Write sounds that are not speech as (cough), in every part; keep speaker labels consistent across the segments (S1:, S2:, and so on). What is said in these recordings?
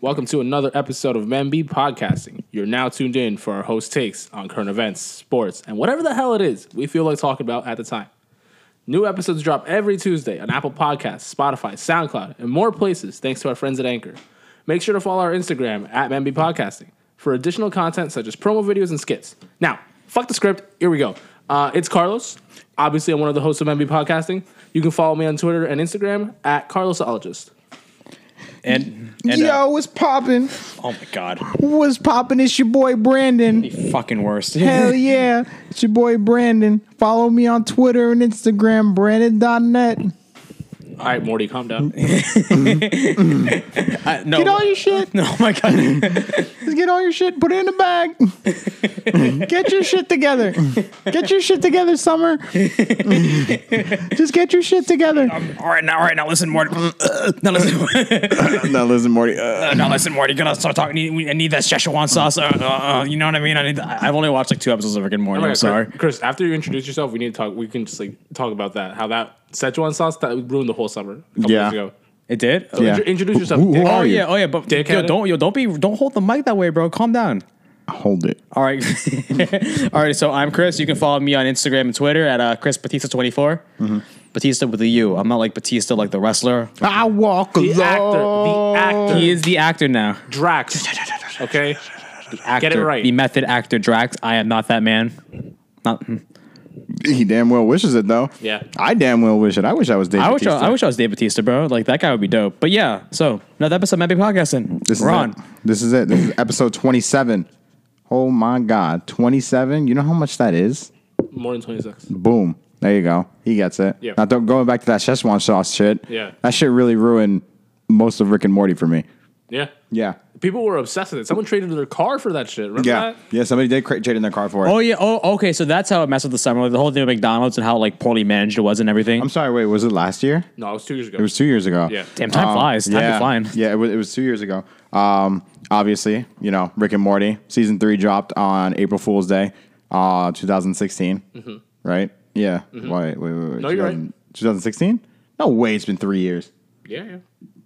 S1: Welcome to another episode of MemB Podcasting. You're now tuned in for our host takes on current events, sports, and whatever the hell it is we feel like talking about at the time. New episodes drop every Tuesday on Apple Podcasts, Spotify, SoundCloud, and more places thanks to our friends at Anchor. Make sure to follow our Instagram at MemB Podcasting for additional content such as promo videos and skits. Now, fuck the script. Here we go. Uh, it's Carlos. Obviously, I'm one of the hosts of MB Podcasting. You can follow me on Twitter and Instagram at CarlosOlogist.
S2: And, and
S3: Yo,
S2: uh,
S3: what's poppin'?
S2: oh my god,
S3: What's poppin'? It's your
S1: (laughs)
S3: boy Brandon.
S2: the fucking worst.
S3: Hell yeah. It's your boy Brandon. Follow me on Twitter and Instagram, Brandon.net.
S1: All right, Morty, calm down.
S2: I- no,
S3: Get all your
S2: (laughs)
S3: shit.
S2: no, oh my god. (laughs)
S3: Just get all your shit. Put it in the
S1: (laughs)
S3: bag. get your shit together. Get your shit together, Summer. Just get your shit together.
S2: all right, now, all right, now listen, Morty. (laughs) now listen,
S3: (laughs)
S2: Uh,
S3: Now listen, Morty.
S2: (laughs) now listen, Morty. Gonna start talking. I need- I need that Szechuan sauce. Uh, uh, uh, you know what I mean? I need. I've only watched like two episodes of Rick and Morty.
S1: Oh my
S2: I'm
S1: God,
S2: sorry.
S1: Chris, Chris, After you introduce yourself, we need to talk. We can just like talk about that. How that Szechuan sauce that ruined the whole summer. A couple
S3: Yeah.
S1: years ago.
S2: It did.
S1: So
S3: Yeah.
S1: intro- introduce yourself.
S3: who
S1: dick.
S3: are
S2: Oh
S3: you?
S2: yeah, oh yeah, but
S1: Dickhead.
S2: yo, don't yo, don't be, don't hold the mic that way, bro. Calm down.
S3: Hold it.
S2: All right, (laughs) all right. So I'm Chris. You can follow me on Instagram and Twitter at uh, Chris Batista 24.
S3: Mm-hmm.
S2: Batista with a U. I'm not like Batista, like the wrestler.
S3: I walk alone.
S1: The actor. The actor.
S2: He is the actor now.
S3: (laughs)
S1: Drax. Okay.
S2: actor,
S1: Get it right.
S2: The method actor Drax. I am not that man. Not,
S3: He damn well wishes it though.
S1: Yeah.
S3: I damn well wish it. I wish I was Dave.
S2: I wish I,
S3: Bautista.
S2: I wish I was Dave Batista, bro. Like that guy would be dope. But yeah, so another episode of Mappy Podcasting.
S3: This
S2: We're
S3: is
S2: on.
S3: It. This is it. This is episode 27. Oh my God. 27. You know how much that is?
S1: More than twenty six.
S3: Boom. There you go. He gets it.
S1: Yeah.
S3: Now, don't, going back to that Szechuan sauce shit.
S1: Yeah.
S3: That shit really ruined most of Rick and Morty for me.
S1: Yeah.
S3: Yeah.
S1: People were obsessed with it. Someone traded their car for that shit. Remember
S3: Yeah.
S1: that?
S3: Yeah. Somebody did trade in their car for it.
S2: Oh yeah. Oh okay. So that's how it messed with the summer. Like, the whole thing with McDonald's and how like poorly managed it was and everything.
S3: I'm sorry. Wait, was it last year?
S1: No, it was two years ago.
S3: It was two years ago. (laughs)
S1: Yeah.
S2: Damn, time
S3: Um,
S2: flies. Time
S3: yeah,
S2: be flying.
S3: Yeah, it was, it was two years ago. Um, obviously, you know, Rick and Morty season three dropped on April Fool's Day, uh, 2016. Right? Yeah. Wait, wait, wait, wait.
S1: Mm-hmm. No, you're right.
S3: 2016? No way, it's been three years.
S1: yeah. yeah.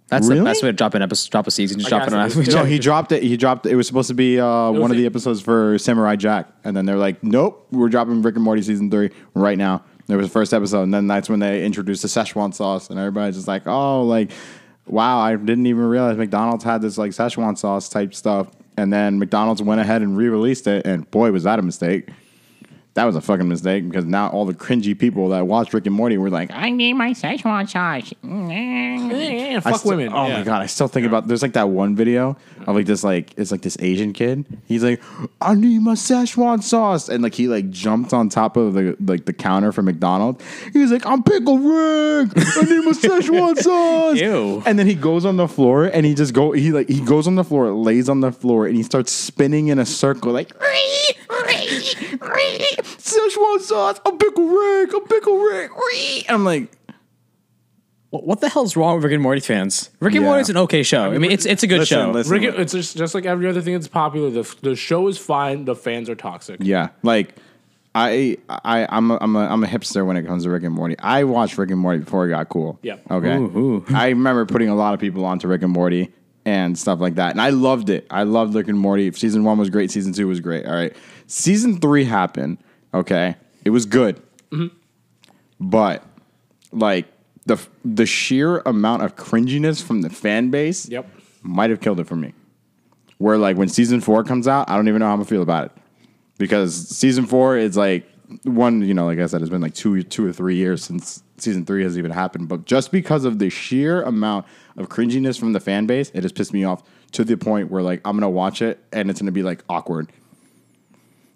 S2: That's the
S3: Really?
S2: best way to drop an episode, drop a season, just drop
S1: guess
S2: it on.
S1: it was-
S3: No, he dropped it. He dropped it. was supposed to be uh, one of
S1: the-
S3: the episodes for Samurai Jack. And then they're like, nope, we're dropping Rick and Morty season three right now. There was the first episode. And then that's when they introduced the Szechuan sauce. And everybody's just like, oh, like, wow, I didn't even realize McDonald's had this like Szechuan sauce type stuff. And then McDonald's went ahead and re released it. And boy, was that a mistake. That was a fucking mistake because now all the cringy people that watched Rick and Morty were like,
S4: I need my Szechuan sauce.
S1: Yeah,
S3: I
S1: fuck
S3: still-
S1: women.
S3: Oh
S1: Yeah.
S3: my god, I still think about. There's like that one video of like this like it's like this Asian kid. He's like, I need my Szechuan sauce, and like he like jumped on top of the like the counter for McDonald's. He's like, I'm pickle Rick. I need
S1: (laughs)
S3: my Szechuan sauce.
S2: Ew.
S3: And then he goes on the floor and he just go he like he goes on the floor, lays on the floor, and he starts spinning in a circle like. (laughs) Szechuan sauce, I'm pickle Rick, I'm pickle Rick. I'm like,
S2: What what the hell's wrong with Rick and Morty fans? Rick and
S3: Yeah.
S2: Morty's an okay show. I mean, it's it's a good
S3: listen,
S2: show.
S3: listen.
S1: Rick, it's just, just like every other thing that's popular. The, f- the show is fine. The fans are toxic.
S3: Yeah, like I I I'm a, I'm a, I'm a hipster when it comes to Rick and Morty. I watched Rick and Morty before it got cool.
S1: Yeah.
S3: Okay.
S2: Ooh, (laughs)
S3: I remember putting a lot of people onto Rick and Morty and stuff like that, and I loved it. I loved Rick and Morty. Season one was great. Season two was great. All right. Season three happened. Okay, it was good,
S1: Mm-hmm.
S3: but like the the sheer amount of cringiness from the fan base
S1: Yep.
S3: might have killed it for me. Where like when season four comes out, I don't even know how I'm gonna feel about it because season four is like one. You know, like I said, it's been like two, two or three years since season three has even happened. But just because of the sheer amount of cringiness from the fan base, it has pissed me off to the point where like I'm gonna watch it and it's gonna be like awkward,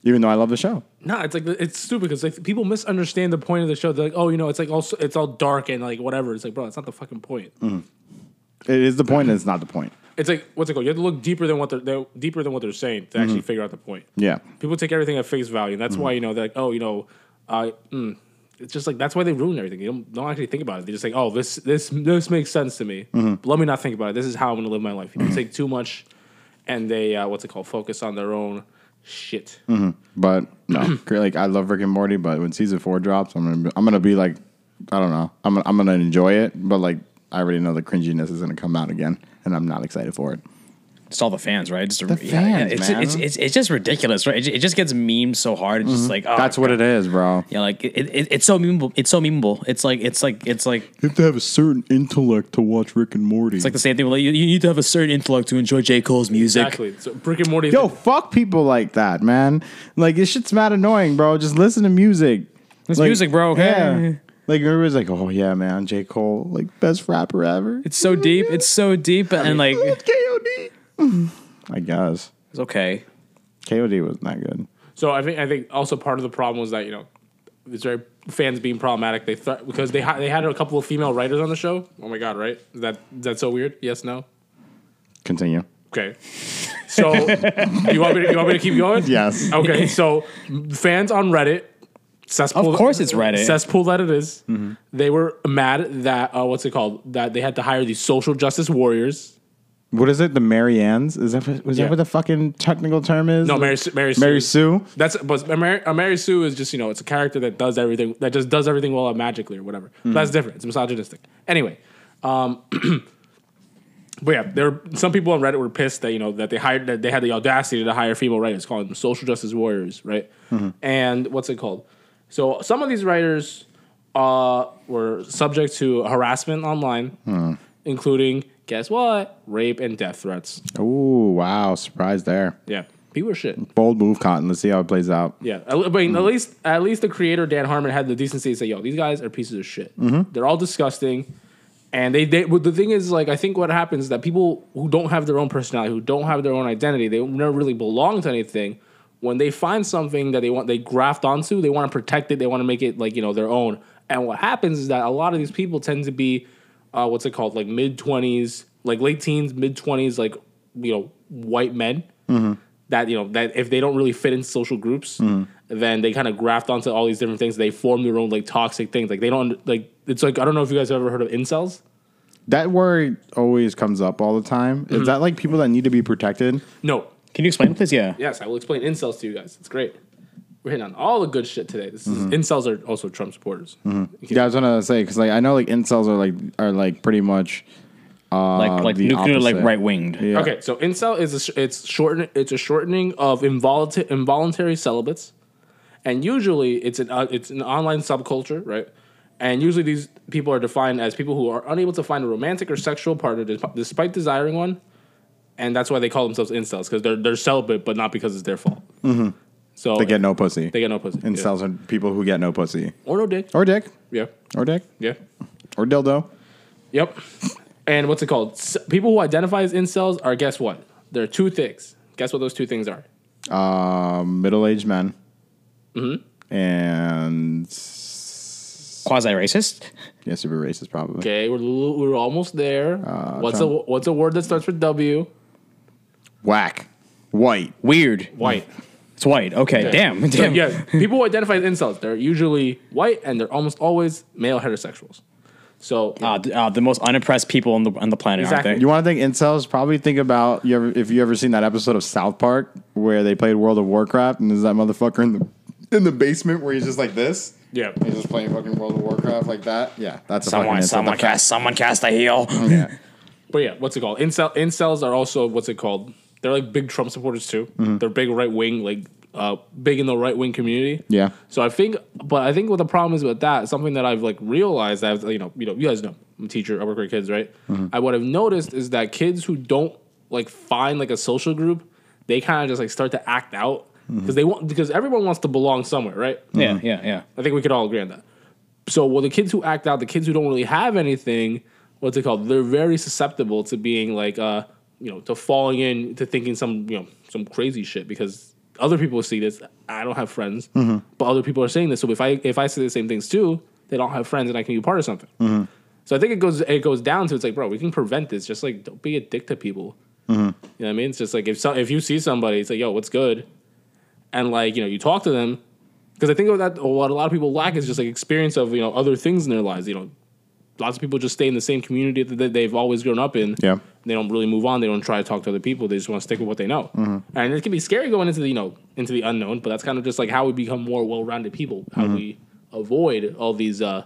S3: even though I love the show.
S1: No, it's like it's stupid because like people misunderstand the point of the show. They're like, oh, you know, it's like also it's all dark and like whatever. It's like, bro, it's not the fucking point.
S3: It is the point, and it's not the point.
S1: It's like what's it called? You have to look deeper than what they're, they're deeper than what they're saying to actually figure out the point.
S3: Yeah.
S1: people take everything at face value, and that's why you know they're like, oh, you know, uh, mm. it's just like that's why they ruin everything. They don't, don't actually think about it. They just like, oh, this this this makes sense to me. But let me not think about it. This is how I'm going to live my life. People take too much, and they uh, what's it called? Focus on their own shit.
S3: But
S2: (clears throat)
S3: no, like I love Rick and Morty, but when season four drops, I'm gonna be, I'm gonna be like, I don't know, I'm I'm gonna enjoy it, but like I already know the cringiness is gonna come out again, and I'm not excited for it.
S2: Just all the fans, right? Just
S3: The fans,
S2: it's,
S3: man. Mm-hmm.
S2: It's, it's, it's just ridiculous, right? It, it just gets memed so hard. It's just like oh,
S3: That's what it is, bro.
S2: Yeah, like it, it, it's so memeable. It's so memeable. It's like it's like it's like
S3: You have to have a certain intellect to watch Rick and Morty.
S2: it's like the same thing. Like you, you need to have a certain intellect to enjoy J Cole's music.
S1: Exactly. So Brick and Morty.
S3: Yo, fuck people like that, man. Like this shit's mad annoying, bro. Just listen to music.
S2: It's music, bro, okay?
S3: Yeah. Like everybody's like, oh yeah, man, J. Cole, like best rapper ever. (laughs)
S2: It's so deep. It's so deep, and like
S3: It's KOD.
S2: (laughs)
S3: I guess.
S2: it's okay.
S3: KOD wasn't that good.
S1: So I think I think also part of the problem was that you know it's very fans being problematic. They thought because they ha- they had a couple of female writers on the show. Oh my god, right? Is that is that so weird? Yes, no.
S3: Continue.
S1: Okay. So you want me to, you want me to keep going?
S3: (laughs) Yes.
S1: Okay. So fans on Reddit. Cesspool,
S2: Of course it's Reddit.
S1: Cesspool that it is.
S3: Mm-hmm.
S1: They were mad that uh, what's it called? That they had to hire these social justice warriors.
S3: What is it? The Marianne's? Is that what- was
S1: Yeah.
S3: that what the fucking technical term is?
S1: No, Mary Sue- Mary Sue.
S3: Mary Sue.
S1: That's but a Mary, a Mary Sue is just you know it's a character that does everything that just does everything well magically or whatever. But that's different. It's misogynistic. Anyway, um, (clears throat) but yeah, there were, some people on Reddit were pissed that you know that they hired that they had the audacity to hire female writers, calling them social justice warriors, right? And what's it called? So some of these writers uh, were subject to harassment online, including guess what, rape and death threats.
S3: Ooh, wow, surprise there.
S1: Yeah, people are shit.
S3: Bold move, Cotton. Let's see how it plays out.
S1: Yeah, I I mean, at least at least the creator Dan Harmon had the decency to say, "Yo, these guys are pieces of shit. They're all disgusting." And they, they well, the thing is, like, I think what happens is that people who don't have their own personality, who don't have their own identity, they never really belong to anything. When they find something that they want, they graft onto. They want to protect it. They want to make it like you know their own. And what happens is that a lot of these people tend to be, uh, what's it called, like mid twenties, like late teens, mid twenties, like you know white men that you know that if they don't really fit in social groups, then they kind of graft onto all these different things. They form their own like toxic things. Like they don't like it's like I don't know if you guys have ever heard of incels.
S3: That word always comes up all the time.
S1: Mm-hmm.
S3: Is that like people that need to be protected?
S1: No.
S2: Can you explain, please? Yeah.
S1: Yes, I will explain incels to you guys. It's great. We're hitting on all the good shit today. This is incels are also Trump supporters.
S3: Yeah, I was gonna say because like I know like incels are like are like pretty much
S2: like like
S3: Uh, the
S2: nuclear, like
S3: opposite.
S2: right winged.
S3: Yeah.
S1: Okay, so incel is a, sh- it's shorten it's a shortening of involuntary involuntary celibates, and usually it's an uh, it's an online subculture, right? And usually these people are defined as people who are unable to find a romantic or sexual partner desp- despite desiring one, and that's why they call themselves incels because they're they're celibate, but not because it's their fault. So
S3: Mm-hmm. They get no pussy.
S1: they get no pussy yeah.
S3: incels are people who get no pussy
S1: or no dick.
S3: or dick
S1: Yeah,
S3: or dick
S1: yeah.
S3: or dildo.
S1: Yep. And what's it called? S- people who identify as incels are guess what? There are two things. Guess what those two things are?
S3: Um, middle aged men
S1: Mm-hmm.
S3: and s-
S2: Quasi racist.
S3: yeah, super racist probably.
S1: Okay, we're l- we're almost there. what's a what's a word that starts with W?
S3: Whack, white.
S2: Weird.
S1: (laughs) White.
S2: It's white. Okay. Damn. Damn.
S1: So, yeah, people who identify as incels, they're usually white and they're almost always male heterosexuals. So
S2: Ah, th- ah, the most unimpressed people on the on the planet, aren't
S1: Exactly.
S2: they?
S3: You want to think incels? Probably think about you ever, if you ever seen that episode of South Park where they played World of Warcraft and there's that motherfucker in the in the basement where he's just like this.
S1: yeah,
S3: He's just playing fucking World of Warcraft like that. Yeah, that's a
S2: Someone,
S3: fucking incel.
S2: someone cast, someone cast a heel.
S3: (laughs) Yeah.
S1: but yeah, what's it called? Incel incels are also what's it called? They're like big Trump supporters too. They're big right wing, like uh, big in the right wing community.
S3: Yeah.
S1: So I think, but I think what the problem is with that, something that I've like realized, I've you know, you know, you guys know, I'm a teacher, I work with kids, right? I what I've noticed is that kids who don't like find like a social group, they kind of just like start to act out because they want because everyone wants to belong somewhere, right?
S2: Yeah, yeah, yeah.
S1: I think we could all agree on that. So, well, the kids who act out, the kids who don't really have anything, what's it called? They're very susceptible to being like, uh, you know, to falling in to thinking some, you know, some crazy shit because other people see this. I don't have friends, but other people are saying this. So if I if I say the same things too, they don't have friends, and I can be part of something. So I think it goes it goes down to it's like, bro, we can prevent this. Just like don't be a dick to people. You know what I mean? It's just like if so, if you see somebody, it's like, yo, what's good? And like you know, you talk to them because I think of that what a lot of people lack is just like experience of you know other things in their lives. You know, lots of people just stay in the same community that they've always grown up in.
S3: Yeah.
S1: they don't really move on. They don't try to talk to other people. They just want to stick with what they know.
S3: Mm-hmm.
S1: And it can be scary going into the you know into the
S3: Mm-hmm.
S1: unknown. But that's kind of just like how we become more well rounded people. How we avoid all these uh,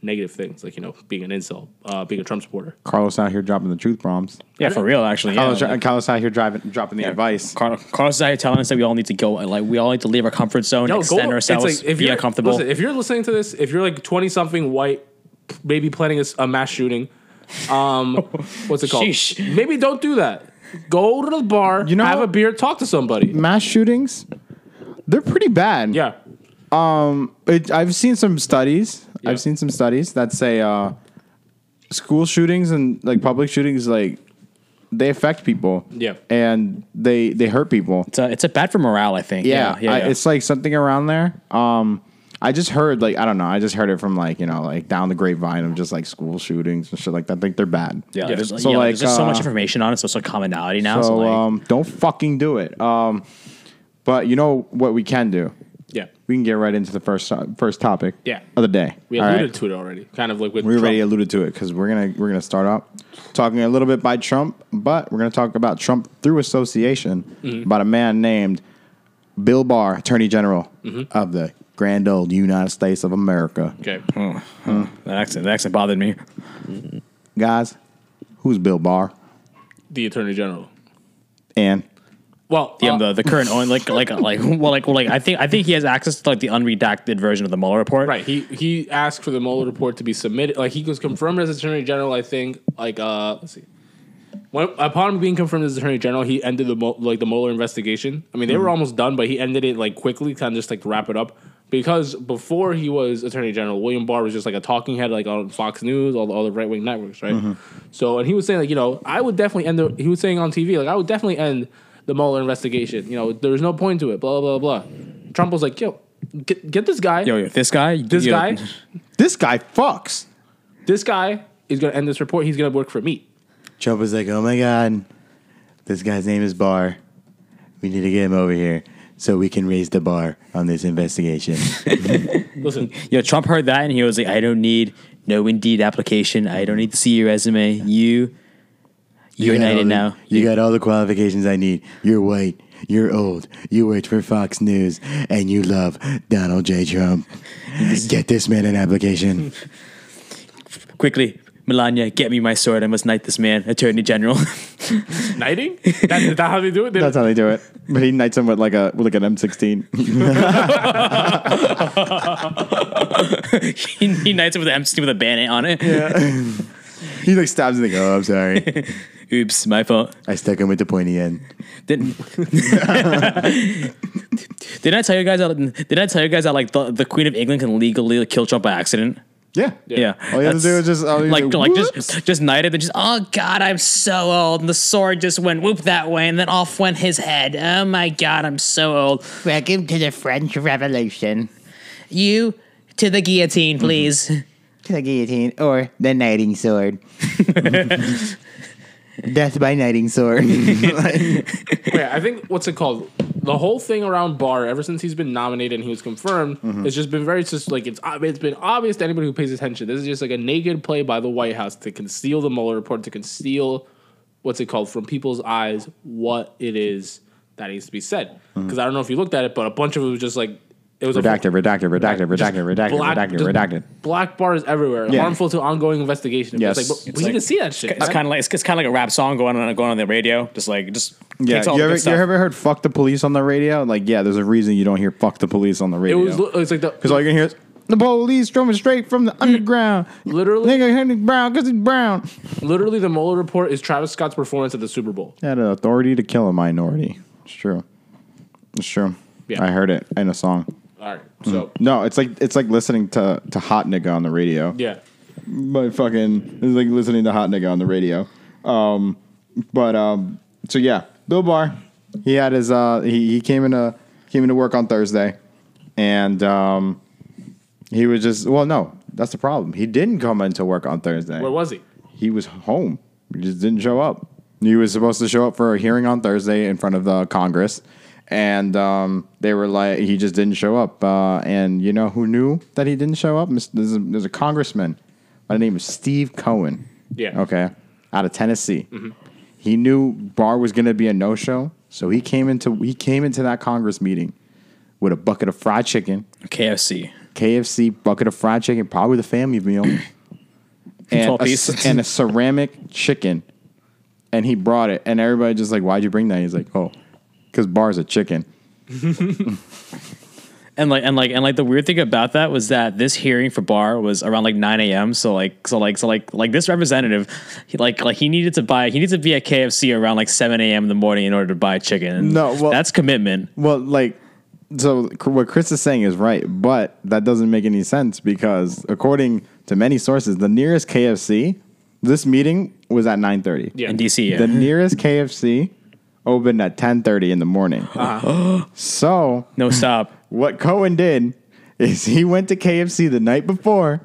S1: negative things, like you know, being an insult, uh, being a Trump supporter.
S3: Carlos out here dropping the truth bombs.
S2: Yeah, for real, actually. Yeah.
S3: Carlos, Carlos out here driving, dropping the advice.
S2: Car- Carlos is out here telling us that we all need to go, like, we all need to leave our comfort zone,
S1: Yo,
S2: extend
S1: go-
S2: ourselves,
S1: it's like, if
S2: be
S1: you're-
S2: uncomfortable.
S1: Listen, if you're listening to this, if you're like 20 something white, maybe planning a, s- a mass shooting,
S3: (laughs)
S1: um, what's it called?
S2: Sheesh.
S1: Maybe don't do that. Go to the bar,
S3: You know- Mm.
S1: have a beer, talk to somebody.
S3: Mass shootings, they're pretty bad.
S1: Yeah.
S3: It, I've seen some studies.
S1: Yeah.
S3: I've seen some studies that say uh, school shootings and like public shootings, like they affect people.
S1: Yeah.
S3: and they they hurt people.
S2: it's, a, it's a bad for morale, I think.
S3: Yeah,
S2: Yeah. yeah,
S3: I,
S2: yeah.
S3: it's like something around there. Um, I just heard like I don't know. I just heard it from like you know like down the grapevine of just like school shootings and shit like that. I think they're bad.
S2: yeah,
S1: yeah.
S2: There's,
S3: So,
S2: yeah,
S3: like,
S2: there's just so much
S3: uh,
S2: information on it, so it's a commonality now.
S3: So
S2: So, like,
S3: um, don't fucking do it. Um, but you know what we can do?
S1: Yeah.
S3: We can get right into the first uh, first topic.
S1: Yeah.
S3: Of the day.
S1: We
S3: All
S1: alluded
S3: right?
S1: to it already, kind of like with
S3: we
S1: Trump.
S3: already alluded to it because we're gonna we're gonna start out talking a little bit by Trump, but we're gonna talk about Trump through association about a man named Bill Barr, Attorney General of the grand old United States of America.
S1: Okay.
S2: that, accent, that accent bothered me.
S3: Guys, who's Bill Barr?
S1: The Attorney General.
S3: And
S1: Well,
S2: Yeah,
S1: uh,
S2: the, the current own like like uh, like (laughs) well like well, like I think I think he has access to like the unredacted version of the Mueller report.
S1: Right. He he asked for the Mueller report to be submitted. Like he was confirmed as Attorney General. I think. Like uh, let's see. When, upon being confirmed as Attorney General, he ended the Mo- like the Mueller investigation. I mean, they
S2: Mm-hmm.
S1: were almost done, but he ended it like quickly, kind of just like to wrap it up. Because before he was Attorney General, William Barr was just like a talking head, like on Fox News, all the other right wing networks, right?
S2: Mm-hmm.
S1: So, and he was saying like, you know, I would definitely end. The, he was saying on TV like, I would definitely end the Mueller investigation. You know, there's no point to it. Blah blah blah. Trump was like, yo, get, get this guy
S2: Yo, yo, this guy,
S1: this
S2: yo,
S1: guy,
S3: this guy fucks.
S1: this guy is gonna end this report. He's gonna work for me.
S3: Trump was like, "Oh my god, this guy's name is Barr. We need to get him over here so we can raise the bar on this investigation."
S1: Listen,
S2: Yo, Trump heard that and he was like, I don't need no Indeed application. I don't need to see your resume. You, you're
S3: got all
S2: United
S3: the-
S2: now.
S3: You got all the qualifications I need. You're white. You're old. You worked for Fox News, and you love Donald J.
S4: (laughs)
S3: Trump. Get this man an application.
S2: Quickly, Melania, get me my sword. I must knight this man, Attorney General. (laughs)
S1: knighting? That, is that how they do it? They-
S3: (laughs) That's how they do it. But he knights him with like a with like an M16.
S2: he, he knights him with an M16 with a bandit on it.
S3: (laughs) he like stabs him. Like, oh, I'm sorry.
S2: Oops, my fault.
S3: I stuck him with the pointy end.
S2: Didn't. (laughs) didn't I tell you guys? That, didn't I tell you guys that like the, the Queen of England can legally kill Trump by accident?
S3: Yeah.
S2: Yeah.
S3: All you have to
S2: that's-
S3: do is just- all you
S2: like
S3: do-
S2: like
S3: whoops.
S2: just just knighted and just oh god I'm so old and the sword just went whoop that way and then off went his head. Oh my god I'm so old.
S4: Welcome to the French Revolution.
S2: You to the guillotine, please.
S4: To the guillotine or the knighting sword. Death by
S3: (laughs)
S4: knighting sword.
S1: wait, I think what's it called? The whole thing around Barr, ever since he's been nominated and he was confirmed,
S3: Mm-hmm.
S1: it's just been very just like it's ob- it's been obvious to anybody who pays attention. This is just like a naked play by the White House to conceal the Mueller report, to conceal what's it called from people's eyes what it is that needs to be said. Because I don't know if you looked at it, but a bunch of it was just like it was a-
S3: Mm-hmm. Redacted, redacted, redacted,
S1: Just
S3: redacted, redacted,
S1: black-
S3: redacted,
S1: just
S3: redacted.
S1: Black bars everywhere,
S3: Yeah.
S1: harmful to ongoing investigation.
S3: Yes.
S1: It's like, but
S3: It's
S1: we
S2: like-
S1: need to see that shit.
S2: It's kind of like it's, kind of like a rap song going on going on the radio, just like just
S3: Yeah,
S2: takes all
S3: you
S2: the
S3: ever,
S2: good
S3: you
S2: stuff.
S3: ever heard "fuck the police" on the radio? Like, yeah, there's a reason you don't hear "fuck the police" on the
S1: it
S3: radio.
S1: was. li- It's like the
S3: Because all you're gonna hear is the police coming straight from the underground.
S1: literally,
S3: Nigga Henry Brown, because he's brown.
S1: literally the Mueller report is Travis Scott's performance at the Super Bowl.
S3: Had an authority to kill a minority. It's true. It's true.
S1: Yeah.
S3: I heard it in a song.
S1: All right,
S3: Mm.
S1: so
S3: No, it's like it's like listening to, to Hot Nigga on the radio.
S1: yeah,
S3: But fucking it's like listening to Hot Nigga on the radio. Um but um so yeah, Bill Barr. He had his uh he, he came into came into work on Thursday and um he was just well no, that's the problem. He didn't come into work on Thursday.
S1: where was he?
S3: he was home. He just didn't show up. He was supposed to show up for a hearing on Thursday in front of the Congress, and um, they were like, he just didn't show up. Uh, and you know who knew that he didn't show up? Mis- There's a, there's a congressman by the name of Steve Cohen.
S1: Yeah.
S3: Okay. Out of Tennessee, he knew Barr was going to be a no show, so he came into he came into that Congress meeting with a bucket of fried chicken
S2: KFC.
S3: KFC bucket of fried chicken, probably the family meal, (clears throat) and,
S2: Twelve
S3: a,
S2: piece.
S3: c- and a ceramic chicken. And he brought it, and everybody just like, "Why'd you bring that?" He's like, "Oh, because bars of chicken."
S2: And like and like and like the weird thing about that was that this hearing for Barr was around like 9 a.m. So like so like so like like this representative, he, like like he needed to buy he needs to be at KFC around like 7 a.m. in the morning in order to buy chicken. And
S3: No, well-
S2: that's commitment.
S3: Well, like, so c- what Chris is saying is right, but that doesn't make any sense because according to many sources, the nearest KFC, this meeting was at nine thirty.
S1: Yeah.
S2: In DC, yeah.
S3: The nearest KFC opened at ten thirty in the morning. so
S2: no stop.
S3: what Cohen did is he went to KFC the night before.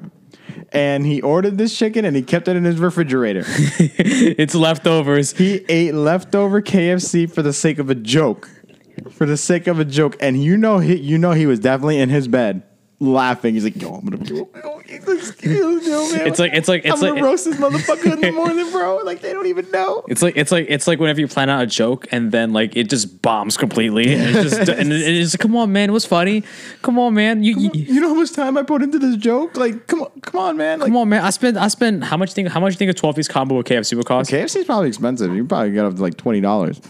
S3: And he ordered this chicken and he kept it in his refrigerator.
S2: it's leftovers. (laughs)
S3: He ate leftover KFC for the sake of a joke. For the sake of a joke, and you know he, you know he was definitely in his bed laughing. He's like, "Yo, I'm gonna, do (laughs) it.
S2: It's like it's like
S3: I'm
S2: it's
S3: gonna
S2: like
S3: roast this
S2: (laughs)
S3: motherfucker in the morning, bro. Like they don't even know."
S2: It's like it's like it's like whenever you plan out a joke and then like it just bombs completely. And it's just and it- it's just, come on, man, it was funny. Come on, man. You, you-
S3: You know how much time I put into this joke? Like, come on, come on, man. Like,
S2: come on, man. I spent I spent how much think how much you think a twelve piece combo with KFC would cost?
S3: KFC's probably expensive. You probably get up to like twenty dollars.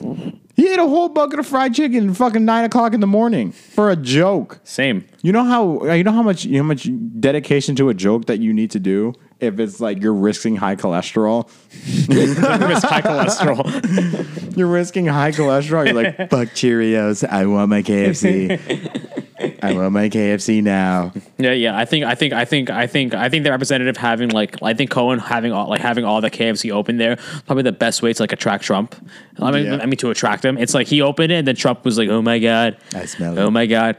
S3: He ate a whole bucket of fried chicken at fucking nine o'clock in the morning for a joke.
S2: Same. (laughs)
S3: You know how you know how much how much dedication to a joke that you need to do if it's like you're risking high cholesterol.
S2: Risk high cholesterol.
S3: You're risking high cholesterol. You're like fuck Cheerios. I want my KFC. I want my KFC now.
S2: Yeah, yeah. I think I think I think I think I think the representative having like I think Cohen having all like having all the KFC open there probably the best way to like attract Trump. I mean
S3: Yeah.
S2: I mean to attract him. It's like he opened it and then Trump was like, Oh my god.
S3: I smell
S2: Oh
S3: it." Mm-hmm.
S2: my god.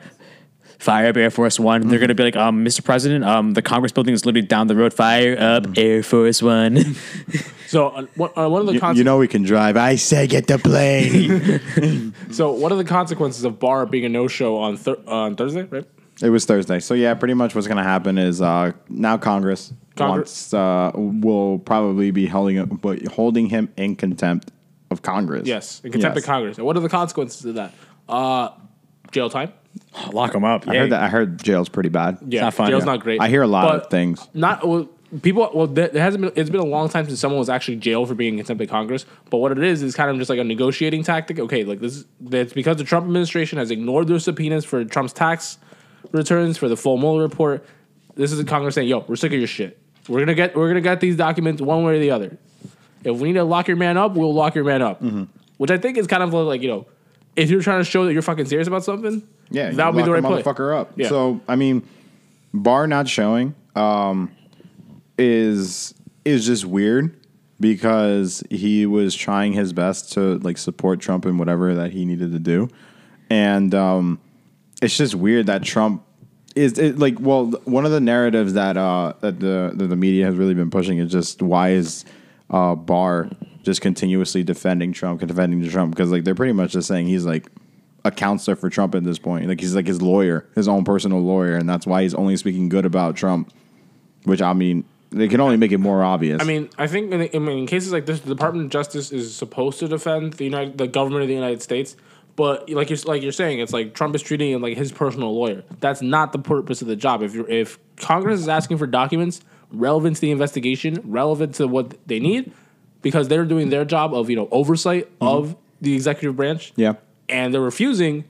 S2: Fire up Air Force One. They're gonna be like, um, Mr. President, um, the Congress building is literally down the road. Fire up
S3: Mm-hmm.
S2: Air Force
S3: (laughs)
S2: One. (laughs)
S1: So uh, one, uh, one of the
S3: You,
S1: conse-
S3: you know we can drive. I say get the
S4: (laughs)
S3: plane.
S1: so what are the consequences of Barr being a no show on thir- on Thursday? Right?
S3: it was Thursday. So yeah, pretty much what's gonna happen is uh, now Congress
S1: Congress-
S3: wants uh, will probably be holding but holding him in contempt of Congress.
S1: Yes, in contempt
S3: Yes.
S1: of Congress. And what are the consequences of that? Uh, jail time.
S2: Lock them up.
S3: I heard that. I heard jail's pretty bad.
S1: Yeah,
S2: not fun.
S1: jail's
S2: Yeah.
S1: not great.
S3: I hear a lot
S1: But
S3: of things.
S1: Not well, people. Well, there, there hasn't been. It's been a long time since someone was actually jailed for being in contempt of Congress. But what it is is kind of just like a negotiating tactic. Okay, like this. That's because the Trump administration has ignored their subpoenas for Trump's tax returns for the full Mueller report. This is the Congress saying, "Yo, we're sick of your shit. We're gonna get. We're gonna get these documents one way or the other. If we need to lock your man up, we'll lock your man up."
S3: Mm-hmm.
S1: Which I think is kind of like you know, if you're trying to show that you're fucking serious about something,
S3: Yeah, you
S1: that would be the
S3: lock
S1: right
S3: the
S1: play.
S3: motherfucker up.
S1: Yeah.
S3: So I mean, bar not showing um, is is just weird because he was trying his best to like support Trump in whatever that he needed to do, and um, it's just weird that Trump is it like well th- one of the narratives that uh that the that the media has really been pushing is just why is uh Barr just continuously defending Trump and defending Trump because like they're pretty much just saying he's like a counselor for Trump at this point like he's like his lawyer his own personal lawyer and that's why he's only speaking good about Trump which I mean they can only make it more obvious
S1: I mean, I think in, I mean, in cases like this, the Department of Justice is supposed to defend the United, the government of the United States. But like you're like you're saying, it's like Trump is treating him like his personal lawyer. That's not the purpose of the job. If you're, if Congress is asking for documents relevant to the investigation, relevant to what they need, because they're doing their job of you know oversight of the executive branch.
S3: yeah
S1: and they're refusing.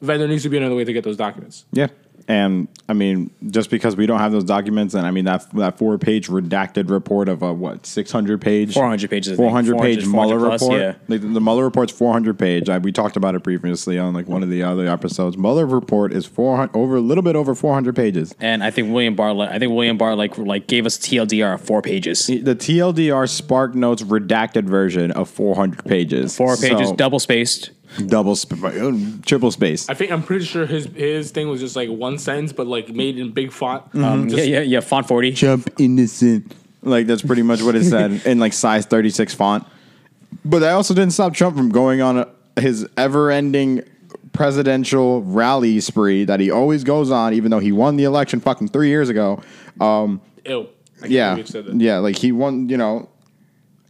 S1: Then there needs to be another way to get those documents.
S3: Yeah. And I mean, just because we don't have those documents, and I mean that that four page redacted report of a what six hundred page,
S2: 400 pages, I think.
S3: four hundred page
S2: 400,
S3: Mueller
S2: 400 plus,
S3: report.
S2: yeah.
S3: Like, the, Mueller report's four hundred page. I, we talked about it previously on like one of the other episodes. Mueller report is four hundred over a little bit over four hundred pages.
S2: And I think William Barr I think William Barr like like gave us TLDR of four pages.
S3: The TLDR Spark Notes redacted version of four hundred pages.
S2: Four pages,
S3: So,
S2: double spaced.
S3: double, sp- triple space.
S1: I think I'm pretty sure his his thing was just like one sentence, but like made in big font. Um,
S2: Yeah,
S1: just
S2: yeah, yeah. Font forty.
S3: jump innocent. Like that's pretty much what it said in like size 36 font. But that also didn't stop Trump from going on a, his ever-ending presidential rally spree that he always goes on, even though he won the election fucking three years ago.
S1: Ew. I can't
S3: Yeah,
S1: believe you said that.
S3: yeah, like he won. You know,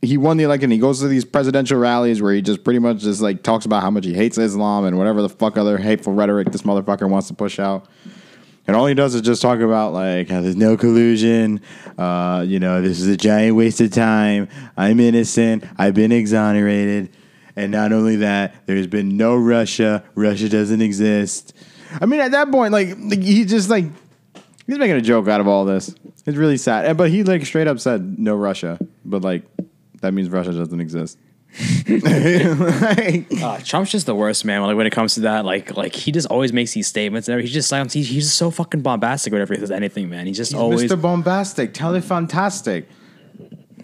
S3: he won the election. He goes to these presidential rallies where he just pretty much just like talks about how much he hates Islam and whatever the fuck other hateful rhetoric this motherfucker wants to push out. And all he does is just talk about like how there's no collusion. Uh, you know, this is a giant waste of time. I'm innocent. I've been exonerated. And not only that, there's been no Russia. Russia doesn't exist. I mean, at that point, like, like he just like he's making a joke out of all this. It's really sad. And- But he like straight up said no Russia. But like that means Russia doesn't exist. (laughs) Like-
S2: Uh, Trump's just the worst man. Like when it comes to that, like like he just always makes these statements and everything. He's just like he's, he's just so fucking bombastic whenever he says anything, man. He's just always
S3: Mr. Bombastic, telefantastic.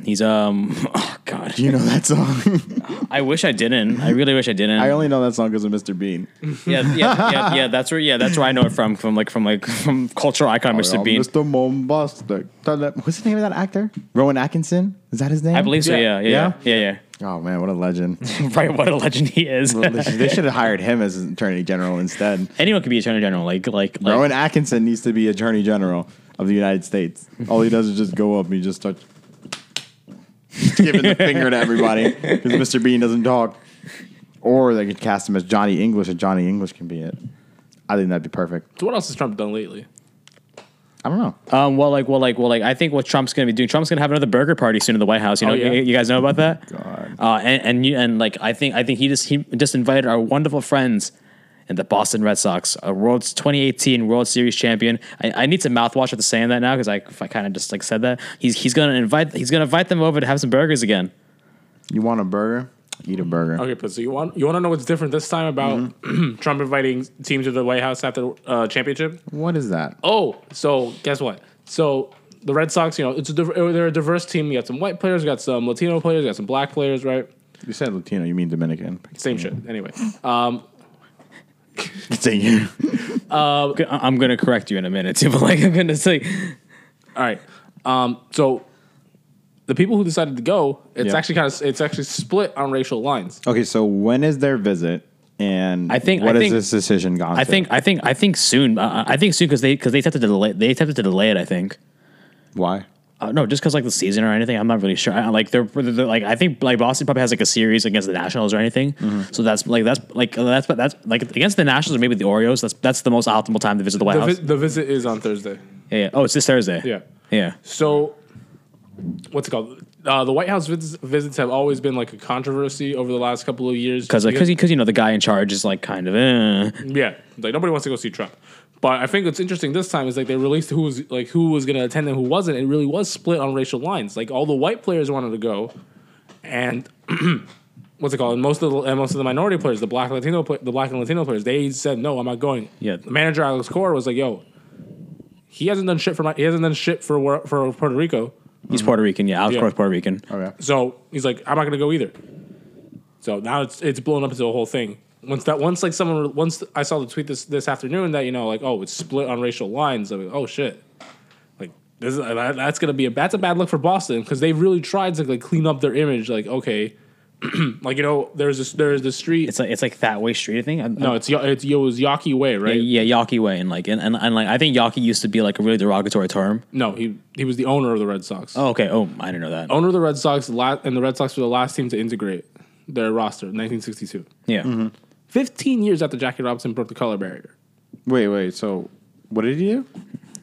S2: he's um (laughs) oh god.
S3: Do you know that song?
S2: I wish I didn't. I really wish I didn't.
S3: I only know that song because of Mr. Bean.
S2: yeah, yeah, yeah, yeah. That's where yeah, that's where I know it from. From like from like from cultural icon Mr. Bean.
S3: Mr. Bombastic. Tele- What's the name of that actor? Rowan Atkinson? Is that his name?
S2: I believe so. Yeah,
S1: Yeah.
S2: yeah, yeah, yeah. (laughs)
S3: Oh man, what a legend!
S2: right, what a legend he is.
S3: they should have hired him as Attorney General instead.
S2: (laughs) Anyone could be attorney general. Like like like.
S3: Rowan Atkinson needs to be Attorney General of the United States. All he does is just go up and he just starts
S2: (laughs)
S3: giving the finger to everybody because Mr. Bean doesn't talk. Or they could cast him as Johnny English, and Johnny English can be it. I think that'd be perfect.
S1: So what else has Trump done lately?
S3: I don't know.
S2: Um, well, like, well, like, well, like, I think what Trump's going to be doing, Trump's going to have another burger party soon in the White House. You know,
S1: Oh, yeah.
S2: you, you guys know
S1: (laughs)
S2: about that.
S3: God.
S2: Uh, and and you, and like, I think I think he just he just invited our wonderful friends and the Boston Red Sox, a world's 2018 World Series champion. I, I need to mouthwash after saying that now because I, I kind of just like said that he's he's going to invite he's going to invite them over to have some burgers again.
S3: You want a burger? Eat a burger.
S1: Okay, but so you want you want to know what's different this time about (clears throat)
S3: Mm-hmm.
S1: Trump inviting teams to the White House after uh, championship?
S3: What is that?
S1: Oh, so guess what? So the Red Sox, you know, it's a div- uh, they're a diverse team. You got some white players, you got some Latino players, you got some black players, right?
S3: You said Latino, you mean Dominican.
S1: Same shit.
S3: Mm-hmm.
S1: Anyway,
S3: you.
S1: Oh.
S2: I- I'm going to correct you in a minute (laughs) too, but like I'm going to say
S1: All right. Um, so the people who decided to go, it's
S3: Yeah.
S1: actually kind of it's actually split on racial lines.
S3: (laughs) Okay, so when is their visit? And
S2: I think-
S3: what
S2: I
S3: is
S2: think-
S3: this decision gone?
S2: I
S3: to?
S2: think I think I think soon uh, I, I- I think soon because they because they attempted to delay they attempted to delay it. I think.
S3: why?
S2: Uh, no, just because like the season or anything, I'm not really sure. I, like they're, they're- like I think like Boston probably has like a series against the Nationals or anything.
S1: Mm-hmm.
S2: So that's like that's like uh, that's that's like against the Nationals or maybe the Orioles. That's that's the most optimal time to visit the White
S3: Uh-huh.
S1: The,
S2: House.
S1: vi- the visit is on Thursday.
S2: yeah, yeah. Oh, it's this Thursday.
S1: Yeah.
S2: Yeah.
S1: So what's it called? Uh, the White House visits, visits have always been like a controversy over the last couple of years.
S2: Because because you know the guy in charge is like kind of eh.
S1: yeah, like nobody wants to go see Trump. But I think what's interesting this time is like they released who was like who was going to attend and who wasn't. It really was split on racial lines. Like all the white players wanted to go, and (clears throat) what's it called? And most of the and most of the minority players, the black Latino, pla- the black and Latino players, they said no, I'm not going.
S2: Yeah.
S1: The manager Alex Cora was like, yo, he hasn't done shit for my, he hasn't done shit for wor- for Puerto Rico.
S2: he's Puerto Rican. Yeah, of
S1: Yeah.
S2: course Puerto Rican.
S3: Okay.
S1: So he's like, I'm not gonna go either. So now it's it's blown up into a whole thing. Once that once like someone once I saw the tweet this this afternoon that you know like oh it's split on racial lines. I mean oh shit, like this is, that, that's gonna be a that's a bad look for Boston because they've really tried to like clean up their image. Like okay, (clears throat) like you know there's this there's the street.
S2: It's like it's like that way street. I think. I'm-
S1: no, it's Yo- it's it was Yaki Way right.
S2: Yeah, Yaki way and like and, and, and like I think Yaki used to be like a really derogatory term.
S1: No, he he was the owner of the Red Sox.
S2: Oh, okay. Oh, I didn't know that.
S1: Owner of the Red Sox, la- and the Red Sox were the last team to integrate their roster in 1962.
S2: Yeah.
S1: 15 years after Jackie Robinson broke the color barrier.
S3: Wait, wait. So what did he do?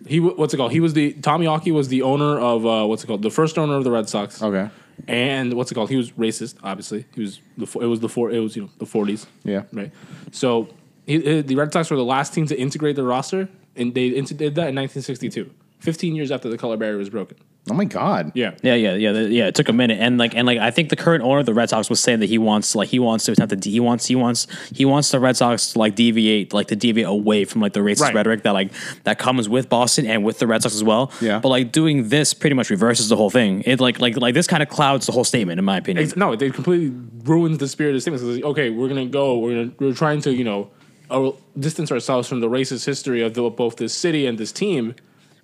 S1: He w- what's it called? He was the Tommy Hockey was the owner of uh, what's it called? The first owner of the Red Sox.
S3: Okay.
S1: And what's it called? He was racist, obviously. He was the fo- it was the four it was you know the 40s.
S3: Yeah.
S1: Right. So he, he- the Red Sox were the last team to integrate their roster, and they int- did that in 1962, 15 years after the color barrier was broken.
S3: Oh my God.
S1: Yeah.
S2: Yeah, yeah, yeah, the- yeah. It took a minute, and like, and like, I think the current owner of the Red Sox was saying that he wants, like, he wants to attempt to, de- he wants, he wants, he wants the Red Sox to like deviate, like to deviate away from like the racist
S1: Right.
S2: rhetoric that like that comes with Boston and with the Red Sox as well.
S3: Yeah.
S2: But like doing this pretty much reverses the whole thing. It like, like, like this kind of clouds the whole statement, in my opinion.
S1: It's- no, they completely ruined the spirit of the statement. 'cause it's like, okay, we're gonna go. We're gonna, we're trying to you know uh, distance ourselves from the racist history of the, both this city and this team,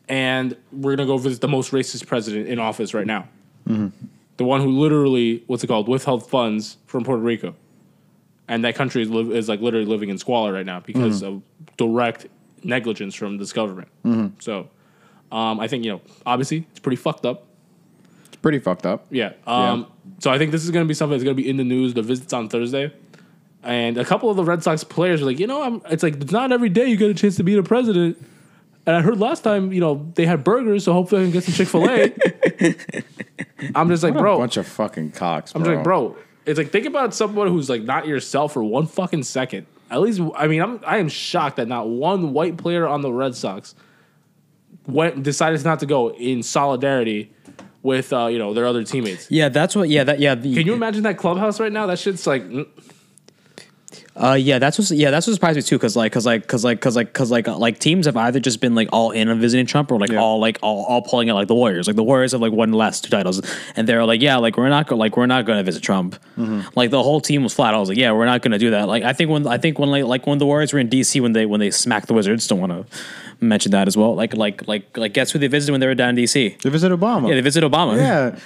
S1: and we're gonna go visit the most racist president in office right now, the one who literally what's it called withheld funds from Puerto Rico, and that country is, live is like literally living in squalor right now because of direct negligence from this government. So. Um, I think you know. Obviously, it's pretty fucked up.
S3: It's pretty fucked up.
S1: Yeah. Um, So I think this is going to be something that's going to be in the news. The visits on Thursday, and a couple of the Red Sox players are like, you know, I'm, it's like it's not every day you get a chance to be the president. And I heard last time, you know, they had burgers, so hopefully I can get some Chick Fil A. I'm just like, bro.
S3: bunch of fucking cocks. Bro.
S1: I'm just like, bro. It's like think about someone who's like not yourself for one fucking second. At least, I mean, I'm I am shocked that not one white player on the Red Sox went decided not to go in solidarity with uh, you know their other teammates.
S2: Yeah, that's what. Yeah, that. Yeah, the,
S1: Can you imagine that clubhouse right now? That shit's like, mm,
S2: Uh, yeah, that's what's yeah, that's what surprised me too, cause like, cause like, cause like, cause like, cause like, like teams have either just been like all in on visiting Trump or like
S3: Yeah.
S2: all like all, all pulling out like the Warriors, like the Warriors have like won the last two titles, and they're like, yeah, like we're not go- like we're not gonna visit Trump,
S3: Mm-hmm.
S2: like the whole team was flat. I was like, yeah, we're not gonna do that. Like I think when I think when like like when the Warriors were in D.C. when they when they smacked the Wizards, don't want to mention that as well. Like like like like guess who they visited when they were down in D.C.
S3: They visit Obama.
S2: Yeah, they visited Obama.
S3: Yeah.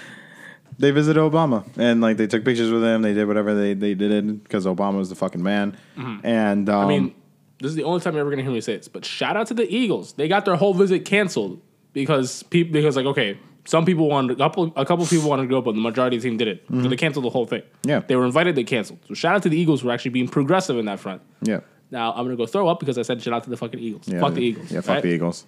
S3: They visited Obama and like they took pictures with him. They did whatever they, they did because Obama was the fucking man. And um,
S1: Mm-hmm. I mean, this is the only time you're ever gonna hear me say this. But shout out to the Eagles. They got their whole visit canceled because people because like okay, some people wanted a couple a couple people wanted to go, but the majority of the team didn't. So they canceled the whole thing.
S3: Mm-hmm. Yeah.
S1: they were invited. They canceled. So shout out to the Eagles for actually being progressive in that front.
S3: yeah,
S1: Now I'm gonna go throw up because I said shout out to the fucking Eagles.
S3: yeah,
S1: fuck the Eagles.
S3: Yeah, fuck
S1: right?
S3: the Eagles.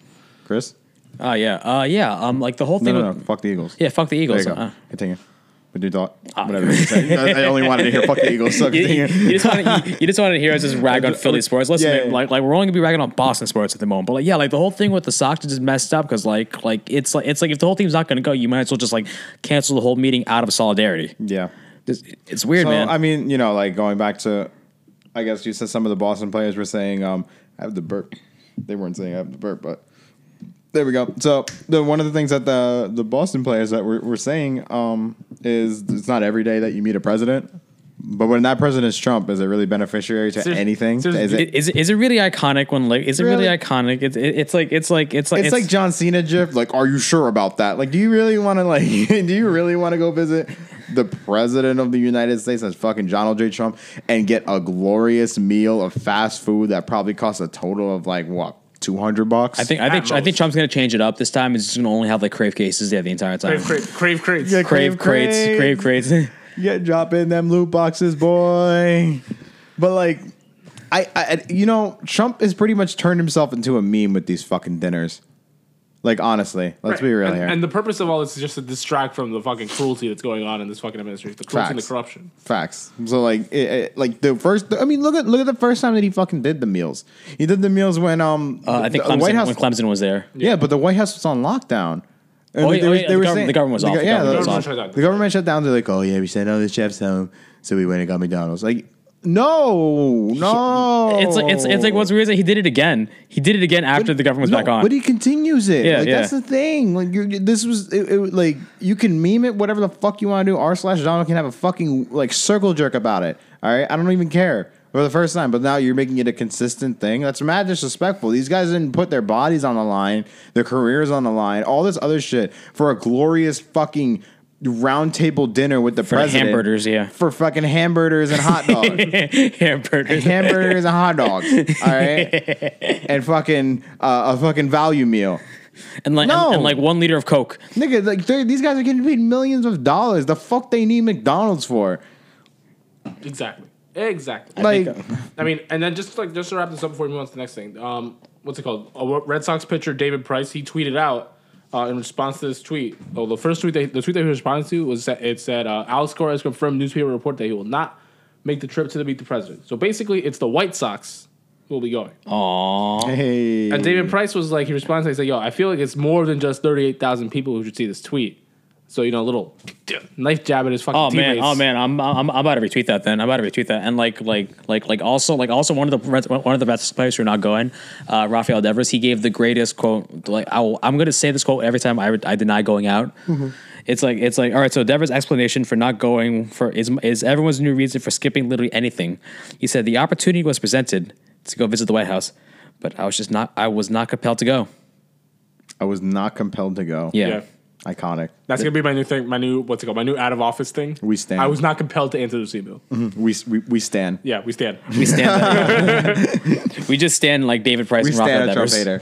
S3: Chris,
S2: Oh yeah. Uh yeah. Um like the whole
S3: no,
S2: thing.
S3: no,
S2: with-
S3: no, fuck the Eagles.
S2: Yeah, fuck the
S3: there you
S2: Eagles.
S3: go.
S2: Uh,
S3: Continue. But you thought
S1: uh,
S3: whatever. you said.
S1: (laughs)
S3: I I only wanted to hear fuck the Eagles. So
S2: you, you-
S3: continue.
S2: you just wanted, you, you just wanted to hear us just
S3: (laughs)
S2: rag on Philly sports. Listen,
S3: Yeah,
S2: man,
S3: yeah.
S2: like like we're only gonna be ragging on Boston sports at the moment, but like yeah, like the whole thing with the Sox is just messed up because like like it's like it's like if the whole team's not gonna go, you might as well just like cancel the whole meeting out of solidarity.
S3: yeah.
S2: Just- It's weird,
S3: so,
S2: man.
S3: I mean, you know, like going back to, I guess you said some of the Boston players were saying, um, "I have the burp." They weren't saying "I have the burp," but there we go. So the one of the things that the the Boston players that were, were saying um, is it's not every day that you meet a president. But when that president's Trump, is it really beneficiary to
S1: Seriously-
S3: anything?
S1: seriously,
S3: Is it,
S2: It- is it- is it really iconic when like is it really,
S3: Really?
S2: iconic? It's it, it's like it's like it's like
S3: it's, like John Cena gif. Like, are you sure about that? Like, do you really want to like? (laughs) do you really want to go visit the president of the United States, that's fucking Donald J. Trump, and get a glorious meal of fast food that probably costs a total of like what two hundred bucks?
S2: I think I think
S1: At
S2: I think
S1: most.
S2: Trump's gonna change it up this time. It's just gonna only have like crave cases there the entire time.
S1: Crave, crave, crave crates.
S3: Yeah,
S2: Crave,
S3: Crave
S2: crates, crave crates. (laughs)
S3: Yeah, drop in them loot boxes, boy. But like, I, I, you know, Trump has pretty much turned himself into a meme with these fucking dinners. Like, honestly,
S1: Right.
S3: let's be real
S1: and,
S3: here.
S1: And the purpose of all this is just to distract from the fucking cruelty that's going on in this fucking administration, the cruelty and the
S3: Facts.
S1: corruption.
S3: Facts. So like, it, it- like the first. I mean, look at look at the first time that he fucking did the meals. He did the meals when um.
S2: Uh, I think
S3: the White
S2: Clemson,
S3: House.
S2: when Clemson was there.
S3: yeah, but the White House was on lockdown. And
S2: Oh,
S3: like,
S2: yeah, oh, yeah, the government- the government was off,
S3: go-
S2: the
S3: yeah,
S2: government
S1: was
S3: the,
S1: off. Government shut down.
S3: the government shut down. They're like, oh yeah, we sent all the chefs home, so we went and got McDonald's. Like, no, no.
S2: It's like it's it's like what's weird is that he did it again. He did it again after the government was
S3: No,
S2: back on.
S3: But he continues it.
S2: Yeah,
S3: like,
S2: yeah.
S3: That's the thing. Like you this was it, it- like you can meme it whatever the fuck you want to do. R slash Donald can have a fucking like circle jerk about it. All right, I don't even care for the first time. But now you're making it a consistent thing. That's mad disrespectful. These guys didn't put their bodies on the line, their careers on the line, all this other shit for a glorious fucking round table dinner with the president
S2: hamburgers, yeah.
S3: for fucking hamburgers and
S2: (laughs)
S3: hot dogs
S2: hamburgers.
S3: hamburgers and hot dogs, all right, and fucking uh, a fucking value meal,
S2: and like
S3: No.
S2: and, and like one liter of Coke.
S3: nigga. Like they're- these guys are getting paid millions of dollars. The fuck they need McDonald's for?
S1: Exactly. Exactly.
S3: Like,
S1: I mean, and then just like just to wrap this up before we move on to the next thing. Um, what's it called? A Red Sox pitcher David Price. He tweeted out uh, in response to this tweet. Oh, the first tweet that the tweet that he responded to was that it said uh, Al Score has confirmed newspaper report that he will not make the trip to the meet the president. So basically, it's the White Sox who will be going.
S2: Um, Aww.
S3: hey,
S1: And David Price was like, he responded, he said, "Yo, I feel like it's more than just thirty-eight thousand people who should see this tweet." So you know, a little knife jab at his fucking
S2: Oh man,
S1: teammates.
S2: oh man, I'm, I'm I'm about to retweet that then. I'm about to retweet that, and like like like like also like also one of the Reds- one of the best players who are not going, uh, Rafael Devers. He gave the greatest quote. Like I will, I'm gonna say this quote every time I, re- I deny going out. It's like it's like all right. So Devers' explanation for not going for is is everyone's new reason for skipping literally anything. He said the opportunity was presented to go visit the White House, but I was just not I was not compelled to go.
S3: I was not compelled to go.
S2: Yeah.
S1: Yeah.
S3: iconic.
S1: That's gonna be my new thing. My new what's it called? My new out of office thing.
S3: We stand. Mm-hmm.
S1: I was not compelled to answer this email.
S3: We we, we stand.
S1: Yeah, we stand.
S2: We stand. that- we just stand like David Price
S3: We
S2: and Rafael
S3: stand a Trump
S2: Devers.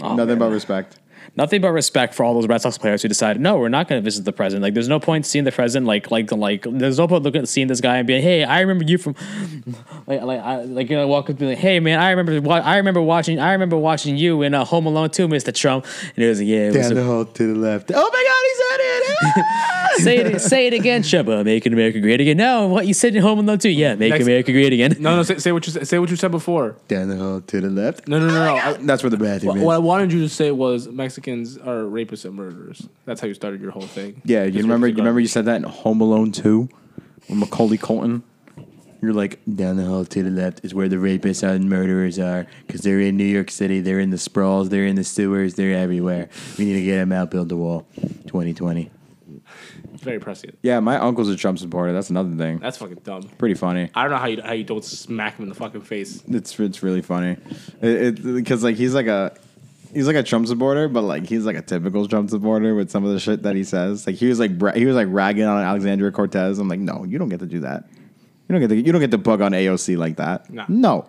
S3: hater. Nothing but respect.
S2: Nothing but respect for all those Red Sox players who decided, no, we're not going to visit the president. Like, there's no point seeing the president. Like, like, like, there's no point looking at seeing this guy and being, hey, I remember you from, (laughs) like, like, I, like, you know, walk up to be like, hey, man, I remember, wa- I remember watching, I remember watching you in uh, Home Alone too, Mr. Trump. And it was, like, yeah, it was
S3: Down
S2: a-
S3: the hall to the left. Oh my God, he said it!
S4: (laughs)
S3: Ah!
S2: say it, say it again, Shubba, making America great again. No, what you said in Home Alone too, yeah, make
S1: Next-
S2: America great again.
S1: No, no, say, say what you sa- say what you said before.
S3: Down the hall to the left.
S1: No, no, no, no.
S3: (laughs)
S1: I-
S3: That's where the bathroom
S1: Wha-
S3: is.
S1: What I wanted you to say was Mexicans are rapists and murderers. That's how you started your whole thing.
S3: yeah, you
S1: Just
S3: remember? You
S1: rapists and
S3: remember you said that in Home Alone 2 with Macaulay Colton. You're like down the hall to the left is where the rapists and murderers are because they're in New York City, they're in the sprawls, they're in the sewers, they're everywhere. We need to get them out, build the wall. 2020.
S1: murderers. uh, Very prescient.
S3: Yeah, my uncle's a Trump supporter. That's another thing.
S1: That's fucking dumb.
S3: Pretty funny.
S1: I don't know how you how you don't smack him in the fucking face.
S3: It's it's really funny, it because like he's like a he's like a Trump supporter, but like he's like a typical Trump supporter with some of the shit that he says. Like he was like bra- he was like ragging on Alexandria Cortez. I'm like, no, you don't get to do that. You don't get to you don't get to bug on AOC like that.
S1: No.
S3: No,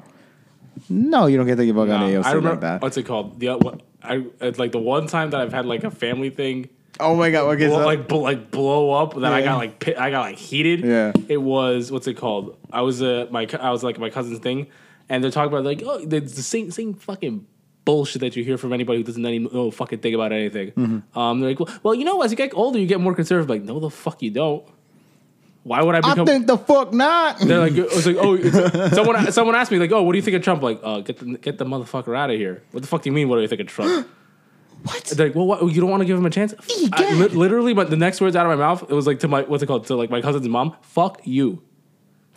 S3: no, you don't get to bug on
S1: Um,
S3: AOC
S1: I remember
S3: like that.
S1: what's it called? The uh, what, I it's like the one time that I've had like a family thing
S3: oh my god, okay,
S1: blow,
S3: so,
S1: like bl- like blow up that I
S3: Yeah.
S1: got like pit, I got like heated.
S3: Yeah.
S1: it was what's it called? I was uh, my cou- I was like my cousin's thing, and they're talking about like oh the, the same same fucking bullshit that you hear from anybody who doesn't any, know fucking thing about anything.
S3: Mm-hmm.
S1: Um, they're like, well, well, you know, as you get older, you get more conservative. Like, no, the fuck you don't. Why would I
S3: I
S1: become?
S3: think the fuck not. (laughs)
S1: they're like, it was like, oh, it's- someone someone asked me like, oh, what do you think of Trump? Like, uh, get the get the motherfucker out of here. What the fuck do you mean? What do you think of Trump?
S3: (gasps) What?
S1: They're like, well, what, you don't want to give him a chance? I, li- literally, but the next words out of my mouth, it was like to my what's it called to like my cousin's mom. Fuck you.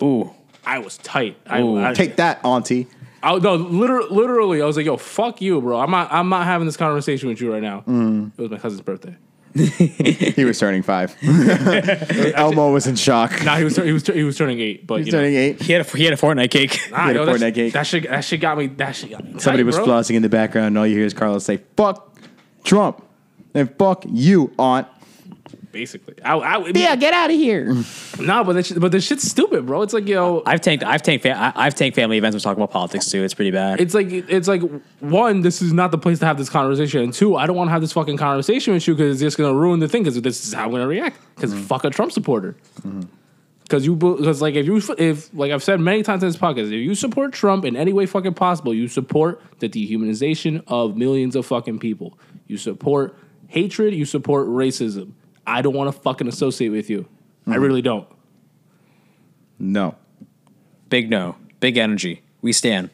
S2: Ooh,
S1: I was tight. I,
S2: Ooh.
S1: I,
S3: Take that, Auntie.
S1: I no, literally, literally, I was like, yo, fuck you, bro. I'm not, I'm not having this conversation with you right now.
S3: Mm.
S1: It was my cousin's birthday.
S3: He was
S1: (laughs)
S3: turning five. (laughs) Elmo was in shock.
S1: Nah, he was tur- he was tur- he was turning eight, but you know,
S3: turning (laughs) eight.
S2: (laughs) he had a, he had a Fortnite cake.
S1: nah,
S3: he had
S1: yo,
S3: a
S1: that,
S3: Fortnite
S1: shit,
S3: cake.
S1: that shit that shit got me. That shit got me. Tight,
S3: Somebody was
S1: bro.
S3: flossing in the background, and all you hear is Carlos say, "Fuck Trump," and "Fuck you, Aunt."
S1: Basically, I, I,
S4: Yeah, get out of here.
S1: (laughs) Nah, but that shit, but this shit's stupid, bro. It's like yo,
S2: (laughs) I've tanked. I've tanked. Fa- I- I've tanked family events. We're talking about politics too. It's pretty bad.
S1: it's like it's like one, this is not the place to have this conversation, and two, I don't want to have this fucking conversation with you because it's just gonna ruin the thing because this is how I'm gonna react because
S4: Mm-hmm.
S1: fuck a Trump supporter. Because you, because like if you, if like I've said many times in this podcast, if you support Trump in any way fucking possible, you support the dehumanization of millions of fucking people. You support hatred. You support racism. I don't want to fucking associate with you. I
S4: Mm-hmm.
S1: really don't.
S3: No,
S2: Big no. Big energy. We stand.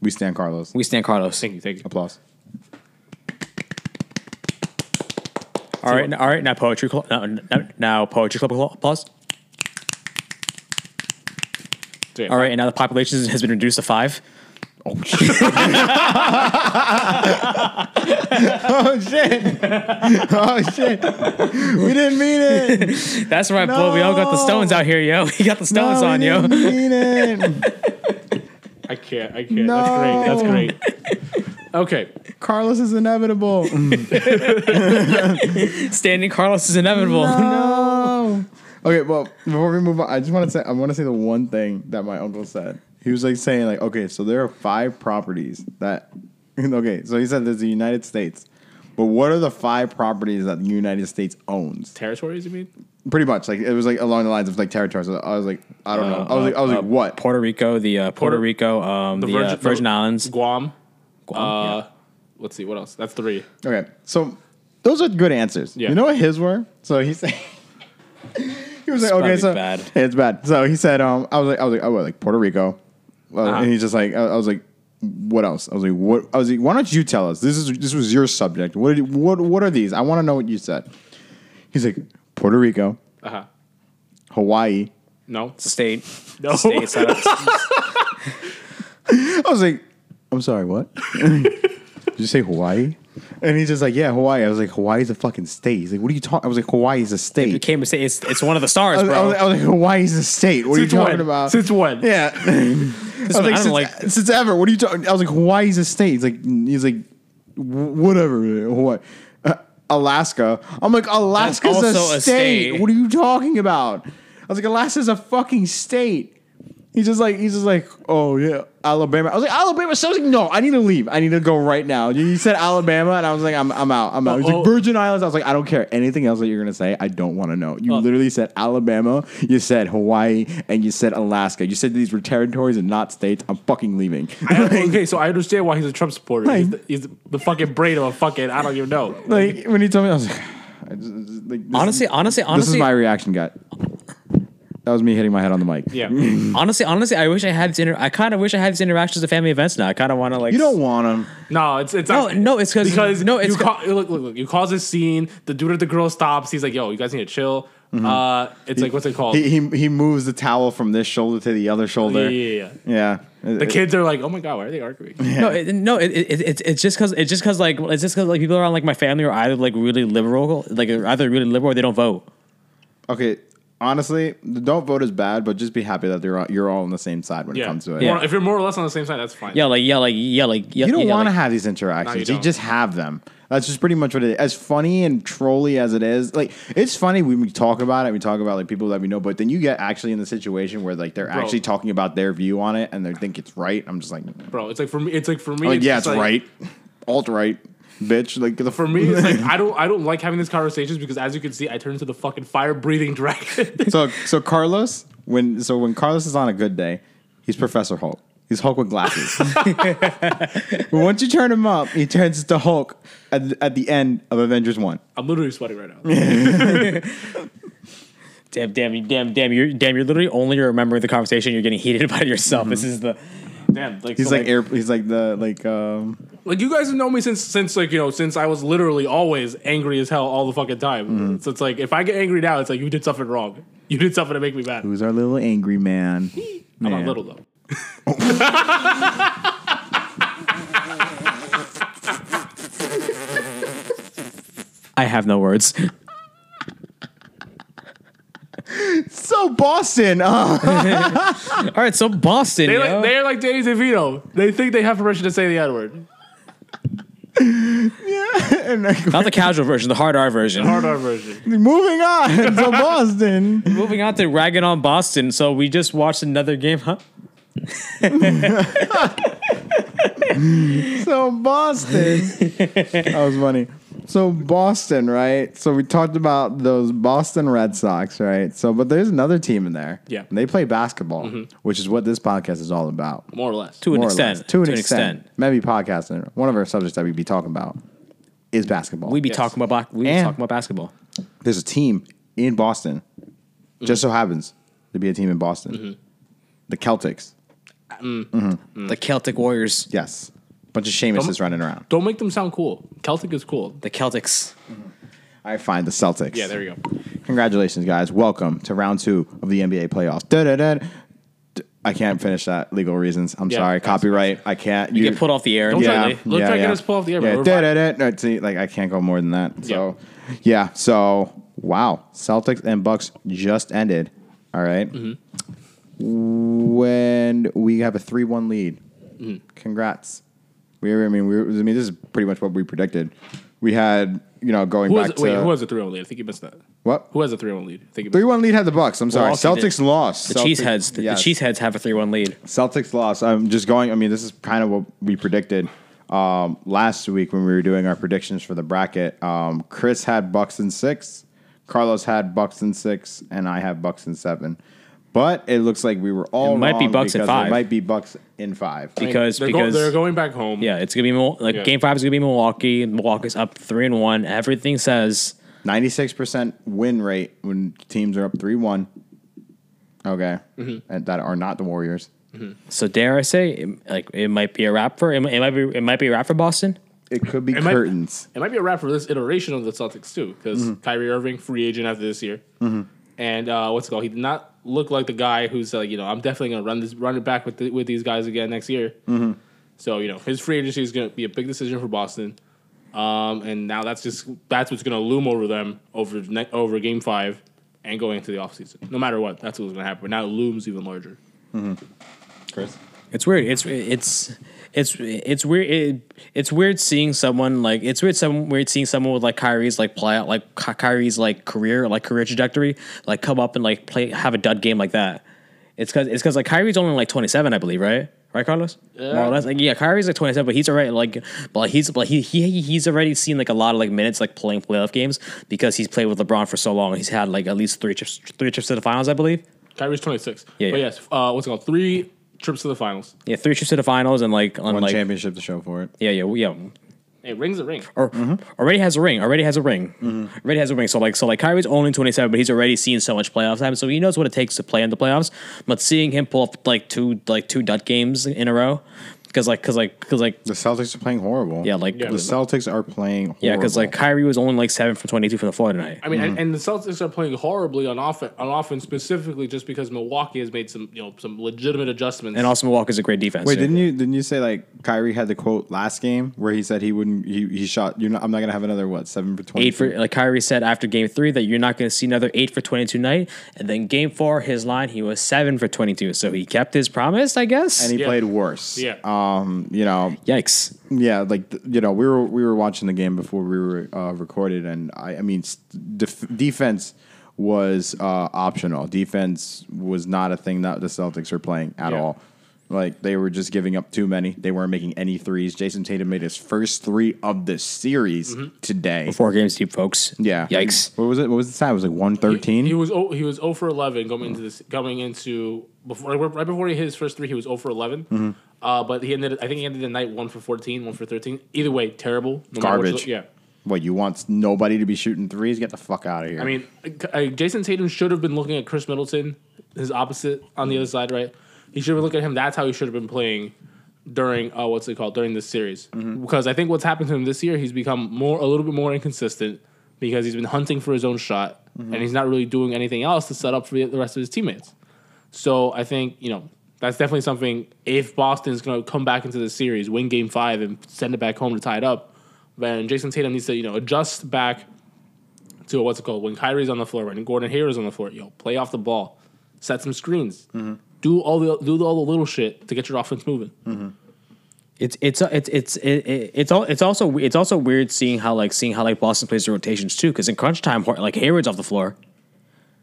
S3: we stand Carlos.
S2: We stand, Carlos.
S1: Thank you, thank you.
S3: Applause.
S2: All right. All right. Now poetry. Cl- now, now- now poetry club cl- applause.
S1: So, yeah.
S2: All right. And now the population has been reduced to five.
S3: Oh shit! oh shit! We didn't mean it.
S2: That's right, bro. We all got the stones out here, yo. (laughs) We got the stones
S3: (laughs) No,
S2: on,
S3: we
S2: yo.
S3: didn't mean (laughs) it.
S1: I can't. I can't. That's
S3: No.
S1: great. That's great. okay.
S3: Carlos is inevitable.
S2: Standing Carlos is inevitable.
S3: No. Okay, well, before we move on, I just want to say I want to say the one thing that my uncle said. He was like saying like, okay, so there are five properties that (laughs) okay, so he said there's the United States. But what are the five properties that the United States owns?
S1: Territories, you mean?
S3: Pretty much, like it was like along the lines of like territories. I was like, I don't know. I was like, I was like,
S2: (laughs)
S3: what?
S2: Puerto Rico, the uh, Puerto
S1: Puerto-
S2: Rico, um, the, uh, Virgin Islands.
S1: Guam.
S2: Guam,
S1: uh, Let's see. What else? That's three.
S3: Okay, so those are good answers.
S1: Yeah.
S3: You know what his were? So he said. (laughs) He was like, okay,
S2: probably
S3: so
S2: bad.
S3: it's bad. So he said, um, I was like, I was like, oh, what, like Puerto Rico, Uh, and he's just like, I, I was like, what else? I was like, what? I was like, why don't you tell us? This is this was your subject. What did, what what are these? I want to know what you said. He's like, Puerto Rico,
S1: Uh huh.
S3: Hawaii.
S1: No.
S2: It's a state.
S1: No. (laughs)
S2: State. It's (laughs) not a-
S3: I was like, I'm sorry, what? (laughs) Did you say Hawaii? And he's just like, yeah, Hawaii. I was like, Hawaii's a fucking state. He's like, what are you talking? I was like, Hawaii's a state.
S2: it came to say it's, it's one of the stars,
S3: I was, I was-
S2: bro.
S3: I was like, Hawaii's a state. What
S1: Since
S3: are you
S1: when?
S3: talking about?
S1: Since when?
S2: (laughs)
S3: Yeah. I
S2: when,
S3: was like,
S2: I don't
S3: since,
S2: like-
S3: since ever. What are you talking? I was like, Hawaii's a state. He's like, he's like, "Wh- whatever. Hawaii. Uh, Alaska. I'm like, Alaska's
S2: also
S3: a,
S2: a
S3: state.
S2: state.
S3: What are you talking about? I was like, Alaska's a fucking state. He's just like he's just like, oh yeah, Alabama. I was like, Alabama. So I was like, no, I need to leave. I need to go right now. You you said Alabama, and I was like, I'm, I'm out. I'm out. He's
S1: Uh-oh.
S3: like Virgin Islands. I was like, I don't care anything else that you're gonna say. I don't want to know. You literally said Alabama. You said Hawaii, and you said Alaska. You said these were territories and not states. I'm fucking leaving.
S1: (laughs) I- (laughs) okay, so I understand why he's a Trump supporter. He's,
S3: Right.
S1: the, he's the fucking brain of a fucking I don't even know.
S3: (laughs) like when he told me, I was like, (sighs) I just, like this,
S2: Honestly, honestly,
S3: this is
S2: honestly,
S3: my reaction. Gut. That was me hitting my head on the mic.
S1: Yeah,
S2: (laughs) honestly, honestly, I wish I had. This inter- I kind of wish I had these interactions at family events now. I kind of want to like.
S3: You don't want him.
S1: no, it's it's
S2: No, no, it's 'cause-
S1: because
S2: no, it's
S1: you ca- look, look, look, you cause a scene. The dude at the grill stops. He's like, "Yo, you guys need to chill."
S2: Mm-hmm.
S1: Uh, it's like what's it called?
S3: He, he he moves the towel from this shoulder to the other
S1: yeah, yeah,
S3: shoulder.
S1: yeah. yeah.
S3: Yeah. Uh,
S1: The kids are like, "Oh my god, why are they
S2: (laughs)
S1: arguing?"
S2: No, it, no, it, it, it, it's just because it's just because like it's just because like people around like my family are either like really liberal, like are either really liberal or they don't vote.
S3: uh, Okay. Honestly, the don't vote is bad, but just be happy that they're all, you're all on the same side when it
S1: Yeah.
S3: comes to it.
S1: More- if you're more or less on the same side, that's fine.
S2: Yeah, like yeah, like yeah, like yeah,
S3: You don't
S2: yeah,
S3: want to
S2: like,
S3: have these
S1: No, you
S3: interactions. you,
S1: don't.
S3: just have them. That's just pretty much what it is. As funny and trolly as it is, like it's funny when we talk about it. We talk about like people that we know, but then you get actually in the situation where like they're actually talking about their view on it and they think it's right. I'm just like,
S1: bro. It's like for me. It's like for me.
S3: like Oh, yeah,
S1: just
S3: it's
S1: like-
S3: right, alt right, bitch. Like get the
S1: For me, it's
S3: (laughs)
S1: like I don't I don't like having these conversations because as you can see, I turn into the fucking fire breathing dragon. (laughs)
S3: so so Carlos when so when Carlos is on a good day, he's Professor Hulk. He's Hulk
S1: (laughs)
S3: with glasses. (laughs) but once you turn him up, he turns to Hulk at, the- at the end of Avengers One.
S1: I'm literally sweating right now.
S2: damn, damn, you- damn, damn, you're damn, you're literally only remembering the conversation. You're getting heated (laughs) about yourself. This is the damn. Like
S3: Mm-hmm. He's
S2: so,
S3: like, air. He's like the like. Um,
S1: Like you guys have known me since since like you know since I was literally always angry as hell all the fucking time.
S3: Mm-hmm.
S1: So it's like if I get angry now, it's like you did something wrong. You did something to make me mad.
S3: who's our little angry man?
S1: I'm
S3: Man.
S1: not little though.
S2: I have no
S3: (laughs)
S2: words.
S3: So Boston. Uh, (laughs)
S2: All right, so Boston,
S1: They
S2: yo.
S1: like they're like Danny DeVito. They think they have permission to say the N word.
S3: and like,
S2: not the casual version, the hard R version.
S1: Hard R
S3: (laughs)
S1: version.
S3: moving on to (laughs) Boston.
S2: Moving on to ragging on Boston. So we just watched another game, huh?
S3: So (laughs) Boston. that was funny. So Boston, right? So we talked about those Boston Red Sox, right? So, but there's another team in there.
S1: Yeah.
S3: and they play basketball, which is what this podcast is all about.
S1: More or less.
S2: To an
S3: more or
S2: extent.
S3: less. to an, Mm-hmm. extent.
S2: extent.
S3: Maybe podcasting. One of our subjects that we'd be talking about is basketball.
S2: We be
S1: Yes.
S2: talking about we be
S3: And-
S2: talking about basketball.
S3: there's a team in Boston.
S1: Mm-hmm.
S3: Just so happens to be a team in Boston, the Celtics.
S2: The Celtic Warriors.
S3: Yes, bunch of Seamuses running around.
S1: Don't make them sound cool. Celtic is cool.
S2: The Celtics.
S3: I find the Celtics.
S1: Yeah, there you go.
S3: Congratulations, guys. Welcome to round two of the NBA playoffs. Da-da-da. D- I can't finish that. Legal reasons. I'm
S1: Yeah,
S3: sorry.
S1: that's-
S3: Copyright. I can't.
S2: You get pulled off the air.
S1: Don't
S3: Yeah.
S1: try- Let's try to get us pulled off the air,
S3: Yeah.
S1: but we're fine.
S3: Da-da-da. No, see, like, I can't go more than that. So, yeah. So, wow. Celtics and Bucks just ended. All right?
S1: Mm-hmm.
S3: When we have a 3 1 lead.
S1: Mm-hmm.
S3: Congrats. We, I mean, we, I mean, this is pretty much what we predicted. We had, you know, going
S1: Who
S3: back
S1: has,
S3: to
S1: wait, who has a 3 1 lead? I think you missed that.
S3: what
S1: Who has a 3 1 lead? I think you
S3: Three
S1: missed
S3: one lead had the Bucks. I'm sorry,
S2: Milwaukee
S3: Celtics
S2: did.
S3: lost.
S2: The
S3: Celtics-
S2: Cheeseheads. The,
S3: yes.
S2: the Cheeseheads have a three-one lead.
S3: Celtics lost. I'm just going. I mean, this is kind of what we predicted um, last week when we were doing our predictions for the bracket. Um, Chris had Bucks in six. Carlos had Bucks in six, and I had Bucks in seven. But it looks like we were all
S2: It might be
S3: wrong
S2: Bucks in
S3: because it
S2: five.
S3: might be Bucks in five.
S2: Because
S1: they're, go-
S2: because
S1: they're going back home.
S2: yeah, it's gonna be Mil- like
S1: Yeah.
S2: game five is gonna be Milwaukee. Milwaukee's up three and one. Everything says
S3: Ninety six percent win rate when teams are up three one. Okay, and that are not the Warriors.
S2: so. Dare I say, it- like it might be a wrap for it, might- it might be it might be a wrap for Boston.
S3: It could be
S1: It might-
S3: curtains.
S1: It might be a wrap for this iteration of the Celtics too, because
S2: Mm-hmm.
S1: Kyrie Irving free agent after this year, and uh, what's it called? He did not look like the guy who's like, you know, I'm definitely gonna run this, run it back with the, with these guys again next year.
S2: Mm-hmm.
S1: So you know, his free agency is gonna be a big decision for Boston, um, and now that's just that's what's gonna loom over them over ne- over Game Five and going into the offseason. No matter what, that's what's gonna happen. But now it looms even larger.
S3: Chris.
S2: It's weird. It's it's it's it's weird. It, it's weird seeing someone like it's weird. Some weird seeing someone with like Kyrie's like play out like Ky- Kyrie's like career like career trajectory like come up and like play have a dud game like that. It's because it's because like Kyrie's only like 27, I believe, right? Right, Carlos? Yeah. More or less. Like, yeah, Kyrie's like 27, but he's already like, but like, he's but he, he he's already seen like a lot of like minutes like playing playoff games because he's played with LeBron for so long. He's had like at least three trips three trips to the finals, I believe.
S1: Kyrie's 26.
S2: Yeah,
S1: but
S2: yeah.
S1: yes, uh, what's it called? Three trips to the finals.
S2: Yeah, three trips to the finals and like on
S3: One
S2: like
S3: championship to show for it.
S2: yeah yeah yeah
S1: Hey, ring's a ring.
S2: or
S3: Mm-hmm.
S2: already has a ring. Already has a ring. Already has a ring. So like so like Kyrie's only 27, but he's already seen so much playoff time, so he knows what it takes to play in the playoffs. But seeing him pull up like two like two dud games in a row, because like because like because like
S3: The Celtics are playing horrible.
S2: yeah like
S1: Yeah.
S3: The Celtics are playing horrible.
S2: yeah because like Kyrie was only like seven for 22 from the floor tonight.
S1: I mean, and, and the Celtics are playing horribly on offense, on offense specifically just because Milwaukee has made some, you know, some legitimate adjustments.
S2: And also Milwaukee's a great defense.
S3: Wait,
S2: too.
S3: didn't you didn't you say like Kyrie had the quote last game where he said he wouldn't he, he shot you're not I'm not gonna have another what seven for twenty
S2: eight for like Kyrie said after game three that you're not going to see another eight for 22 night. And then game four, his line he was seven for 22, so he kept his promise, I guess.
S3: and he
S1: Yeah.
S3: played worse.
S1: Yeah.
S3: Um. You know.
S2: Yikes.
S3: Yeah. Like th- you know we were we were watching the game before we were uh, recorded and I I mean s- def- defense was uh, optional. Defense was not a thing that the Celtics were playing at
S1: Yeah.
S3: all. Like they were just giving up too many. They weren't making any threes. Jason Tatum made his first three of the series
S1: Mm-hmm.
S3: today.
S2: Four games deep, folks.
S3: Yeah.
S2: Yikes.
S3: What was it? What was the stat? It was like one
S1: He,
S3: thirteen.
S1: he was oh, he was 0 for 11 going into this coming into before right before he hit his first three he was 0 for 11.
S2: Mm-hmm.
S1: Uh, but he ended I think he ended the night 1 for 14, 1 for 13. Either way, terrible. No matter which-
S3: Garbage.
S1: Yeah.
S3: What you want nobody to be shooting threes? Get the fuck out of here.
S1: I mean, uh, Jason Tatum should have been looking at Chris Middleton, his opposite on the other side, right? He should have been looking at him. That's how he should have been playing during uh, what's it called during this series. Because I think what's happened to him this year, he's become more a little bit more inconsistent because he's been hunting for his own shot and he's not really doing anything else to set up for the the rest of his teammates. So I think you know that's definitely something. If Boston's going to come back into the series, win Game Five, and send it back home to tie it up, then Jason Tatum needs to you know adjust back to what's it called when Kyrie's on the floor, when Gordon Hayward's on the floor, yo, play off the ball, set some screens,
S2: Mm-hmm.
S1: do all the do all the little shit to get your offense moving.
S2: it's it's uh, it's it's it, it, it's all it's also it's also weird seeing how like seeing how like Boston plays their rotations too because in crunch time Hor- like Hayward's off the floor.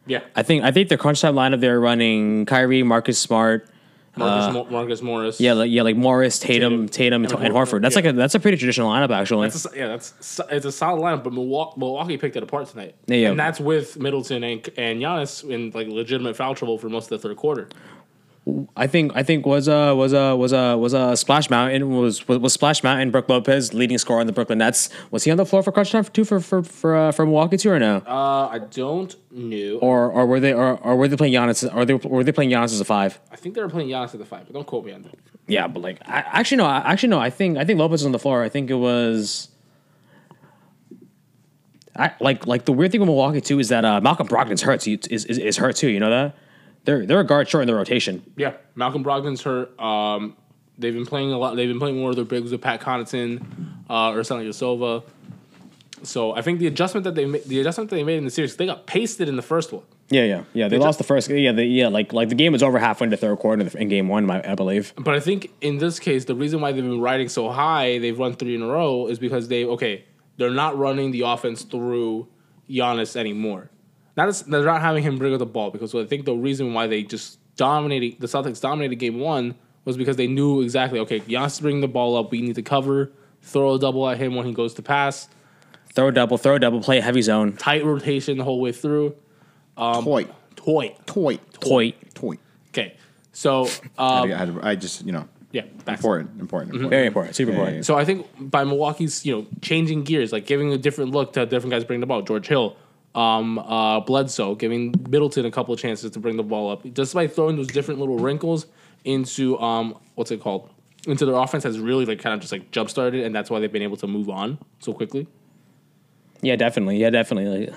S1: Yeah,
S2: I think I think their crunch time lineup they're running Kyrie, Marcus Smart,
S1: Marcus, Mo- Marcus Morris.
S2: Uh, yeah like, yeah like Morris, Tatum, Tatum, and,
S1: And
S2: and
S1: Horford,
S2: Horford. That's
S1: yeah.
S2: like a, that's a pretty traditional lineup actually.
S1: It's a, yeah, that's so- it's a solid lineup, but Milwaukee, Milwaukee picked it apart tonight.
S2: Yeah, yeah.
S1: and that's with Middleton and and Giannis in like legitimate foul trouble for most of the third quarter.
S2: I think I think was uh was uh was uh was uh Splash Mountain was was, was Splash Mountain Brooke Lopez leading scorer on the Brooklyn Nets. Was he on the floor for crunch time for two for for for, uh, for Milwaukee too or no?
S1: Uh, I don't know.
S2: or or were they or, or were they playing Giannis? Or they were they playing Giannis as a five?
S1: I think they were playing Giannis at the five, but don't quote me on that.
S2: Yeah, but like I, actually no, I, actually no. I think I think Lopez was on the floor. I think it was. I, like like the weird thing with Milwaukee too is that uh, Malcolm Brogdon's hurt. too- Is, is is hurt too? You know that they're they're a guard short in the rotation.
S1: Yeah, Malcolm Brogdon's hurt. Um, they've been playing a lot. They've been playing more of their bigs with Pat Connaughton uh, or something Yosova. So I think the adjustment that they ma- the adjustment that they made in the series, they got pasted in the first one.
S2: Yeah, yeah, yeah. They,
S1: ju-
S2: lost the first. Yeah, they, yeah. Like like the game was over halfway into third quarter in game one, my, I believe.
S1: But I think in this case, the reason why they've been riding so high, they've run three in a row, is because they okay, they're not running the offense through Giannis anymore. Not as, they're not having him bring up the ball because I think the reason why they just dominated the Celtics dominated game one was because they knew exactly okay, Giannis is bringing the ball up, we need to cover, throw a double at him when he goes to pass,
S2: Throw a double, throw a double, play a heavy zone,
S1: tight rotation the whole way through.
S3: toy,
S1: Toy.
S3: toy,
S2: point.
S3: toy.
S1: Okay, so
S3: I,
S1: um,
S3: had to- I just you know
S1: yeah, back to-
S3: important, important, important.
S2: Very important, super
S3: Yeah, yeah,
S2: important.
S1: So I think by Milwaukee's, you know, changing gears, like giving a different look to different guys bringing the ball. George Hill, um, uh, Bledsoe, giving Middleton a couple of chances to bring the ball up, just by throwing those different little wrinkles into um, what's it called, into their offense has really like kind of just like jump started, and that's why they've been able to move on so quickly.
S2: Yeah, definitely. Yeah, definitely. Like,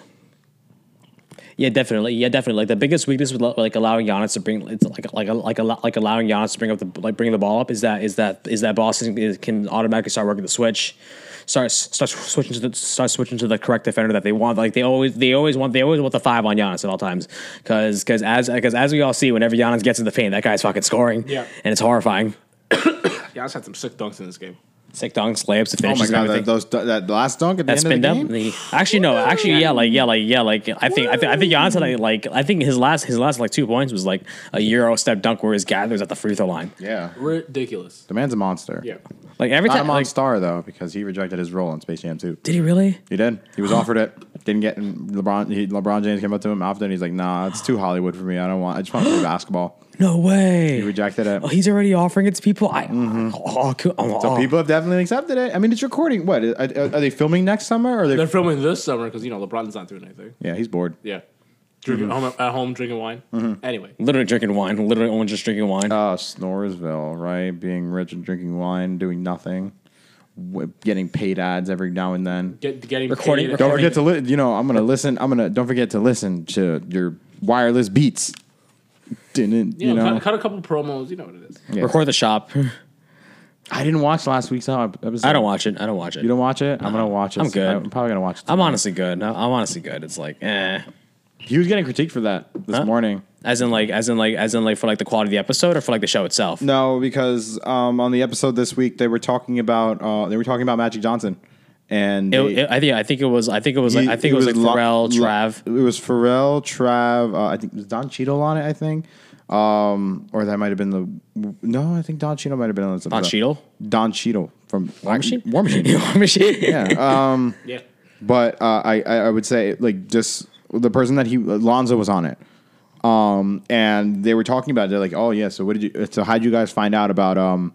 S2: yeah, definitely. Yeah, definitely. Like the biggest weakness with lo- like allowing Giannis to bring it's like like like a like allowing Giannis to bring up the like bring the ball up is that is that is that Boston is, can automatically start working the switch, start start switching to the start switching to the correct defender that they want. Like they always they always want they always want the five on Giannis at all times because because as because as we all see whenever Giannis gets in the paint that guy's fucking scoring
S1: Yeah.
S2: and it's horrifying.
S1: Giannis had some sick dunks in this game.
S2: Sick Dong slaps to
S3: Oh
S2: finish
S3: my god,
S2: everything.
S3: that, those that last dunk at
S2: that
S3: the end
S2: spin
S3: of the
S2: down.
S3: game.
S2: The, actually, no. Actually, yeah, like yeah, like yeah, like I think I think I think Giannis had like, like I think his last his last like two points was like a euro step dunk where his gathers at the free throw line.
S3: Yeah,
S1: Ridiculous.
S3: the man's a monster.
S1: Yeah.
S2: Like every
S3: Not a
S2: time, like,
S3: monster though, because he rejected his role in Space Jam 2.
S2: did he really?
S3: He did. He was offered it. Didn't get. and LeBron. He, LeBron James came up to him after, and he's like, "Nah, it's too Hollywood for me. I don't want. I just want to play basketball."
S2: No way.
S3: He rejected it.
S2: Oh, he's already offering it to people. I oh, cool. oh,
S3: So
S2: oh.
S3: people have definitely accepted it. I mean, it's recording. What are, are are they filming next summer? Or are they?
S1: They're filming this summer because, you know, LeBron's not doing anything.
S3: yeah, he's bored.
S1: Yeah. Drinking
S3: Mm-hmm.
S1: home, at home, drinking wine. Anyway,
S2: literally drinking wine. Literally only just drinking wine.
S3: Oh, Snoresville, right? Being rich and drinking wine, doing nothing, w- getting paid ads every now and then.
S1: get, getting
S2: Recording-
S1: paid-
S3: Don't forget to li- you know I'm gonna listen. I'm gonna don't forget to listen to your wireless beats. Didn't
S1: You
S3: you
S1: know,
S3: know?
S1: Cut, cut a couple promos. You know what it is.
S3: yeah.
S2: Record the shop.
S3: I didn't watch last week's
S2: (sighs)
S3: episode.
S2: I don't watch it. I don't watch it.
S3: You don't watch it? I'm gonna watch it.
S2: I'm good.
S3: I'm probably gonna watch it.
S2: I'm honestly good. No, I'm honestly good. It's like eh.
S3: He was getting critiqued for that this
S2: Huh?
S3: morning.
S2: As in like as in like as in like for like the quality of the episode or for like the show itself.
S3: No, because um, on the episode this week they were talking about uh, they were talking about Magic Johnson, and
S2: It,
S3: they-
S2: it- I think I think it was I think it was like
S3: he-
S2: I think it was,
S3: lo-
S2: like Pharrell,
S3: lo-
S2: Trav.
S3: It was Pharrell, Trav. Uh, I think was Don Cheadle on it. I think, um, or that might have been the no. I think Don Cheadle might have been on this.
S2: Don
S3: episode.
S2: Cheadle?
S3: Don Cheadle from War
S2: Machine?
S3: War Machine.
S2: (laughs) War Machine.
S3: yeah. Um,
S1: Yeah.
S3: but uh, I I I would say like just the person that he Lonzo was on it. Um, and they were talking about it. They're like, oh yeah. So what did you? So how did you guys find out about um,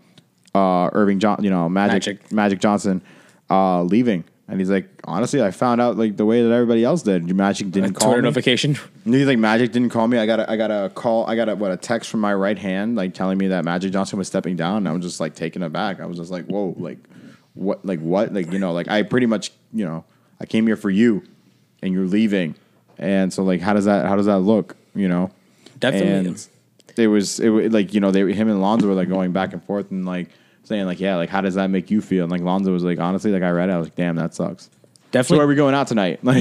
S3: uh, Irving John? You know, Magic
S2: Magic.
S3: Magic, Johnson uh, leaving. And he's like, honestly, I found out like the way that everybody else did. Magic didn't call
S2: Twitter
S3: me.
S2: notification.
S3: And he's like, Magic didn't call me. I got a, I got a call. I got a what a text from my right hand, like telling me that Magic Johnson was stepping down. And I was just like taken aback. I was just like, whoa, like what, like what, like you know, like I pretty much, you know, I came here for you, and you're leaving. And so like, how does that, how does that look, you know?
S2: Definitely.
S3: And it was it wa- like you know they him and Lonzo were like going back and forth and like saying like yeah like how does that make you feel? And like Lonzo was like honestly like I read it I was like damn that sucks. So
S2: Definitely
S3: where are we going out tonight? (laughs) Like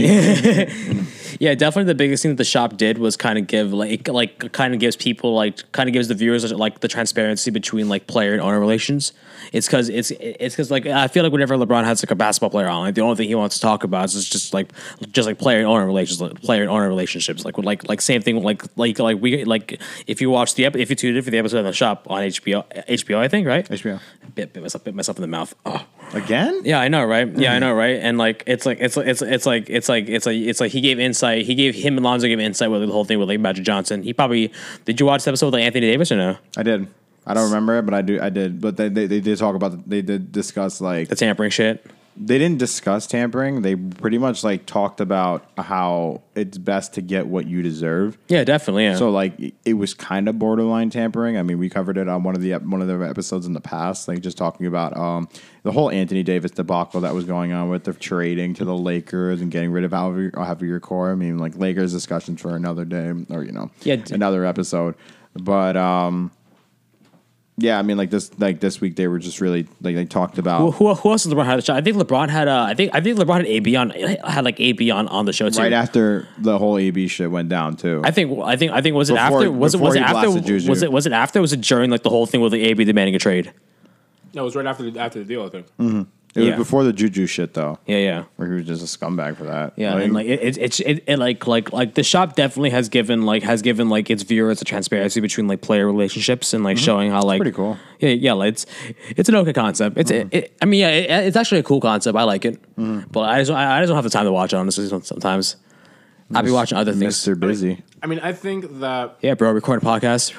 S2: Yeah, definitely the biggest thing that the shop did was kind of give like like kind of gives people like kind of gives the viewers like the transparency between like player and owner relations. It's because it's it's because like I feel like whenever LeBron has like a basketball player on, like the only thing he wants to talk about is just like just like player and owner relations, like, player and owner relationships. Like like like same thing. Like like like we like if you watch the ep- if you tuned in for the episode of the shop on HBO HBO I think right
S3: HBO.
S2: bit, bit myself bit myself in the mouth. Oh.
S3: again?
S2: Yeah, I know, right?
S3: Mm-hmm.
S2: Yeah, I know, right? And like, it's like, it's it's it's like, it's like, it's like, it's like he gave insight. He gave him and Lonzo gave insight with the whole thing with like Magic Johnson. He probably did you watch the episode with like Anthony Davis or no?
S3: I did. I don't remember it, but I do. I did. But they, they, they did talk about. They did discuss like
S2: The tampering shit.
S3: they didn't discuss tampering. They pretty much like talked about how it's best to get what you deserve.
S2: Yeah, definitely. Yeah.
S3: So like it- it was kind of borderline tampering. I mean, we covered it on one of the ep- one of the episodes in the past, like just talking about um, the whole Anthony Davis debacle that was going on with the trading to the Lakers and getting rid of Alvi- Javier Core. I mean, like Lakers discussions for another day or you know
S2: Yeah, d-
S3: another episode. But um, yeah, I mean, like this like this week they were just really like they talked about.
S2: who, who, who else did LeBron have the show? I think LeBron had. Uh, I think I think LeBron had AB on had like AB on on the show too.
S3: Right after the whole AB shit went down, too.
S2: I think I think I think was it
S3: Before-
S2: after was it was
S3: before
S2: it
S3: he
S2: after
S3: blasted Juju.
S2: was it was it after was it during like the whole thing with the AB demanding a trade?
S1: No, it was right after the, after the deal, I think.
S3: it was
S2: yeah.
S3: before the Juju shit, though.
S2: Yeah, yeah.
S3: Where he was just a scumbag for that.
S2: Yeah, and like it, it, it's it, it like like like the shop definitely has given like has given like its viewers a transparency between like player relationships and like showing how like
S3: Mm-hmm. pretty cool. Mm-hmm.
S2: Yeah, yeah, like, it's it's an okay concept. It's it, it, I mean, yeah, it, it's actually a cool concept. I like it, but I just I, I just don't have the time to watch it honestly. some- Sometimes I'll be watching other things.
S3: Mr. Busy.
S1: I mean, I think that
S2: Yeah, bro, record a podcast.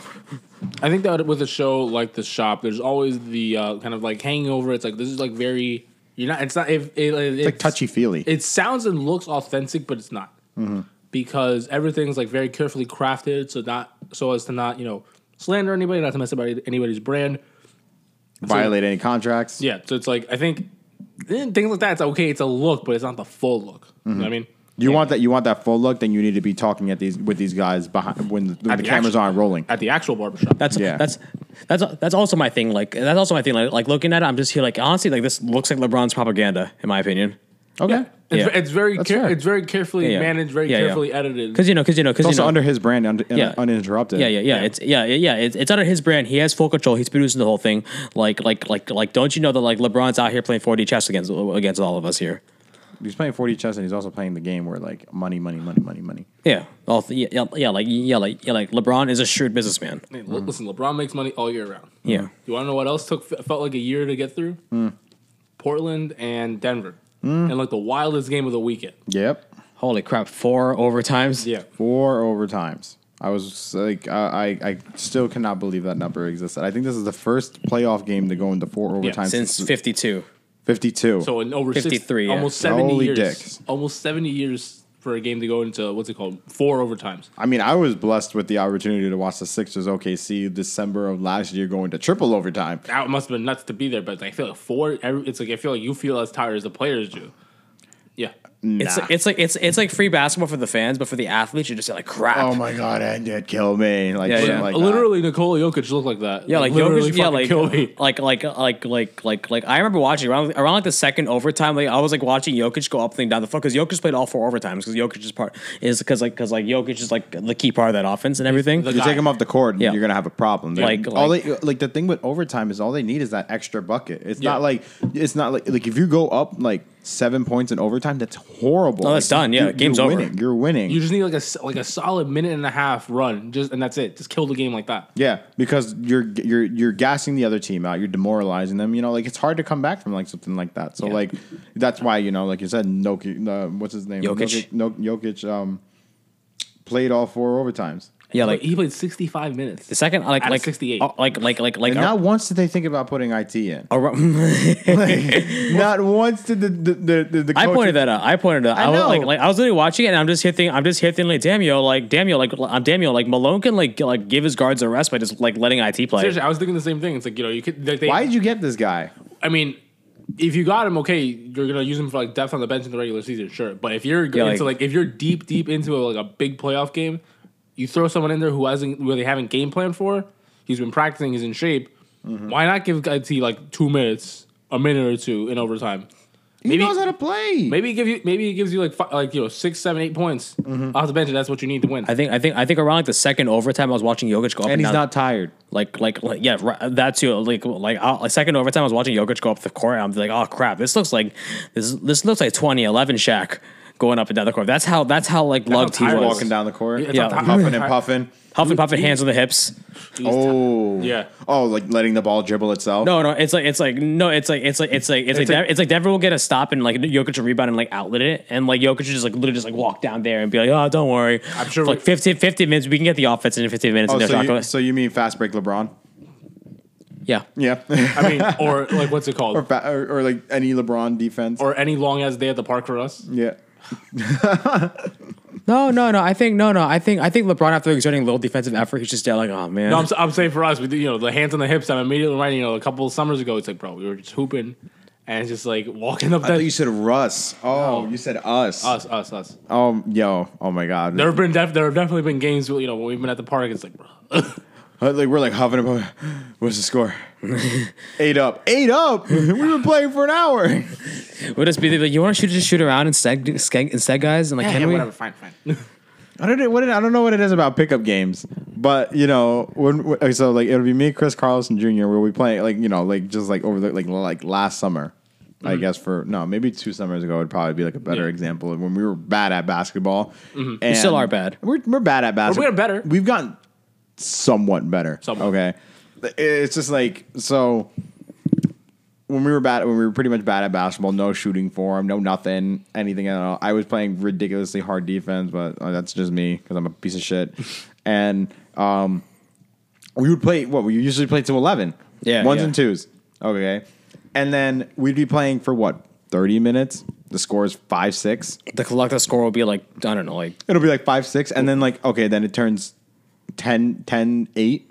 S1: I think that with a show like The Shop, there's always the uh, kind of like hangover. It's like this is like very you're not. It's not. It, it, it's
S3: like touchy feely.
S1: It sounds and looks authentic, but it's not because everything's like very carefully crafted, so not so as to not you know slander anybody, not to mess about anybody's brand.
S3: Violate any contracts.
S1: Yeah, so it's like I think eh, things like that. It's okay. It's a look, but it's not the full look. You know what I mean?
S3: You want that? You want that full look? Then you need to be talking at these with these guys behind when the, when
S1: the
S3: the cameras
S1: action.
S3: aren't rolling.
S1: At the actual barbershop.
S2: That's
S3: Yeah.
S2: that's that's that's also my thing. Like that's also my thing. Like, like looking at it, I'm just here like honestly, like this looks like LeBron's propaganda in my opinion.
S3: Okay,
S1: Yeah. It's,
S2: Yeah.
S1: it's very
S3: That's
S1: care,
S3: fair.
S1: it's very carefully
S2: Yeah, yeah.
S1: managed, very
S2: Yeah, yeah.
S1: carefully edited.
S2: Because you know, because you know, because
S3: It's
S2: you
S3: also
S2: know,
S3: under his brand, un-
S2: Yeah.
S3: uninterrupted.
S2: Yeah, yeah, yeah.
S1: Yeah.
S2: It's yeah, yeah, yeah. It's, it's under his brand. He has full control. He's producing the whole thing. Like, like, like, like. Don't you know that like LeBron's out here playing 4D chess against against all of us here?
S3: He's playing 40 chess and he's also playing the game where like money, money, money, money, money.
S2: Yeah, all th- yeah, yeah, yeah, like yeah, like yeah, like LeBron is a shrewd businessman.
S1: Hey, l- Listen, LeBron makes money all year round.
S2: Yeah, Hmm.
S1: You want to know what else took f- felt like a year to get through? Portland and Denver, and like the wildest game of the weekend.
S3: Yep.
S2: holy crap, four overtimes.
S1: Yeah,
S3: Four overtimes. I was like, I, I, I still cannot believe that number existed. I think this is the first playoff game to go into four overtimes
S2: since fifty-two.
S3: 52.
S1: so in over
S2: 53,
S1: 53,
S2: yeah.
S1: almost seventy
S3: Holy
S1: years,
S3: dicks.
S1: almost seventy years for a game to go into what's it called? Four overtimes.
S3: I mean, I was blessed with the opportunity to watch the Sixers OKC December of last year go into triple overtime.
S1: That must have been nuts to be there, but I feel like four. Every, it's like I feel like you feel as tired as the players do. Yeah,
S2: It's like, it's like it's it's like free basketball for the fans, but for the athletes, you're just like crap.
S3: Oh my god, and it killed me. Like,
S2: Yeah,
S3: shit
S2: yeah.
S3: like that.
S1: literally Nikola Jokic looked like that.
S2: uh, Yeah, like
S1: literally
S2: Jokic, yeah,
S1: fucking
S2: like,
S1: kill
S2: (laughs)
S1: me.
S2: like like like like like like I remember watching around around like the second overtime. Like I was like watching Jokic go up and down the floor because Jokic played all four overtimes because Jokic is part is because like because like Jokic is like the key part of that offense and everything.
S1: the
S3: You
S1: guy.
S3: take them off the court, and
S2: Yeah.
S3: you're gonna have a problem. They-
S2: Like-
S3: all
S2: like-
S3: they like the thing with overtime is all they need is that extra bucket. It's
S1: Yeah.
S3: not like it's not like like if you go up like seven points in overtime, that's horrible.
S2: Oh, that's
S3: Like,
S2: done. Yeah, game's
S3: you're
S2: over.
S3: Winning. You're winning.
S1: You just need like a s- like a solid minute and a half run, just and that's it. Just kill the game like that.
S3: yeah, because you're you're you're gassing the other team out. You're demoralizing them. You know, like it's hard to come back from like something like that. So
S2: Yeah.
S3: like that's why you know, like you said, Noki, uh, what's his name,
S2: Jokic.
S3: No, Jokic um, played all four overtimes.
S2: yeah,
S1: Like
S2: like
S1: he played sixty five minutes.
S2: the second like
S1: Out of
S2: like
S1: 68.
S2: uh, like like like like
S3: And not once did they think about putting it in.
S2: around-
S3: (laughs) Not once did the the the, the, the
S2: (laughs) I
S3: coach-
S2: pointed that out. I pointed it out. I,
S3: I
S2: was like,
S3: know.
S2: like I was literally watching it, and I'm just hitting. I'm just hitting like, damn yo, like damn yo, like I'm damn yo, like Malone can like like give his guards a rest by just like letting it play.
S1: Seriously, I was thinking the same thing. It's like you know you could. Like, they,
S3: Why did you get this guy?
S1: I mean, if you got him, okay, you're gonna use him for like depth on the bench in the regular season, sure. But if you're
S2: Yeah,
S1: into
S2: like-
S1: like, if you're deep deep into like a big playoff game, you throw someone in there who hasn't who they haven't game planned for. He's been practicing. He's in shape.
S2: Mm-hmm.
S1: Why not give IT like two minutes, a minute or two in overtime?
S3: He
S1: Maybe-
S3: knows how to play.
S1: Maybe it give you maybe it gives you like fi- like you know six seven eight points
S3: Mm-hmm.
S1: off the bench. And that's what you need to win.
S2: I think I think I think around like the second overtime, I was watching Jokic go up and,
S3: and he's
S2: down-
S3: not tired.
S2: like like, like yeah right, that too like like uh, like second overtime. I was watching Jokic go up the court. and I'm like, oh crap, this looks like this this looks like 2011 Shaq going up and down the court. That's how that's how like loved he
S1: tired
S2: was.
S1: Yes.
S3: Walking down the court,
S1: Yeah, it's
S2: Yeah.
S1: not ti-
S3: puffing and puffing.
S2: Huffing puffing, hands on the hips.
S1: He's
S3: Oh,
S1: Yeah.
S3: Oh, like letting the ball dribble itself.
S2: No, no, it's like it's like no, it's like it's like it's like it's, like,
S1: like-
S2: De- it's like Denver will get a stop and like Jokic will rebound and like outlet it, and like Jokic will just like literally just like walk down there and be like, oh, don't worry,
S1: I'm sure
S2: For, like
S1: we-
S2: 15, 15 minutes we can get the offense in 15 minutes.
S3: Oh,
S2: and their
S3: so
S2: shot
S3: you,
S2: goal.
S3: so you mean fast break LeBron?
S2: yeah,
S3: Yeah, (laughs)
S1: I mean, or like what's it called?
S3: or,
S1: Or,
S3: fa- or, or like any LeBron defense.
S1: any long as day at the park for us.
S3: yeah,
S2: No, no, no. I think no, no. I think I think LeBron after exerting little defensive effort, he's just there like, oh man.
S1: No, I'm, s- I'm saying for us, we do, you know the hands on the hips. I'm immediately reminding you know a couple of summers ago, it's like bro, we were just hooping and it's just like walking up
S3: I thought you
S1: that
S3: said Russ. Oh,
S1: No.
S3: you said us.
S1: us us us.
S3: Oh, yo. Oh my God.
S1: There have been def- there have definitely been games where, you know when we've been at the park, it's like bro,
S3: Uh, Like we're like huffing about. (gasps) What's the score? Eight up. Eight up. (laughs) We've been playing for an hour.
S2: Would just be like, you want to shoot just shoot around instead, skeg- instead, guys, and like, can we?
S1: fine fine.
S3: I don't know what it, I don't know what it is about pickup games, but you know when when- so like it'll be me, Chris Carlson Jr. Where we play like you know like just like over the like like last summer,
S2: Mm-hmm.
S3: I guess for no maybe two summers ago would probably be like a better
S1: Yeah.
S3: example of when we were bad at basketball. And
S2: Mm-hmm. We still are bad.
S3: We're we're bad at basketball.
S1: getting better.
S3: We've gotten somewhat better.
S1: Somewhat.
S3: Okay, it's just like so when we were bad, when we were pretty much bad at basketball, no shooting form, no nothing, anything at all. I was playing ridiculously hard defense, but uh, that's just me because I'm a piece
S2: (laughs)
S3: of shit. and um, we would play what we usually play till eleven,
S2: Yeah,
S3: ones
S2: yeah.
S3: and twos, okay, and then we'd be playing for what thirty minutes. The score is five six.
S2: The collective score will be like, I don't know, like
S3: It'll be like five six, and then like okay, then it turns 10, 10, 8.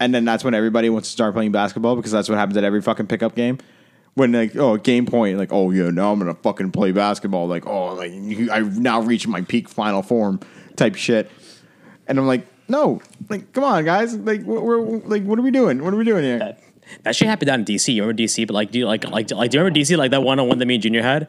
S3: and then that's when everybody wants to start playing basketball because that's what happens at every fucking pickup game. When like oh game point like oh yeah now I'm gonna fucking play basketball like oh like you- I've now reached my peak final form type shit, and I'm like no like come on guys like we're, we're like what are we doing what are we doing here
S2: that shit happened down in DC. You remember DC? But like, do you like like like do you remember DC? Like that one on one that me and Junior had.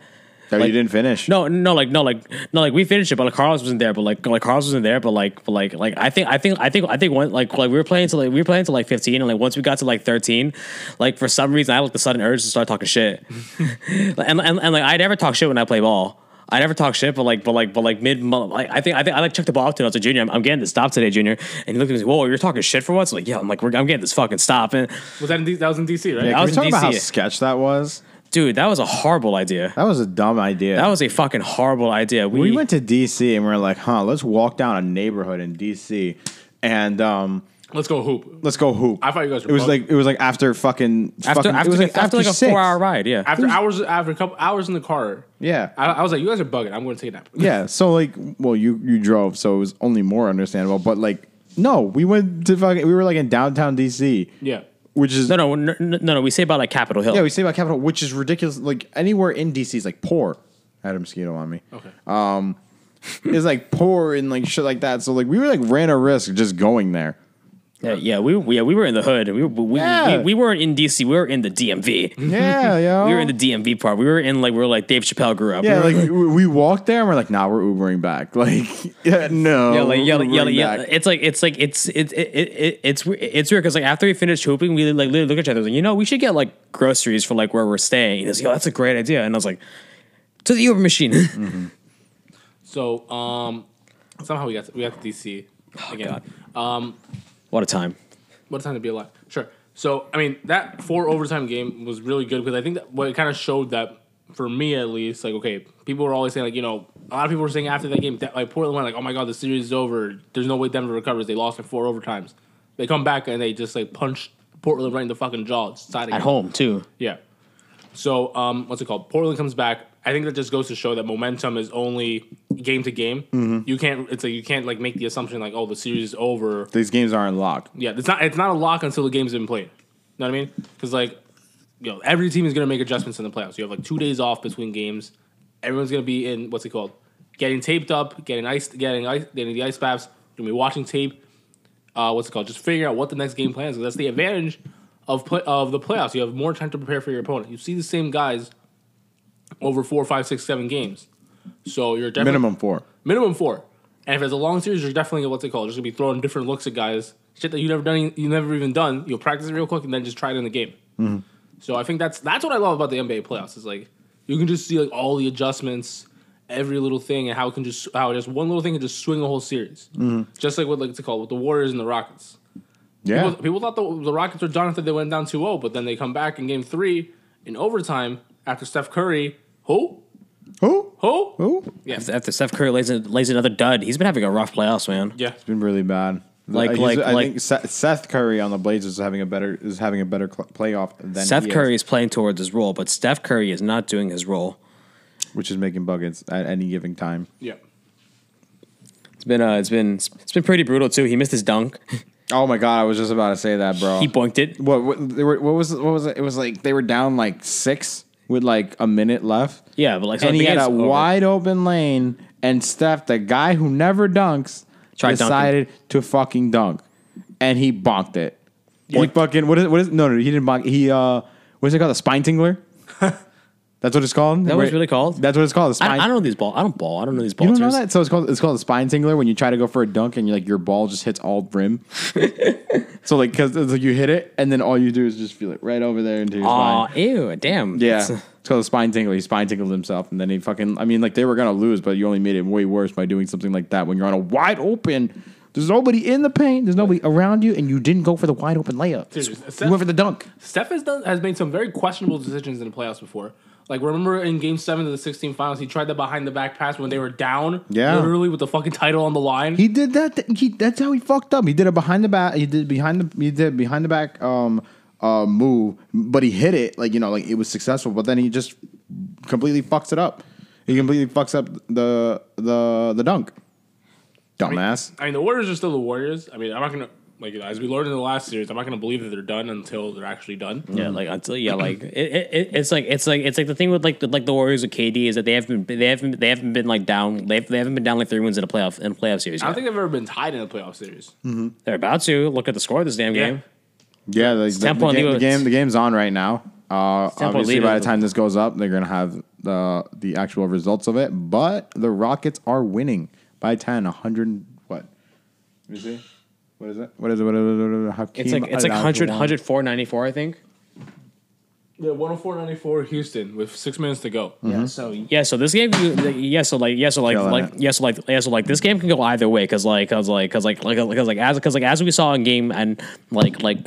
S3: Oh,
S2: like-
S3: you didn't finish.
S2: No, no, like no, like no, like we finished it, but like Carlos wasn't there. But like, like Carlos wasn't there. But like, but like, like I think, I think, I think, I think one like like we were playing to like we were playing to like fifteen, and like once we got to like thirteen, like for some reason I had like the sudden urge to start talking shit, (laughs) and, and and like I never talk shit when I play ball. I never talk shit, but like, but like, but like mid, like I think, I think I like checked the ball up to him. I was like, Junior, I'm, I'm getting this stop today, Junior. And he looked at me, and was like, Whoa, you're talking shit for what? So like, yeah, I'm like, we're, I'm getting this fucking stop. And
S1: Was that in D- that was in DC, right?
S3: Yeah,
S2: I
S3: can
S2: was
S3: we
S2: in
S3: talk about how
S2: DC.
S3: sketch that was?
S2: dude, that was a horrible idea.
S3: That was a dumb idea.
S2: That was a fucking horrible idea.
S3: we went to DC and we are like, huh, let's walk down a neighborhood in DC and um,
S1: Let's go hoop.
S3: let's go hoop.
S1: I thought you guys were
S3: It was
S1: bugging.
S3: like it was like after fucking
S2: after
S3: fucking,
S2: after,
S3: it was like
S2: after like a
S3: six.
S2: four hour ride. Yeah,
S1: After hours, after a couple hours in the car,
S3: Yeah.
S1: I, I was like, "You guys are bugging. I'm going to take a nap."
S3: Yeah, so like, well, you you drove, so it was only more understandable. But like, no, we went to fucking, we were like in downtown DC.
S1: Yeah.
S3: which is
S2: no, no, no, no, no. We say about like Capitol Hill.
S3: yeah, we say about Capitol, which is ridiculous. Like anywhere in DC is like poor. I had a mosquito
S2: (laughs)
S3: on me.
S1: Okay.
S3: It's like poor and like shit like that. So like, we were like ran a risk just going there.
S2: yeah, yeah, we we- yeah, we were in the hood. We we, we,
S3: Yeah.
S2: we we weren't in DC. We were in the DMV.
S3: Yeah, yeah.
S2: (laughs) We were in the DMV part. We were in like we were like Dave Chappelle grew up.
S3: yeah,
S2: we were,
S3: like we, we walked there and we're like, nah, we're Ubering back. (laughs) Like, yeah, no,
S2: yeah, like, yeah,
S3: we're
S2: like, yeah, like,
S3: Ubering
S2: yeah,
S3: oh, back.
S2: It's like it's like it's it's it, it, it, it's we- it's weird because like after we finished hooping, we like literally looked at each other. Like, you know, we should get like groceries for like where we're staying. And he was like, yo, that's a great idea. And I was like, to the Uber machine. (laughs)
S1: So um, somehow we got to, we got to DC again.
S2: Oh, God. what a time.
S1: What a time to be alive. Sure. So I mean that four overtime game was really good because I think that what it kind of showed that for me at least, like okay, people were always saying like you know a lot of people were saying after that game that like Portland went like oh my god the series is over. There's no way Denver recovers. They lost in four overtimes. They come back and they just like punch Portland right in the fucking jaw. It's side
S2: At home too.
S1: Yeah. So um, what's it called? Portland comes back. I think that just goes to show that momentum is only game to game. You can't. It's like you can't like make the assumption like oh the series is over
S3: These games aren't locked.
S1: yeah, it's not it's not a lock until the game's been played. You know what I mean? Because like, you know, every team is gonna make adjustments in the playoffs. You have like two days off between games. Everyone's gonna be in what's it called? Getting taped up, getting iced, getting ice, getting the ice baths. Gonna be watching tape. Uh, what's it called? Just figuring out what the next game plan is. 'Cause That's the advantage of play, of the playoffs. You have more time to prepare for your opponent. You see the same guys over four, five, six, seven games. So you're definitely
S3: Minimum four.
S1: Minimum four. And if it's a long series, you're definitely what's it called? Just gonna be throwing different looks at guys, shit that you never done, you never even done. You'll practice it real quick and then just try it in the game. So I think that's that's what I love about the NBA playoffs is like you can just see like all the adjustments, every little thing, and how it can just how just one little thing can just swing a whole series. Just like what like it's called with the Warriors and the Rockets.
S3: Yeah,
S1: People, people thought the, the Rockets were done after they went down 2-0, but then they come back in game three in overtime after Steph Curry. Who?
S3: who?
S1: Who?
S3: Who? It's
S1: Yeah.
S2: After Steph Curry lays, lays another dud, he's been having a rough playoffs, man.
S1: Yeah.
S3: been really bad.
S2: Like-
S3: He's-
S2: like-
S3: I
S2: like-
S3: think Seth Seth Curry on the Blazers is having a better is having a better cl- playoff than
S2: Seth
S3: he is,
S2: Curry is playing towards his role, but Steph Curry is not doing his role.
S3: which is making buckets at any given time.
S1: Yeah.
S2: It's been uh, it's been it's been pretty brutal too. He missed his dunk.
S3: Oh my god, I was just about to say that, bro.
S2: He boinked it.
S3: what what, they were, what was what was it? It was like they were down like six with like a minute left.
S2: Yeah, but like so
S3: and
S2: the
S3: he had a
S2: game's over.
S3: wide open lane, and Steph, the guy who never dunks,
S2: Tried dunking.
S3: decided to fucking dunk, and he bonked it. He
S2: Boink.
S3: fucking what is what is no no he didn't bonk he uh what's it called a
S2: (laughs)
S3: spine tingler. That's what it's called.
S2: That what it's
S3: Where-
S2: really called?
S3: That's what it's called. A
S2: I,
S3: spine.
S2: I don't know these ball. I don't ball. I don't know these ball
S3: you don't know
S2: terms.
S3: that? So it's called it's called a spine tingler when you try to go for a dunk and you like your ball just hits all (laughs) rim. so like because like you hit it and then all you do is just feel it right over there into your spine.
S2: Aw, ew, damn.
S3: Yeah.
S2: That's-
S3: It's called a spine tingle. He spine tingled himself, and then he fucking. I mean, like they were gonna lose, but you only made it way worse by doing something like that when you're on a wide open. There's nobody in the paint. There's nobody around you, and you didn't go for the wide open layup.
S1: Seriously,
S3: you went for the dunk.
S1: Steph has done has made some very questionable decisions in the playoffs before. Like remember in Game Seven of the 16 Finals, he tried the behind the back pass when they were down,
S3: Yeah.
S1: literally with the fucking title on the line.
S3: He did that. th- he, that's how he fucked up. He did a behind the back. He did behind the. He did behind the back. Um, uh, move, but he hit it like you know, like it was successful. But then he just completely fucks it up. He completely fucks up the the the dunk. Dumbass.
S1: I mean, the Warriors are still the Warriors. I mean, I'm not gonna like as we learned in the last series, I'm not gonna believe that they're done until they're actually done.
S2: Yeah,
S3: Mm.
S2: like until yeah, like it, it, it- it's like it's like it's like the thing with like the, like the Warriors with KD is that they haven't been- they haven't they haven't been like down they, they haven't been down like three wins in a playoff in a playoff series.
S1: I
S2: Yet.
S1: don't think they've ever been tied in a playoff series.
S2: They're about to look at the score of this damn
S1: Yeah.
S2: game.
S3: Yeah, the, the, the
S2: Tempo and
S3: game,
S2: Leo,
S3: the game
S2: it's-
S3: the game's on right now. Uh,
S2: Tempo and
S3: obviously,
S2: Leo.
S3: by the time this goes up, they're gonna have the the actual results of it, but the Rockets are winning by 10, 100 what? Let me see. What is it? What is it? What is it? What is it? Hakeem
S2: It's like it's like 100,
S3: Olajuwon.
S2: 104, 94, I think.
S1: Yeah, 104-94 Houston with six minutes to go.
S3: Mm-hmm.
S2: Yeah. So yeah. So this game. Yeah. So like. Yeah. So like.
S3: Killing
S2: Like.
S3: it.
S2: Yeah. So like. Yeah. So like. This game can go either way. Cause like. Cause like. Cause like. Like. Cause like. As. Cause like. As we saw in game and like. Like.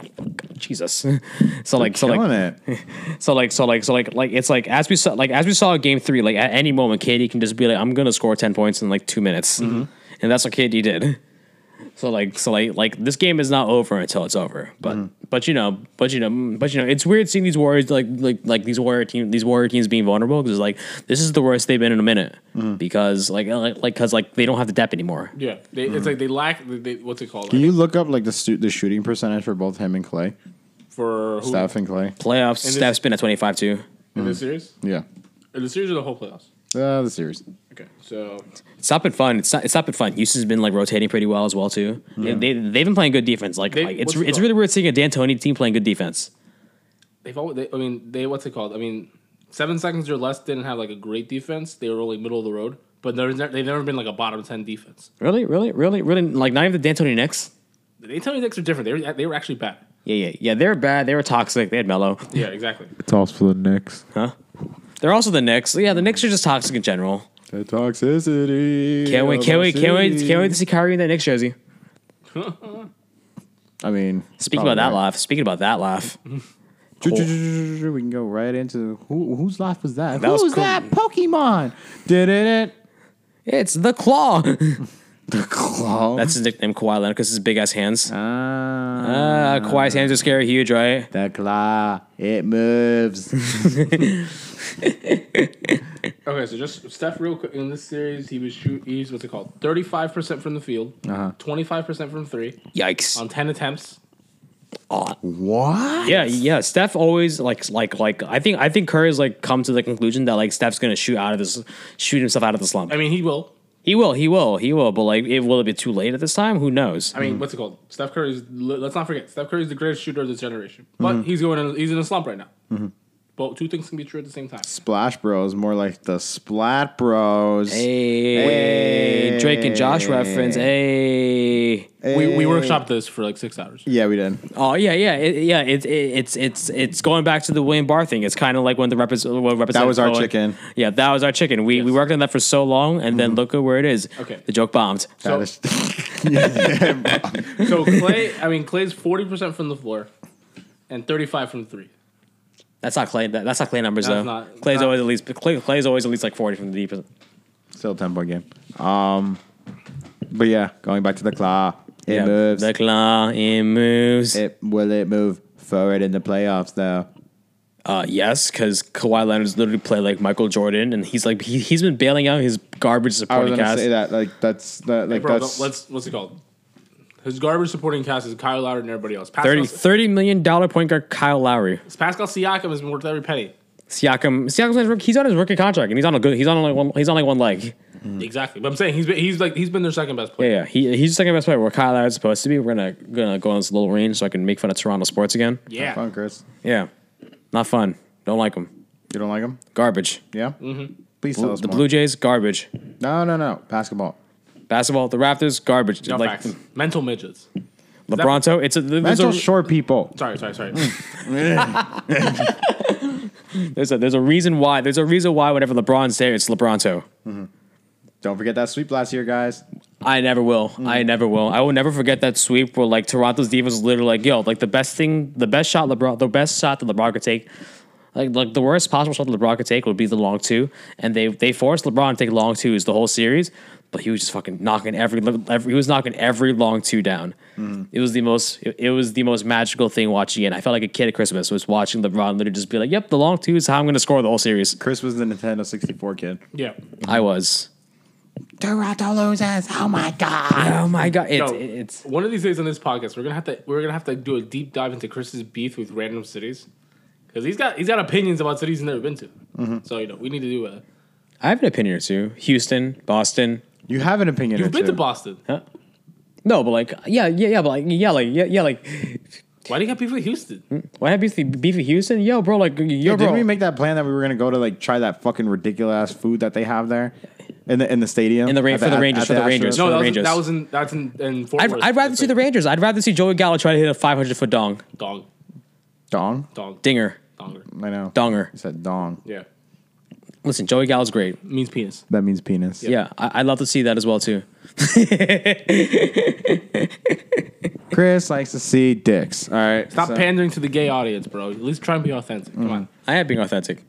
S2: Jesus. (laughs) So like. So
S3: Killing
S2: like.
S3: it.
S2: So like. So like. So like. Like. It's like as we saw. Like as we saw in game three. Like at any moment, KD can just be like, I'm gonna score ten points in like two minutes, and that's what KD did. (laughs) So like. So like. Like this game is not over until it's over. But. But you know. But you know. But you know. It's weird seeing these warriors like like like these warrior team these warrior teams being vulnerable because like this is the worst they've been in a minute because like like like because like they don't have the depth anymore.
S1: Yeah, they,
S3: Mm-hmm.
S1: it's like they lack they, they, what's it called
S3: Can you look up like the stu- the shooting percentage for both him and Clay,
S1: for who
S3: Steph and Clay?
S2: Playoffs.
S1: this-
S2: Steph's been at twenty five too.
S1: in the
S3: Mm-hmm.
S1: series?
S3: Yeah,
S1: In the series or the whole playoffs?
S3: uh, the series.
S1: Okay, so
S2: It's not been fun. It's not. It's not been fun. Houston's been like rotating pretty well as well too. They, they they've been playing good defense. Like,
S1: They-
S2: like it's
S1: what's it
S2: it's
S1: called?
S2: really weird seeing a D'Antoni team playing good defense.
S1: they've always they, I mean they what's it called? I mean seven seconds or less didn't have like a great defense. They were only middle of the road, but there's ne- they've never been like a bottom ten defense.
S2: Really, really, really, really. Like not even the D'Antoni Knicks.
S1: The Antonio Knicks are different. They were they were actually bad.
S2: Yeah, yeah, yeah. They were bad. They were toxic. They had Mello.
S1: Yeah, exactly.
S3: Toss for the Knicks.
S2: They're also the Knicks. Yeah, the Knicks are just toxic in general.
S3: The toxicity.
S2: Can't wait,
S3: of
S2: can't
S3: our
S2: wait, can't wait,
S3: city.
S2: can't wait to see Kyrie in that Knicks jersey.
S3: I mean,
S2: Speaking about that laugh. Speaking about that laugh.
S3: that, we can go right into who whose laugh was that?
S2: That
S3: Who
S2: was
S3: was
S2: cool.
S3: that Pokemon? Did it?
S2: (laughs) It's the claw. (laughs)
S3: Claw.
S2: That's his nickname, Kawhi Leonard, because his big ass hands. Uh,
S3: ah,
S2: Kawhi's hands are scary, huge, right?
S3: the claw. It moves.
S2: (laughs)
S1: Okay, so just Steph real quick in this series, he was shoot he's what's it called? Thirty five percent from the field, twenty five percent from three
S2: Yikes.
S1: on ten attempts.
S3: what?
S2: Yeah, yeah. Steph always like like like I think I think Curry's like come to the conclusion that like Steph's gonna shoot out of this shoot himself out of the slump.
S1: I mean he will.
S2: he will, he will, he will, but like it will it be too late at this time? Who knows?
S1: I mean, what's it called? Steph Curry's. Let's not forget, Steph Curry's the greatest shooter of this generation, but he's going. In, he's in a slump right now. But two things can be true at the Mm-hmm. same time.
S3: Splash Bros. More like the Splat Bros.
S2: Hey, Drake and Josh reference. Hey.
S1: We, we workshopped this for like six hours.
S3: Yeah, we did.
S2: Oh yeah, yeah, it, yeah. It's it, it's it's it's going back to the William Barr thing. It's kind of like when the repres- when
S3: That was our
S2: representative-
S3: chicken.
S2: Yeah, that was our chicken. We we worked on that for so long, and then look at where it is.
S1: Okay.
S2: the joke bombed.
S1: So,
S2: (laughs)
S1: so Clay, I mean Clay's forty percent from the floor, and thirty-five from three.
S2: That's not Clay. That, that's not Clay numbers
S1: That's
S2: though.
S1: not-
S2: Clay's
S1: not-
S2: always at least Clay, Clay's always at least like forty from the deep.
S3: (laughs) Still a 10 point game. Um, but yeah, going back to the claw. It
S2: Yeah,
S3: moves.
S2: the claw it moves.
S3: it, will it move forward in the playoffs, though?
S2: Uh, yes, because Kawhi Leonard's literally played like Michael Jordan, and he's like he has been bailing out his garbage
S3: I was
S2: supporting
S3: going to
S2: cast.
S3: say that. Like, that's the, like,
S1: Hey, bro,
S3: that's,
S1: let's what's it called? His garbage supporting cast is Kyle Lowry and everybody else. Pascal,
S2: 30, 30 million dollar point guard Kyle Lowry.
S1: Pascal Siakam has been worth every penny.
S2: Siakam, Siakam's on his, rook- he's on his rookie contract, and he's on a good. He's on like one. He's on like one leg.
S1: Exactly, but I'm saying he's been, he's like he's been their second best
S2: Yeah,
S1: player.
S2: yeah. He, he's the second best player where Kyle Lowry's supposed to be. We're gonna gonna go on this little range so I can make fun of Toronto sports again.
S1: Yeah,
S3: Fun, Chris.
S2: Yeah, not fun. Don't like him.
S3: You don't like him?
S2: Garbage.
S3: Yeah? Mm-hmm. Please tell us
S2: the
S3: more.
S2: Blue Jays garbage.
S3: no, no, no. Basketball.
S2: Basketball. The Raptors garbage.
S1: no
S2: like
S1: facts. Mental midgets.
S2: LeBronto. It's a there's,
S3: Mental
S2: a
S3: short people.
S1: Sorry, sorry, sorry.
S2: Mm. there's a there's a reason why there's a reason why whenever LeBron's there it's LeBronto.
S3: Don't forget that sweep last year, guys.
S2: I never will. I never will. I will never forget that sweep where like Toronto's defense was literally like, yo, like the best thing, the best shot LeBron, the best shot that LeBron could take, like like the worst possible shot that LeBron could take would be the long two, and they they forced LeBron to take long twos the whole series, but he was just fucking knocking every, every he was knocking every long two down. It was the most it, it was the most magical thing watching it. I felt like a kid at Christmas was watching LeBron literally just be like, yep, the long two is how I'm gonna score the whole series.
S3: Chris was the Nintendo 64 kid.
S1: yeah.
S2: I was.
S4: Toronto loses. Oh my God.
S2: Oh my god! It's,
S1: Yo,
S2: it's
S1: one of these days on this podcast, we're gonna have to we're gonna have to do a deep dive into Chris's beef with random cities because he's got he's got opinions about cities he's never been to.
S2: Mm-hmm.
S1: So you know we need to do a.
S2: I have an opinion or two. Houston, Boston,
S3: You have an opinion.
S1: You've
S3: or
S1: been
S3: two.
S1: to Boston.
S2: No, but like, yeah, yeah, yeah, but like, yeah, like, yeah, yeah, like,
S1: Why do you got beef with Houston?
S2: Why have beef beef with Houston? Yo, bro, like yo,
S3: Yo,
S2: bro.
S3: didn't we make that plan that we were gonna go to like try that fucking ridiculous ass food that they have there in the in the stadium
S2: In the ra-
S3: At
S2: for the
S3: at-
S2: Rangers,
S3: at
S2: for the
S3: Astros?
S2: Rangers.
S1: No,
S2: the
S1: that was,
S2: Rangers.
S1: that was in that's in, in Fort
S2: I'd,
S1: Worth.
S2: I'd rather
S1: It's
S2: see the
S1: like
S2: Rangers. I'd rather see Joey Gallo try to hit a 500 foot dong,
S1: dong,
S3: Dong,
S1: dong,
S2: dinger,
S1: donger.
S3: I know. You
S2: donger.
S3: said dong.
S1: Yeah,
S2: Listen, Joey Gallo's great.
S1: it means penis.
S3: That means penis.
S2: Yeah, I, I'd love to see that as well too.
S3: Chris likes to see dicks. All right.
S1: Stop
S3: so-
S1: pandering to the gay audience, bro. At least try and be authentic. Come on.
S2: I am being authentic.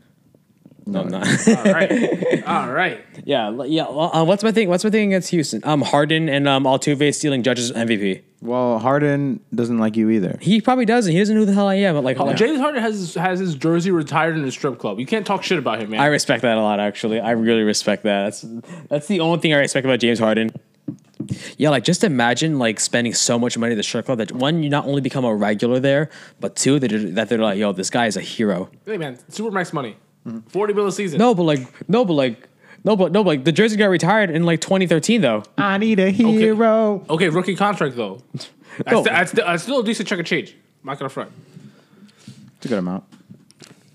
S2: No, I'm not. (laughs)
S1: All right, all right.
S2: Mm. yeah, l- yeah. well, Uh, what's my thing? What's my thing against Houston? Um, Harden and um Altuve stealing Judge's MVP.
S3: Well, Harden doesn't like you either.
S2: He probably doesn't. He doesn't know who the hell I am. But like,
S1: James Harden has his, has his jersey retired in a strip club. You can't talk shit about him, man.
S2: I respect that a lot. Actually, I really respect that. That's that's the only thing I respect about James Harden. Yeah, like just imagine like spending so much money at the strip club that one, you not only become a regular there, but two, that they're, that they're like, yo, this guy is a hero.
S1: hey, man, Supermax money, forty bill a season.
S2: Mm-hmm. No, but like, no, but like, no, but no, but like, the jersey got retired in like 2013 though.
S3: I need a
S1: Okay, rookie contract though. That's,
S2: (laughs) No.
S1: that's, that's still a decent check of change. I'm not gonna front.
S3: It's a good amount.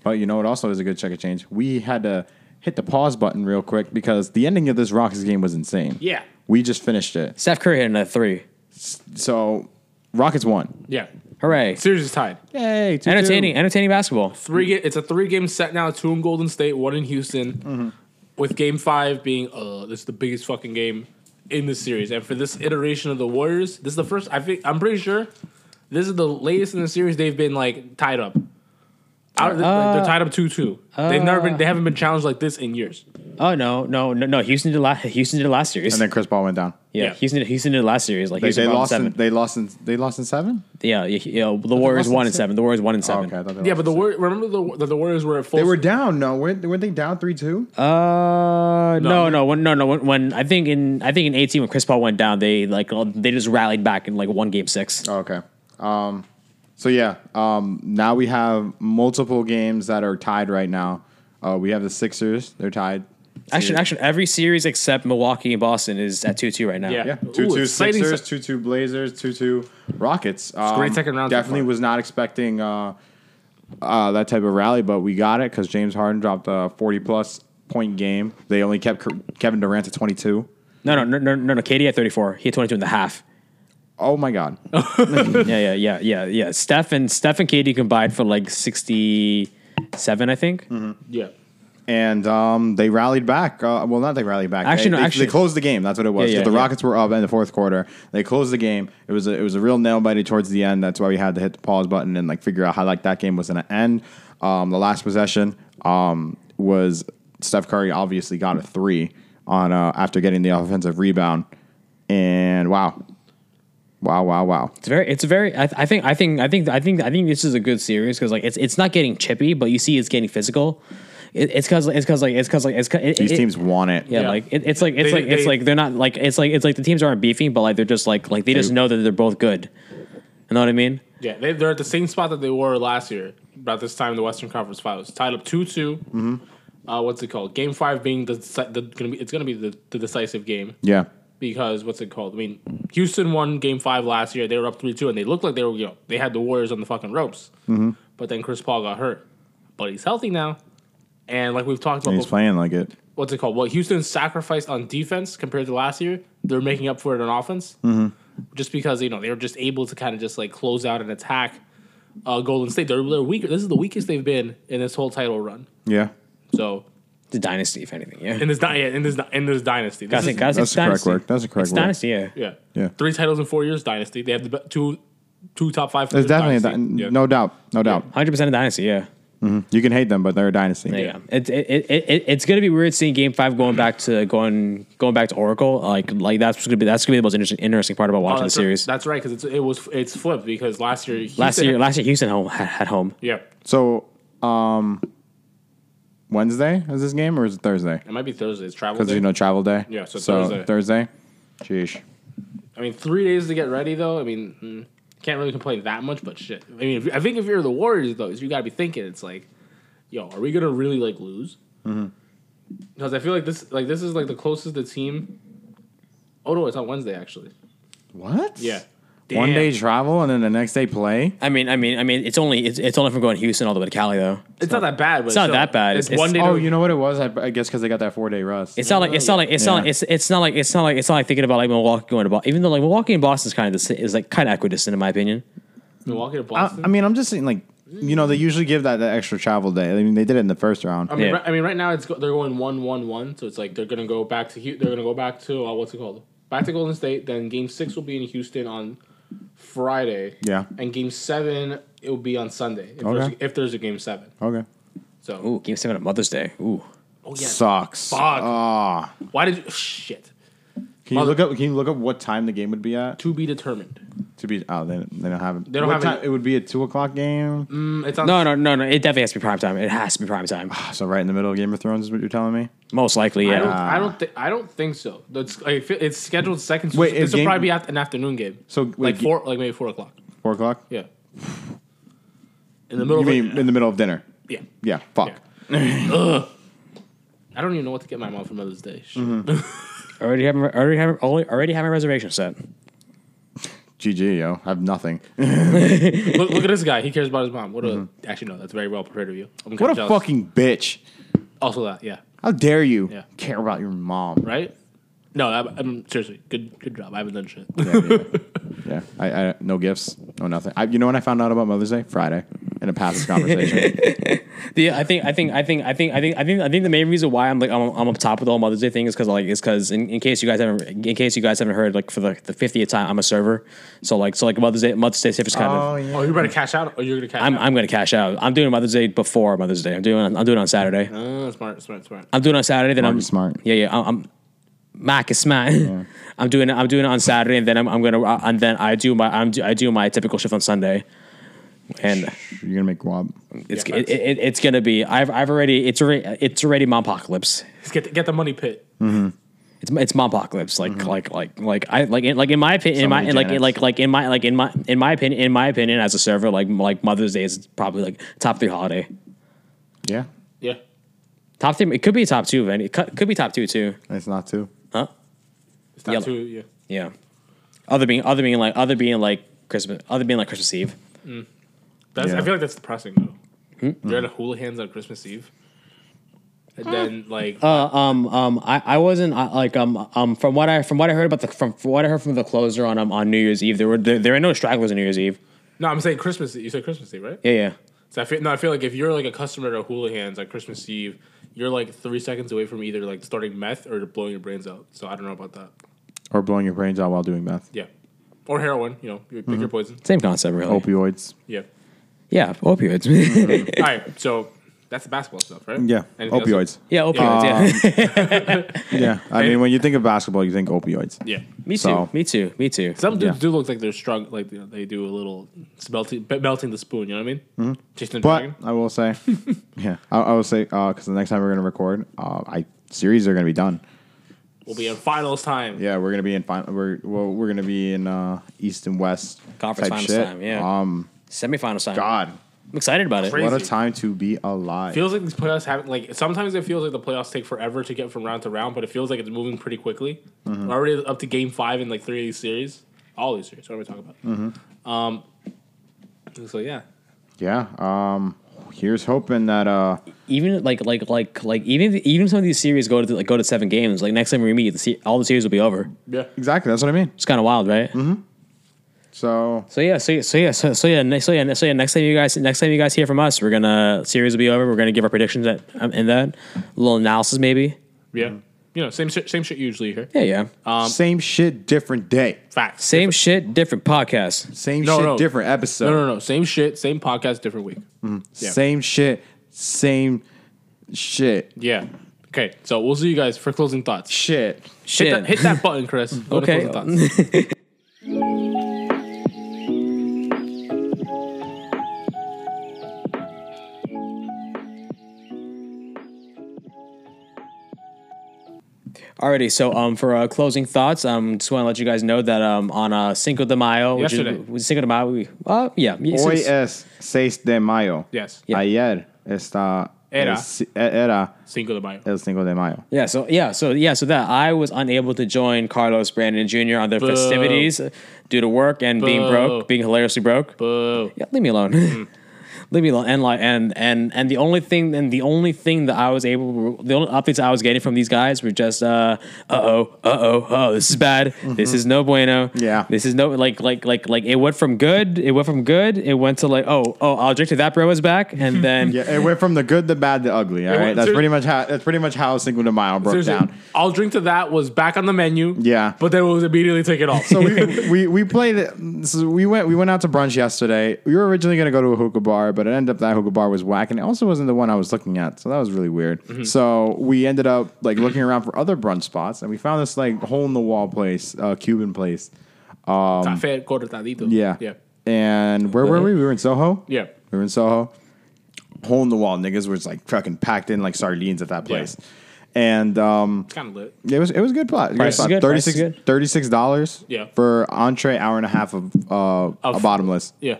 S3: But you know what also is a good check of change? We had to hit the pause button real quick because the ending of this Rockets game was insane.
S1: Yeah.
S3: We just finished it.
S2: Steph Curry hit a three.
S3: So Rockets won.
S1: Yeah,
S2: Hooray!
S1: series is tied.
S3: Yay. 2-2.
S2: Entertaining, entertaining basketball.
S1: Three. Ga- it's a three game set now. Two in Golden State, one in Houston. With Game Five being, uh, this is the biggest fucking game in the series, and for this iteration of the Warriors, this is the first. I think I'm pretty sure this is the latest in the series they've been like tied up. Out, like, they're tied up two two. they've never been. They haven't been challenged like this in years.
S2: Oh no, no, no, no! Houston did last. Houston did last series.
S3: And then Chris Paul went down.
S2: yeah,
S1: Yeah.
S2: Houston. Did, Houston did last series. Like
S3: They,
S2: Houston
S3: they
S2: won
S3: lost
S2: seven.
S3: in, they lost in they lost in seven?
S2: yeah, yeah, yeah. The Warriors
S3: lost in
S2: won in
S3: six?
S2: seven. The Warriors won in
S3: Oh,
S2: seven.
S3: okay. I thought they
S1: Yeah,
S3: lost
S1: but
S3: in
S1: the
S3: seven.
S1: War- remember the, that the Warriors were at full.
S3: They were down, no. Weren't, weren't they down 3 2?
S2: Uh,
S1: No.
S2: no, no, when, no, no. When, when I think in I think in eighteen when Chris Paul went down, they like uh, they just rallied back in like one game six.
S3: Oh, okay. Um, so yeah, um, now we have multiple games that are tied right now. Uh, we have the Sixers; they're tied.
S2: actually, actually, every series except Milwaukee and Boston is at two two right now.
S1: Yeah.
S3: Yeah,
S1: Ooh,
S3: two two
S1: exciting
S3: Sixers,
S1: se-
S3: two two Blazers, two two Rockets. Um,
S1: great second round so
S3: Definitely
S1: far.
S3: was not expecting uh, uh, that type of rally, but we got it because James Harden dropped a forty plus point game. They only kept Ke- Kevin Durant to twenty two.
S2: No, no, no, no, no, no. KD at thirty four. He had twenty two and a half.
S3: Oh
S2: (laughs)
S3: my God!
S2: yeah, yeah, yeah, yeah, yeah. Steph and Steph and KD combined for like sixty seven, I think.
S3: Mm-hmm.
S1: Yeah.
S3: and um, they rallied back. Uh, well, not they rallied back.
S2: Actually,
S3: they,
S2: no,
S3: they-
S2: actually-
S3: they closed the game. That's what it was.
S2: Yeah, yeah,
S3: the
S2: yeah.
S3: Rockets were up in the fourth quarter. They closed the game. It was a, it was a real nail biter towards the end. That's why we had to hit the pause button and like figure out how like that game was going to end. Um, the last possession um, was Steph Curry obviously got a three on uh, after getting the offensive rebound, and wow, wow, wow, wow.
S2: It's very, it's a very. I, th- I think, I think, I think, I think, I think this is a good series because like it's it's not getting chippy, but you see it's getting physical. It, it's because it's because like it's because like it's 'cause- it,
S3: These
S2: it-
S3: teams want it.
S2: Yeah,
S1: Yeah.
S2: like it, it's like it's
S1: They-
S2: like it's
S1: they-
S2: like they're not like it's like it's like the teams aren't beefing, but like they're just like like they just know that they're both good. You know what I mean?
S1: Yeah, they, they're at the same spot that they were last year, about this time in the Western Conference Finals, tied up two
S3: Mm-hmm.
S1: Uh, what's it called? Game five being the, deci- the gonna be, it's gonna be the, the decisive game
S3: Yeah.
S1: because what's it called? I mean, Houston won Game Five last year. They were up three two, and they looked like they were you know, they had the Warriors on the fucking ropes.
S3: Mm-hmm.
S1: But then Chris Paul got hurt, but he's healthy now, and like we've talked about,
S3: And he's
S1: before,
S3: playing like it.
S1: what's it called? What Houston sacrificed on defense compared to last year, they're making up for it on offense.
S3: Mm-hmm.
S1: Just because you know they were just able to kind of just like close out and attack uh, Golden State. They're, they're weaker. This is the weakest they've been in this whole title run.
S3: Yeah.
S1: So
S2: The dynasty, if anything. Yeah,
S1: in this di- yeah, in this di- in this dynasty, this
S2: Gotta say-
S1: is-
S2: gotta say
S3: That's
S2: it's
S3: the correct
S2: dynasty.
S3: word. That's the correct
S2: it's
S3: word.
S2: dynasty. Yeah.
S1: yeah,
S3: Yeah.
S1: three titles in four years. Dynasty. They have the be- two two top five.
S3: There's definitely a
S1: dynasty.
S3: dy-
S1: Yeah.
S3: no doubt, no doubt.
S2: Hundred percent of dynasty. Yeah.
S3: You can hate them, but they're a dynasty.
S2: Yeah, it, it, it, it, it's gonna be weird seeing Game Five going back to going going back to Oracle. Like like that's gonna be that's gonna be the most interesting interesting part about
S1: Oh,
S2: watching the
S1: that's right.
S2: series.
S1: That's right because it was it's flipped because last year
S2: Last
S1: Houston-
S2: year, last year Houston home had, had home.
S1: yeah
S3: So, um, Wednesday is this game or is it Thursday?
S1: it might be Thursday. It's travel
S3: Because
S1: day.
S3: you know travel day.
S1: Yeah, so Thursday.
S3: Thursday. Sheesh.
S1: I mean, three days to get ready, though. I mean, mm, can't really complain that much, but shit. I mean, if, I think if you're the Warriors, though, you got to be thinking it's like, yo, are we gonna really like lose? Because I feel like this, like this is like the closest the team. Oh no, it's on Wednesday actually.
S3: What?
S1: Yeah,
S3: One
S1: Damn.
S3: day travel and then the next day play.
S2: I mean, I mean, I mean, it's only it's, it's only from going Houston all the way to Cali though.
S1: It's not that bad. But
S2: It's not
S1: still,
S2: that bad.
S1: It's,
S2: It's-
S1: one day.
S3: Oh,
S1: to-
S3: you know what it was? I, I guess because they got that four day rest.
S2: It's not like it's not like it's not like,
S3: Yeah.
S2: it's it's not like it's not like it's not like thinking about like Milwaukee going to Boston. Even though like Milwaukee and Boston's kind of the, sa- is like kind of equidistant in my opinion.
S1: Milwaukee to
S3: I,
S1: Boston.
S3: I mean, I'm just saying, like, you know, they usually give that, that extra travel day. I mean, they did it in the first round.
S1: I mean,
S2: Yeah.
S1: right, I mean, right now it's go, they're going one one one, so it's like they're gonna go back to Hu- they're gonna go back to uh, what's it called? Back to Golden State. Then Game Six will be in Houston on Friday.
S3: Yeah.
S1: And Game Seven it will be on Sunday if, there's,
S3: Okay.
S1: if there's a Game Seven.
S3: okay.
S1: So
S2: Ooh, game seven on Mother's Day. Ooh,
S1: oh yeah.
S3: Sucks.
S1: Fuck.
S3: Ah.
S1: Why did you shit?
S3: Can you look up? Can you look up what time the game would be at?
S1: To be determined.
S3: To be oh, they, they don't have it.
S1: They don't
S3: What
S1: have it.
S3: time- It would be a two o'clock game.
S1: Mm, it's on
S2: no, no, no, no. It definitely has to be prime time. It has to be prime time.
S3: So right in the middle of Game of Thrones is what you're telling me.
S2: Most likely,
S1: I
S2: yeah.
S1: don't.
S3: Ah.
S1: I don't. Th- I don't think so. That's like, it's scheduled second.
S3: Wait,
S1: this
S3: is
S1: will
S3: game-
S1: probably be at an afternoon game.
S3: So,
S1: like
S3: wait,
S1: four, like maybe four o'clock.
S3: Four o'clock.
S1: Yeah. In the middle.
S3: You
S1: of
S3: mean in the middle of dinner?
S1: yeah.
S3: Yeah. Fuck.
S1: Yeah. I don't even know what to get my mom for Mother's Day. Shit.
S2: already have already have already have my reservation set.
S3: GG, yo. I have nothing.
S1: look, look at this guy. He cares about his mom. What a actually no. That's very well prepared of you. I'm kinda
S3: Mm-hmm. What a
S1: jealous.
S3: fucking bitch.
S1: Also that. Yeah.
S3: How dare you
S1: Yeah.
S3: care about your mom?
S1: Right. No. I, I'm seriously good. Good job. I haven't done shit.
S3: Yeah. yeah. yeah. I, I no gifts, no nothing. I, you know when I found out about Mother's Day? Friday in
S1: (laughs)
S3: a past conversation.
S2: The, I think I think I think I think I think I think I think the main reason why I'm like I'm, I'm up top with the whole Mother's Day thing is because like is because in, in case you guys haven't in case you guys haven't heard like for the the fiftieth time I'm a server so like so like Mother's Day Mother's Day is kind
S1: (laughs)
S2: of
S1: Oh, you better cash out, or you're gonna cash
S2: I'm
S1: out.
S2: I'm gonna cash out I'm doing Mother's Day before Mother's Day I'm doing I'm doing it on Saturday
S1: Uh, smart, smart, smart.
S2: I'm doing it on Saturday then
S3: Mark
S2: I'm
S3: is smart.
S2: yeah yeah I'm, I'm Mac is smart (laughs) I'm doing it I'm doing it on Saturday and then I'm, I'm gonna uh, and then I do my I'm do, I do my typical shift on Sunday and.
S3: You're gonna make guap.
S2: It's
S1: Yeah,
S2: it, it, it- it's gonna be. I've I've already. It's already. It's already mompocalypse.
S1: Let's get the, get the money pit.
S2: It's it's mompocalypse. Like like like like I like in, like in my opinion. in my
S3: many
S2: like in,
S3: Janets.
S2: like like in my like in my in my opinion in my opinion as a server like like Mother's Day is probably like top three holiday.
S3: Yeah.
S1: Yeah.
S2: Top three. It could be top two. Then it could, could be top two too.
S3: It's not too.
S2: Huh?
S1: It's not
S2: Yeah.
S1: too. Yeah.
S2: Yeah. Other being other being like other being like Christmas. Other being like Christmas Eve.
S1: That's, I
S3: Yeah. Hmm?
S1: feel like that's depressing though. They're at a Houlihan's on Christmas Eve, and then like
S3: Uh.
S2: Um, I, I wasn't I, like um um from what I from what I heard about the from, from what I heard from the closer on um, on New Year's Eve there were there, there are no stragglers on New Year's Eve.
S1: no, I'm saying Christmas. You said Christmas Eve, right?
S2: Yeah yeah.
S1: So I feel no, I feel like if you're like a customer at Houlihan's on Christmas Eve, you're like three seconds away from either like starting meth or blowing your brains out. So I don't know about that.
S3: Or blowing your brains out while doing meth.
S1: Yeah, or heroin. You know, you pick
S3: Mm-hmm.
S1: your poison.
S2: Same concept, really.
S3: Opioids.
S1: Yeah.
S2: yeah, opioids. (laughs)
S1: All right. So that's the basketball stuff, right?
S3: Yeah.
S1: Anything else?
S3: opioids.
S2: yeah, opioids. yeah.
S3: Yeah. I mean, when you think of basketball, you think opioids.
S1: Yeah.
S2: (laughs) me too.
S3: so-
S2: Me too. Me too.
S1: Some dudes
S3: Yeah.
S1: do look like they're strong, like you know, they do a little it's melting, melting the spoon. You know what I mean? Mm-hmm. Jason the
S3: But
S1: Dragon.
S3: I
S1: (laughs)
S3: will say, yeah, I, I will say, because the next time we're gonna record, uh, I series are gonna be done.
S1: will be in finals time.
S3: Yeah, we're gonna be in final. We're well, we're gonna be in uh, East and West
S2: Conference
S3: type
S2: finals
S3: shit.
S2: time. Yeah.
S3: Um,
S2: Semifinals time.
S3: God,
S2: I'm excited about it.
S1: Crazy.
S3: what a time to be alive.
S1: feels like these playoffs haven't like sometimes it feels like the playoffs take forever to get from round to round, but it feels like it's moving pretty quickly.
S3: Mm-hmm.
S1: We're already up to game five in like three of these series, all these series. What are we talking about?
S3: Mm-hmm.
S1: Um, so yeah,
S3: yeah. Um, here's hoping that uh,
S2: Even like like like like even if- even if some of these series go to like go to seven games. Like next time we meet, the se- all the series will be over.
S1: yeah.
S3: exactly that's what I mean.
S2: It's kind of wild, right?
S3: So
S2: So yeah, so so yeah, so, so yeah, ne- so yeah, ne- so yeah. Next time you guys, next time you guys hear from us, we're gonna series will be over. We're gonna give our predictions that um, and that a little analysis maybe.
S1: Yeah, you know, same shit, same shit you usually here.
S2: Yeah, yeah.
S3: same shit, different day.
S1: Facts.
S2: Same shit, different podcast.
S3: Same
S1: No,
S3: shit,
S1: no.
S3: different episode.
S1: No, no, no. Same shit, same podcast, different week. yeah.
S3: Same shit, same shit,
S1: Yeah. Okay, so we'll see you guys for closing thoughts.
S3: shit.
S1: Hit
S2: Shit.
S1: that, hit that button, Chris. Go to
S2: Okay.
S1: closing
S2: (laughs)
S1: thoughts.
S2: Alrighty, so um, for uh, closing thoughts, um, just want to let you guys know that um, on uh, Cinco de Mayo, which
S1: Yesterday.
S2: is was Cinco de Mayo, we, uh, yeah, yes,
S3: Hoy
S2: it's-
S3: es 6 de mayo.
S1: Yes.
S2: Yeah.
S3: Ayer está
S1: Era.
S3: Es- era
S1: Cinco de Mayo.
S3: el Cinco de Mayo.
S2: Yeah, so yeah, so yeah, so that I was unable to join Carlos Brandon Jr. on their festivities due to work and being
S1: Boo.
S2: broke, being hilariously broke.
S1: Boo.
S2: Yeah, leave me alone.
S3: Mm.
S2: (laughs) leave me alone. And like and and and the only thing and the only thing that I was able the only updates I was getting from these guys were just uh uh oh uh oh oh this is bad this is no bueno
S3: Mm-hmm. Yeah.
S2: this is no like like like like it went from good it went from good it went to like oh oh I'll drink to that bro is back
S3: (laughs)
S2: and then
S3: Yeah, it went from the good, the bad, the ugly. All
S1: went-
S3: right, that's
S1: ser-
S3: pretty much how that's pretty much how Cinco de Mayo broke
S1: Seriously,
S3: down.
S1: I'll drink to that was back on the menu.
S3: Yeah.
S1: But then it was immediately taken off.
S3: So we, (laughs) we we played. So we went we went out to brunch yesterday. We were originally going to go to a hookah bar, but it ended up that hookah bar was whack, and it also wasn't the one I was looking at. So that was really weird. So we ended up like looking around for other brunch spots, and we found this like hole in the wall place, uh, Cuban place.
S1: Café cortadito.
S3: Yeah.
S1: Yeah.
S3: And where were we? We were in Soho.
S1: Yeah.
S3: We were in Soho. Hole in the wall, niggas was like fucking packed in like sardines at that place. And um,
S1: It's kind of lit.
S3: it was it was a good plot. It
S2: Price is
S3: was
S2: good, price is good.
S3: Thirty six dollars.
S1: Yeah.
S3: For entree, hour and a half of uh, a
S1: Of-
S3: bottomless.
S1: Yeah.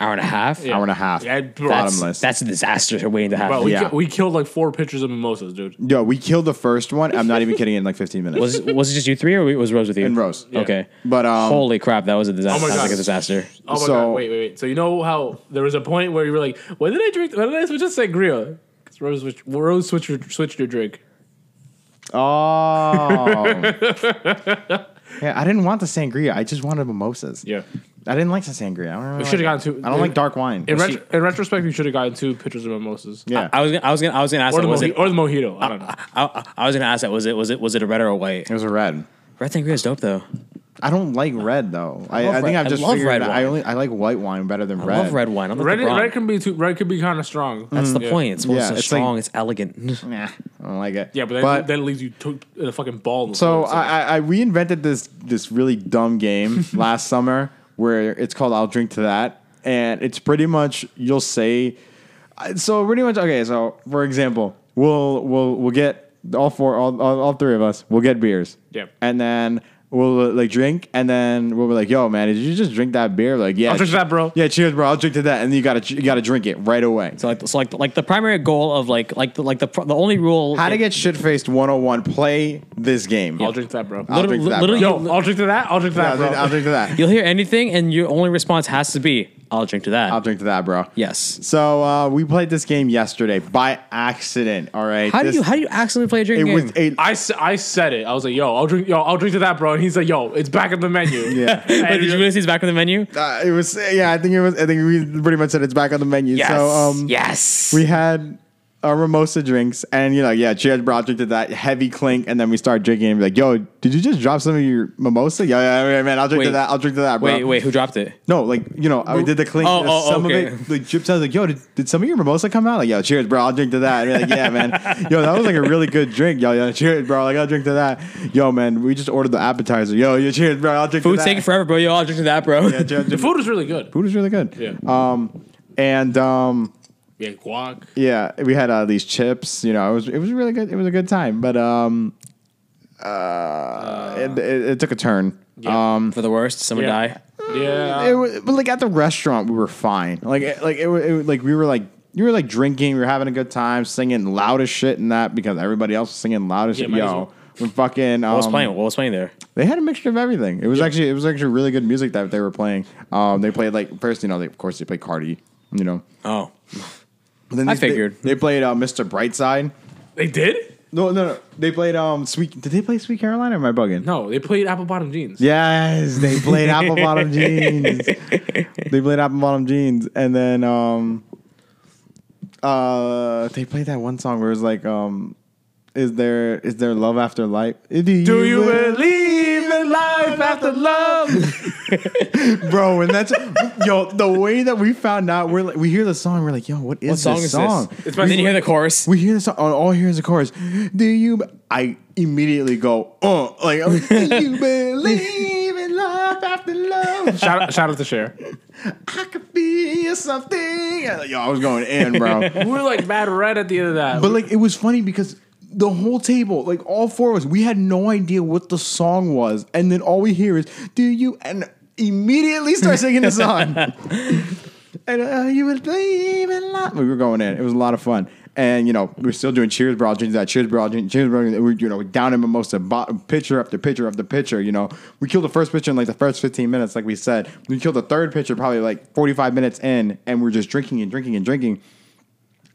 S2: hour and a half
S1: Yeah.
S3: Hour and a half.
S1: Yeah, bro.
S2: that's
S3: bottomless.
S2: that's a disaster waiting to happen
S1: Bro, we,
S3: Yeah.
S1: ki- we killed like four pitchers of mimosas, dude.
S3: Yo, we killed the first one. I'm
S2: (laughs)
S3: not even kidding. In like 15
S2: (laughs)
S3: minutes.
S2: Was was it just you three, or was Rose with you?
S3: And Rose. Yeah.
S2: Okay,
S3: But, um,
S2: holy crap, that was a disaster.
S1: Oh my
S2: Sounds
S1: God.
S2: like a disaster.
S1: Oh my
S3: So-
S1: god! Wait, wait, wait. So you know how there was a point where you were like, "When did I drink? When did I switch to sangria?" Because Rose, switched- Rose switched her- switched her drink. (laughs)
S3: Oh. yeah, I didn't want the sangria. I just wanted mimosas.
S1: Yeah.
S3: I didn't like the sangria. I don't really
S1: We should have
S3: like-
S1: gotten two-
S3: I don't like dark wine.
S1: In, retro in retrospect, you should have gotten two pitchers of mimosas.
S3: yeah.
S2: I was gonna, I was gonna I was gonna ask
S1: Or
S2: that
S1: the,
S2: was it Ah,
S1: moji- or the mojito. I don't know.
S2: I, I was gonna ask that was it was it was it a red or a white?
S3: it was a red.
S2: Red sangria is dope though.
S3: I don't like red though. I,
S2: love
S3: I think
S2: red-
S3: I've
S2: I
S3: just
S2: love
S3: figured
S2: red
S3: out I
S2: wine.
S3: only I like white wine better than
S2: I
S3: red.
S2: love red wine. I'm not
S1: Red,
S2: the wrong.
S1: red can be too. Red can be kind of strong.
S2: That's the
S1: Yeah.
S2: point. It's
S3: Yeah,
S2: yeah, so
S3: it's like-
S2: strong. it's elegant.
S3: Nah, I don't like it.
S1: Yeah, but that, that leaves you to, in a fucking ball. in the
S3: so
S1: floor.
S3: I, I, I we invented this this really
S1: (laughs)
S3: dumb game last summer where it's called I'll drink to that, and it's pretty much you'll say, I- so pretty much okay. So for example, we'll we'll we'll get all four all all, all three of us we'll get beers.
S1: Yep.
S3: and then. We'll uh, like drink, and then we'll be like, "Yo, man, did you just drink that beer?" Like, yeah,
S1: I'll drink to that, bro.
S3: Yeah, cheers, bro. I'll drink to that, and then you gotta you gotta drink it right away.
S2: so like so like like the primary goal of like like the, like the pro- the only rule
S3: How to get shit faced 101. Play this game.
S1: I'll drink to that, bro.
S3: I'll drink to that,
S2: literally-
S3: bro.
S1: Yo, I'll drink to that. I'll drink to
S3: Yeah, I'll
S1: that, bro.
S3: drink- I'll drink to that.
S2: you'll hear anything and your only response has to be I'll drink to that.
S3: I'll drink to that, bro.
S2: yes.
S3: So uh, we played this game yesterday by accident. All right.
S2: How
S3: This-
S2: do you how do you accidentally play a drink
S3: It
S2: game?
S3: was a.
S1: I, s- I said it. I was like, yo, I'll drink, yo, I'll drink to that, bro. And he's like, yo, it's back at the menu.
S3: Yeah.
S1: (laughs) And
S2: Wait, did you realize he's back on the menu?
S3: uh, it was. Yeah. I think it was. I think we pretty much said it's back on the menu.
S2: Yes.
S3: So um,
S2: yes.
S3: we had. Our mimosa drinks, and you know, yeah, cheers, bro. I'll drink to that heavy clink, and then we start drinking, and be like, "Yo, did you just drop some of your mimosa?" Yeah, yeah, yeah, man. I'll drink to
S2: Wait.
S3: that. I'll drink to that, bro.
S2: wait, wait, who dropped it?
S3: No, like you know, I did the clink.
S2: Oh, oh,
S3: some
S2: okay.
S3: of it, the chip sounds like, yo, did, did some of your mimosa come out? Like, yo, cheers, bro. I'll drink to that. And be like, yeah, man.
S2: (laughs)
S3: Yo, that was like a really good drink. Yo, yo, cheers, bro. Like, I'll drink to that. Yo, man, we just ordered the appetizer. Yo, yo, cheers, bro. I'll drink
S2: Food
S3: to that.
S2: taking forever, bro. Yo, I'll drink to that, bro.
S3: Yeah, cheers,
S1: The
S3: cheers.
S1: food was really good.
S3: Food is really good.
S1: Yeah.
S3: Um, and um,
S1: Yeah, guac.
S3: yeah, we had uh, these chips. You know, it was it was really good. It was a good time, but um, uh, it, it, it took a turn.
S1: Yeah.
S2: (laughs) For the worst, someone
S1: Yeah.
S2: die.
S1: yeah.
S3: it was, but like at the restaurant, we were fine. Like it- like it, wa- it wa- like we were like you were like drinking, we were having a good time, singing loud as shit and that because everybody else was singing loud as
S1: Yeah,
S3: shit.
S1: might
S3: Yo,
S1: as well.
S3: when fucking um,
S2: What was playing? What was playing there?
S3: they had a mixture of everything. It was actually it was actually really good music that they were playing. Um, they played like first you know they, of course they played Cardi, you know.
S2: Oh,
S3: But then
S2: I
S3: they- they-
S2: figured.
S3: they, played uh, Mr. Brightside.
S1: They did?
S3: No, no, no. They played um Sweet. Did they play Sweet Carolina? Or am I bugging?
S1: No, they played apple bottom jeans.
S3: Yes, they played
S1: (laughs)
S3: apple bottom (laughs) jeans. They played apple bottom jeans, and then um, uh, they played that one song where it's like um, is there is there love after life? Do you,
S1: Do you believe in life after love?
S3: bro? And that's yo the way that we found out. We're like, we hear the song, we're like, yo, what is
S2: what song
S3: this
S2: is
S3: song?
S2: this? It's then you hear the chorus.
S3: We hear the song. All I hear is the chorus. Do you? b- I immediately go, oh, like, I'm like, do (laughs) you believe in love after love?
S1: shout, out, shout out to Cher.
S3: I could be something. Yo, I was going in, bro.
S1: We were like mad red at the end of that.
S3: but like, it was funny because the whole table, like all four of us, we had no idea what the song was,
S1: (laughs)
S3: and then all we hear is "Do you?" and immediately start singing the song. And uh, you would believe in love. (laughs) We were going in. It was a lot of fun. And, you know, we were still doing cheers, bro. Drinking that cheers, bro. Drinking cheers, bro. We were, you know, down in mimosa, bo- pitcher after pitcher after pitcher. You know, we killed the first pitcher in like the first 15 minutes, like we said. We killed the third pitcher probably like 45 minutes in, and we're just drinking and drinking and drinking.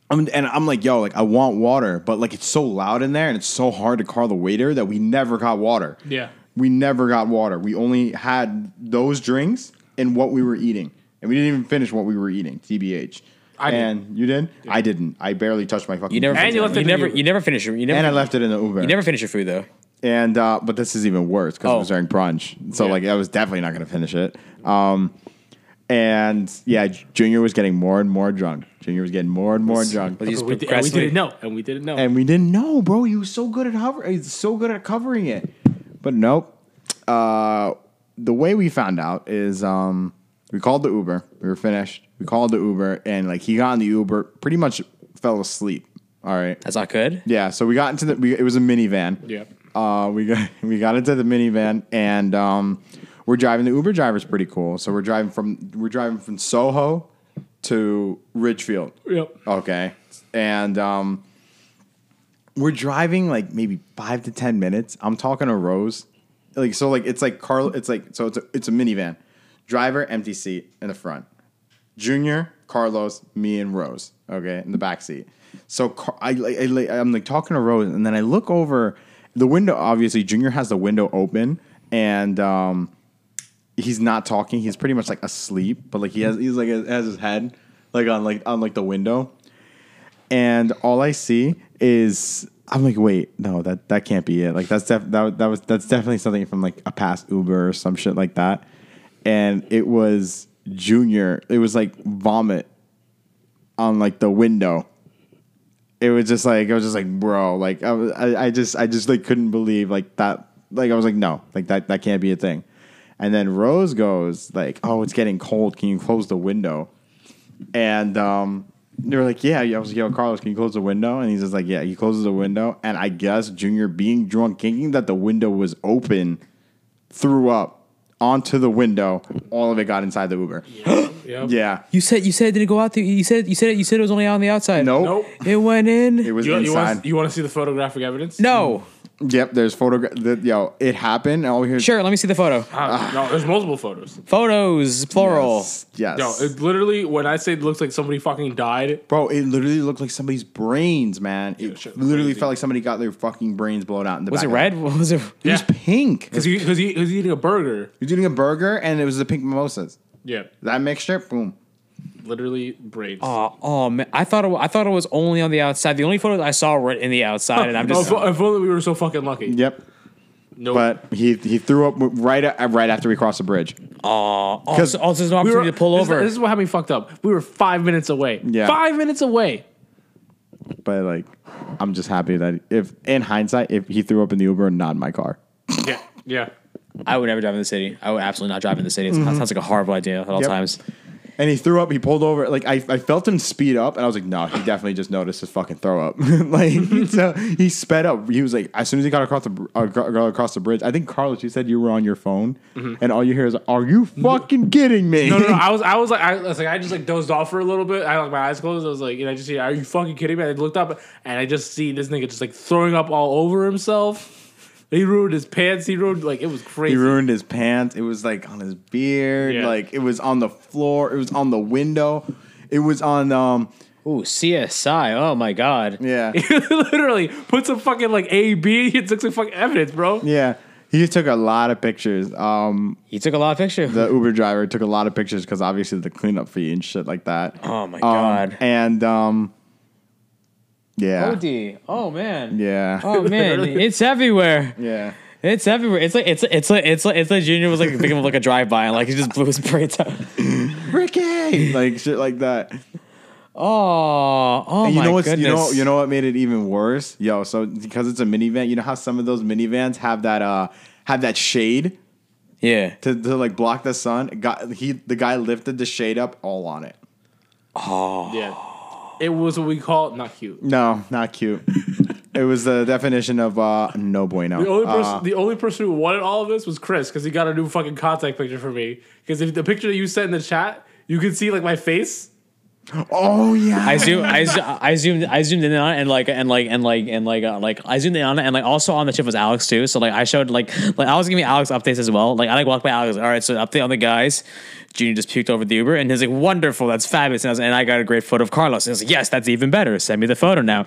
S3: I'm, and I'm like, yo, like I want water, but like it's so loud in there, and it's so hard to call the waiter that we never got water.
S1: Yeah.
S3: we never got water. We only had those drinks and what we were eating, and we didn't even finish what we were eating. Tbh.
S1: I did.
S3: and you did? I didn't. I barely touched my fucking.
S2: You never,
S1: And
S2: fin-
S1: you left it in
S2: never,
S1: your-
S2: you never finish your, you never,
S3: and I left it in the Uber.
S2: you never finish your food though.
S3: And uh, but this is even worse because I
S2: Oh.
S3: was during brunch, so
S1: Yeah.
S3: like I was definitely not going to finish it. Um, and yeah, Junior was getting more and more drunk. Junior was getting more and more drunk.
S2: Was he just
S1: We, did, and we
S2: procrastinate?
S1: didn't know, and we didn't know.
S3: and we didn't know, bro. He was so good at hover. He's so good at covering it. But nope. Uh, the way we found out is um, we called the Uber. We were finished. We called the Uber, and like he got in the Uber, pretty much fell asleep. All right.
S2: That's not good.
S3: Yeah. So we got into the. We, it was a minivan.
S1: Yeah.
S3: Uh, we got (laughs) we got into the minivan, and um, we're driving. The Uber driver's pretty cool. So we're driving from we're driving from Soho to Ridgefield.
S1: Yep.
S3: Okay. And um, we're driving like maybe five to ten minutes. I'm talking to Rose, like so, like it's like Carl. It's like so it's a, it's a minivan, driver, empty seat in the front, Junior, Carlos, me, and Rose. Okay, in the back seat. So Car- I, I, I I'm like talking to Rose, and then I look over the window. Obviously, Junior has the window open, and um, he's not talking. He's pretty much like asleep, but like he has he's like has his head like on like on like the window, and all I see is I'm like, wait, no, that that can't be it. Like that's def- that that was that's definitely something from like a past Uber or some shit like that, and it was Junior. It was like vomit on like the window. It was just like I was just like bro, like I was, I, I just I just like couldn't believe like that. Like I was like no, like that that can't be a thing. And then Rose goes like, oh, it's getting cold. Can you close the window? And um, they were like, yeah. I was like, yo, Carlos, can you close the window? And he's just like, yeah. He closes the window, and I guess Junior, being drunk, thinking that the window was open, threw up onto the window. All of it got inside the Uber.
S1: Yep.
S3: yeah.
S2: You said, you said it didn't go out. The, you said, you said it, you said it was only on the outside.
S3: Nope.
S1: Nope.
S2: It went in.
S3: It was
S1: You, you,
S3: inside.
S1: want, you want to see the photographic evidence?
S2: no.
S3: Yep, there's photograph. The, yo, it happened. and All we hear is
S2: Sure. Let me see the photo.
S1: Ah, no, there's multiple photos.
S2: Photos, plural.
S3: Yes, yes.
S1: No, it literally when I say it looks like somebody fucking died.
S3: bro, it literally looked like somebody's brains, man. It
S1: shit was
S3: literally
S1: crazy.
S3: felt like somebody got their fucking brains blown out in the
S2: Was
S3: back
S2: it
S3: of-
S2: red? (laughs) What was it?
S3: It was
S1: Yeah.
S3: pink.
S1: Because he, cause he, 'cause he eating a burger.
S3: You're doing a burger, and it was the pink mimosas.
S1: Yeah,
S3: That mixture, boom.
S1: literally brains.
S2: Oh, oh man, I thought it, wa- I thought it was only on the outside. The only photos I saw were in the outside, and I'm just
S1: if, Oh, if only we were so fucking lucky.
S3: Yep.
S1: No,
S3: But he he threw up right a- right after we crossed the bridge.
S2: because also, also oh, there's an
S1: we
S2: opportunity
S1: were
S2: to pull
S1: this is-
S2: over.
S1: This is what had me fucked up. We were five minutes away.
S3: Yeah.
S1: five minutes away.
S3: But like, I'm just happy that if in hindsight, if he threw up in the Uber, not in my car.
S1: Yeah, yeah.
S2: I would never drive in the city. I would absolutely not drive in the city. It sounds like a horrible idea at all
S3: Mm-hmm. Yep.
S2: times.
S3: And he threw up. He pulled over. Like I, I felt him speed up, and I was like, no, he definitely just noticed his fucking throw up. (laughs) like so, he sped up. He was like, as soon as he got across the br- uh, got- got across the bridge, I think Carlos, you said you were on your phone, and all you hear is, "Are
S1: (laughs)
S3: you fucking kidding me?"
S1: Mm-hmm.
S3: (laughs)
S1: No, no, no. I was, I was like, I was like, I just like dozed off for a little bit. I had, like my eyes closed. I was like, and I just see, are you fucking kidding me? I looked up and I just see this nigga just like throwing up all over himself. He ruined his pants. He ruined like it was crazy.
S3: He ruined his pants. It was like on his beard.
S1: Yeah.
S3: Like it was on the floor. It was on the window. It was on um
S2: Ooh, CSI. Oh my god.
S3: yeah.
S1: (laughs) literally put some fucking like A B. It took some fucking evidence, bro.
S3: yeah. He took a lot of pictures. Um
S2: He took a lot of pictures.
S3: the Uber driver took a lot of pictures because obviously the cleanup fee and shit like that.
S2: Oh my
S3: Um,
S2: God.
S3: And um Yeah.
S2: OD. Oh man.
S3: Yeah. (laughs)
S2: Oh man, it's everywhere.
S3: Yeah.
S2: It's everywhere. It's like it's it's like it's like it's like Junior was like thinking of like a drive by and like he just blew his (laughs) brains out.
S3: Ricky, like shit, like that.
S2: Oh, oh
S3: And you
S2: my
S3: know what's
S2: goodness.
S3: you know you know what made it even worse, yo. So because it's a minivan, you know how some of those minivans have that uh have that shade
S2: yeah.
S3: to, to like block the sun. It Got he the guy lifted the shade up all on it.
S1: Yeah. It was what we call not cute.
S3: No, not cute. it was the definition of uh no bueno.
S1: The only
S3: Uh,
S1: person, the only person who wanted all of this was Chris because he got a new fucking contact picture for me. Because if the picture that you sent in the chat, You could see like my face.
S3: Oh yeah.
S2: I zoom, I, zo- I zoomed, I zoomed in on it and like, and like, and like, and like, uh, like, I zoomed in on it and like, also on the chip was Alex too. So like, I showed like, like I was giving Alex updates as well. Like, I like walked by Alex. All right, so update on the guys. Junior just puked over the Uber, and he's like, "Wonderful, that's fabulous." And I, was, and I got a great photo of Carlos. And I was like, "Yes, that's even better. Send me the photo now."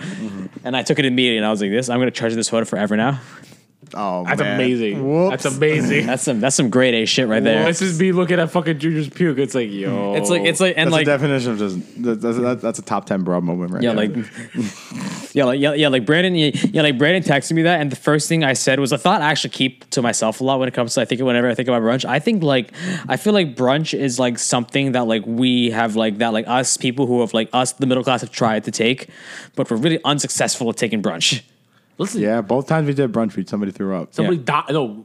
S2: And I took it immediately, and I was like, "This, I'm going to treasure this photo forever now."
S3: oh,
S1: That's
S3: man.
S1: amazing.
S3: Whoops.
S1: That's (laughs) amazing.
S2: That's some, that's some grade A shit right there.
S1: Let's just be looking at fucking Junior's puke. It's like yo.
S2: It's like, it's like, and
S3: That's
S2: like,
S3: a definition of just that- that's, that's, that's a top ten bro moment right
S2: Yeah,
S3: there.
S2: like (laughs) yeah, like yeah, yeah, like Brandon, yeah, yeah, like Brandon texted me that, and the first thing I said was, I thought I actually keep to myself a lot when it comes to I think whenever I think about brunch, I think like I feel like brunch is like something that like we have like that like us people who have like us the middle class have tried to take, but we're really unsuccessful at taking brunch. (laughs)
S1: listen.
S3: yeah. Both times we did brunch, we somebody threw up.
S1: Somebody died. No,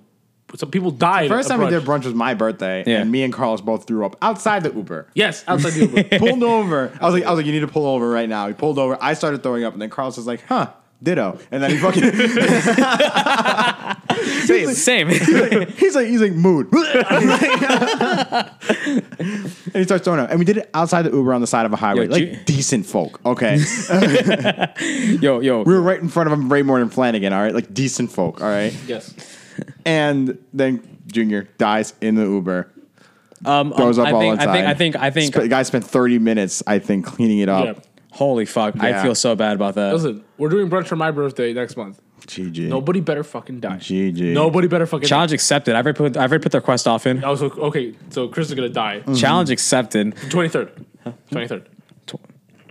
S1: some people died.
S3: First
S1: at
S3: time we
S1: brunch.
S3: did brunch was my birthday,
S2: Yeah.
S3: and me and Carlos both threw up outside the Uber.
S1: Yes, outside the
S2: (laughs)
S1: Uber.
S3: Pulled over. I was like, I was like, you need to pull over right now. He pulled over. I started throwing up, and then Carlos was like, huh, ditto. And then he
S2: (laughs)
S3: fucking (laughs)
S2: Same, same. (laughs)
S3: he's like he's like mood. (laughs) and he starts throwing up. (laughs) And we did it outside the Uber on the side of a highway.
S2: Yo,
S3: like
S2: Ju-
S3: decent folk. Okay.
S2: yo, yo,
S3: we were right in front of him, Raymore and Flanagan, all right? Like decent folk, all right?
S1: yes.
S3: (laughs) And then Junior dies in the Uber.
S2: um,
S3: Throws
S2: um,
S3: up
S2: I
S3: all
S2: think, I
S3: inside.
S2: think, I think, I think,
S3: the guy spent 30 minutes, I think, cleaning it
S1: Yeah.
S3: up.
S2: holy fuck, I
S3: Yeah.
S2: feel so bad about that.
S1: Listen, we're doing brunch for my birthday next month.
S3: GG.
S1: Nobody better fucking die.
S3: GG.
S1: Nobody better fucking
S2: Challenge accepted. I've already put, I've already put the request off in.
S1: die. Also, okay, so Chris is gonna die.
S3: Mm.
S2: Challenge accepted.
S1: Twenty third. Twenty third.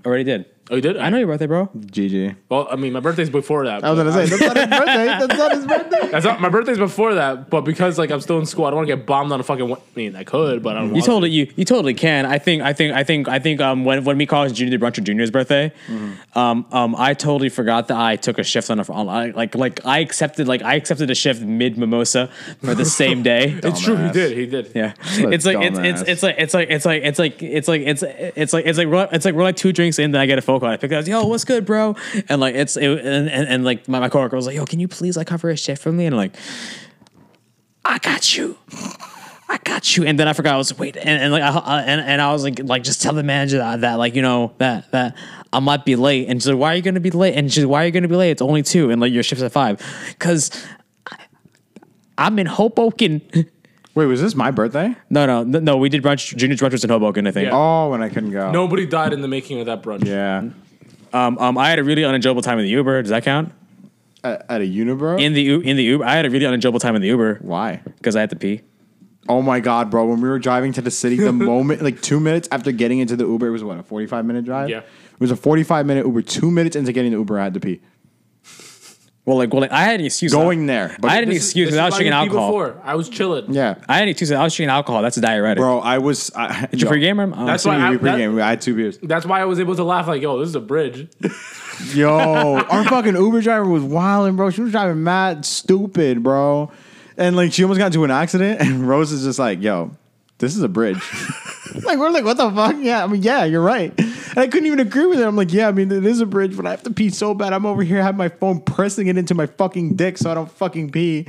S2: Already did.
S1: Oh, you did?
S2: I know your birthday, bro.
S3: GG.
S1: Well, I mean, my birthday's before that.
S3: I
S2: Oh,
S3: was
S1: but-
S3: gonna say, that's not his birthday. That's not his birthday.
S1: That's not my birthday's before that, but because like I'm still in school, I don't want to get bombed on a fucking. wa- I mean, I could, but I don't.
S2: You
S1: want
S2: totally you you totally can. I think I think I think I think um when when we college junior brunch or junior's birthday,
S1: Mm-hmm.
S2: um um I totally forgot that I took a shift on a on, I, like like I accepted like I accepted a shift mid mimosa
S1: (laughs)
S2: for the same day.
S1: to. It's true. He
S3: Dumbass.
S1: did. He did.
S2: (laughs) Yeah,
S3: a
S2: it's like it's, it's
S3: dumbass.
S2: it's like it's like it's like it's like it's like it's it's like it's like we're, it's like we're like two drinks in, then I get a phone call. I pick it up, yo, what's good, bro? And like it's it, and, and and like my, my coworker was like, yo, can you please like cover a shift for me? And I'm like, I got you. I got you. And then I forgot I was wait, and, and like I, I and, and I was like like just tell the manager that, that like you know that that I might be late. And she's like, why are you gonna be late? And she's like, why are you gonna be late? It's only two, and like your shift's at five, because I'm in Hoboken.
S3: Wait, was this my birthday?
S2: No, no, no, no. We did brunch. Junior's brunch was in Hoboken, I think.
S1: Yeah.
S3: Oh, when I couldn't go.
S1: Nobody died in the making of that brunch.
S3: Yeah.
S2: Um, um, I had a really unenjoyable time in the Uber. Does that count?
S3: At, at a Unibro?
S2: In the U- in the Uber, I had a really unenjoyable time in the Uber
S3: Why?
S2: because I had to pee.
S3: Oh my God, bro. When we were driving to the
S2: (laughs)
S3: city, the moment, like two minutes after getting into the Uber, it was what, a 45 minute drive?
S1: Yeah.
S3: It was a 45 minute Uber. Two minutes into getting the Uber, I had to pee.
S2: Well, like, well, like, I had an excuse.
S3: Going there. But
S2: I had an
S1: This is-
S2: excuse
S1: this is
S2: without
S1: why
S2: drinking
S1: you pee
S2: alcohol.
S1: Before. I was chilling.
S3: Yeah.
S2: I had an excuse. I was drinking alcohol. That's a diuretic.
S3: Bro, I was. I,
S2: Did you Oh, pregame him?
S1: That's why I-
S3: we
S1: that-
S3: pregame. I had two beers.
S1: That's why I was able to laugh. Like, yo, this is a
S2: (laughs)
S1: bridge.
S3: Yo, our fucking Uber driver was wilding, bro. She was driving mad stupid, bro. And like she almost got into an accident, (laughs) and Rose is just like, yo, this is a bridge. (laughs) like, we're like, what the fuck? Yeah, I mean, yeah, you're right. And I couldn't even agree with it. I'm like, yeah, I mean, it is a bridge, but I have to pee so bad. I'm over here, have my phone pressing it into my fucking dick so I don't fucking pee.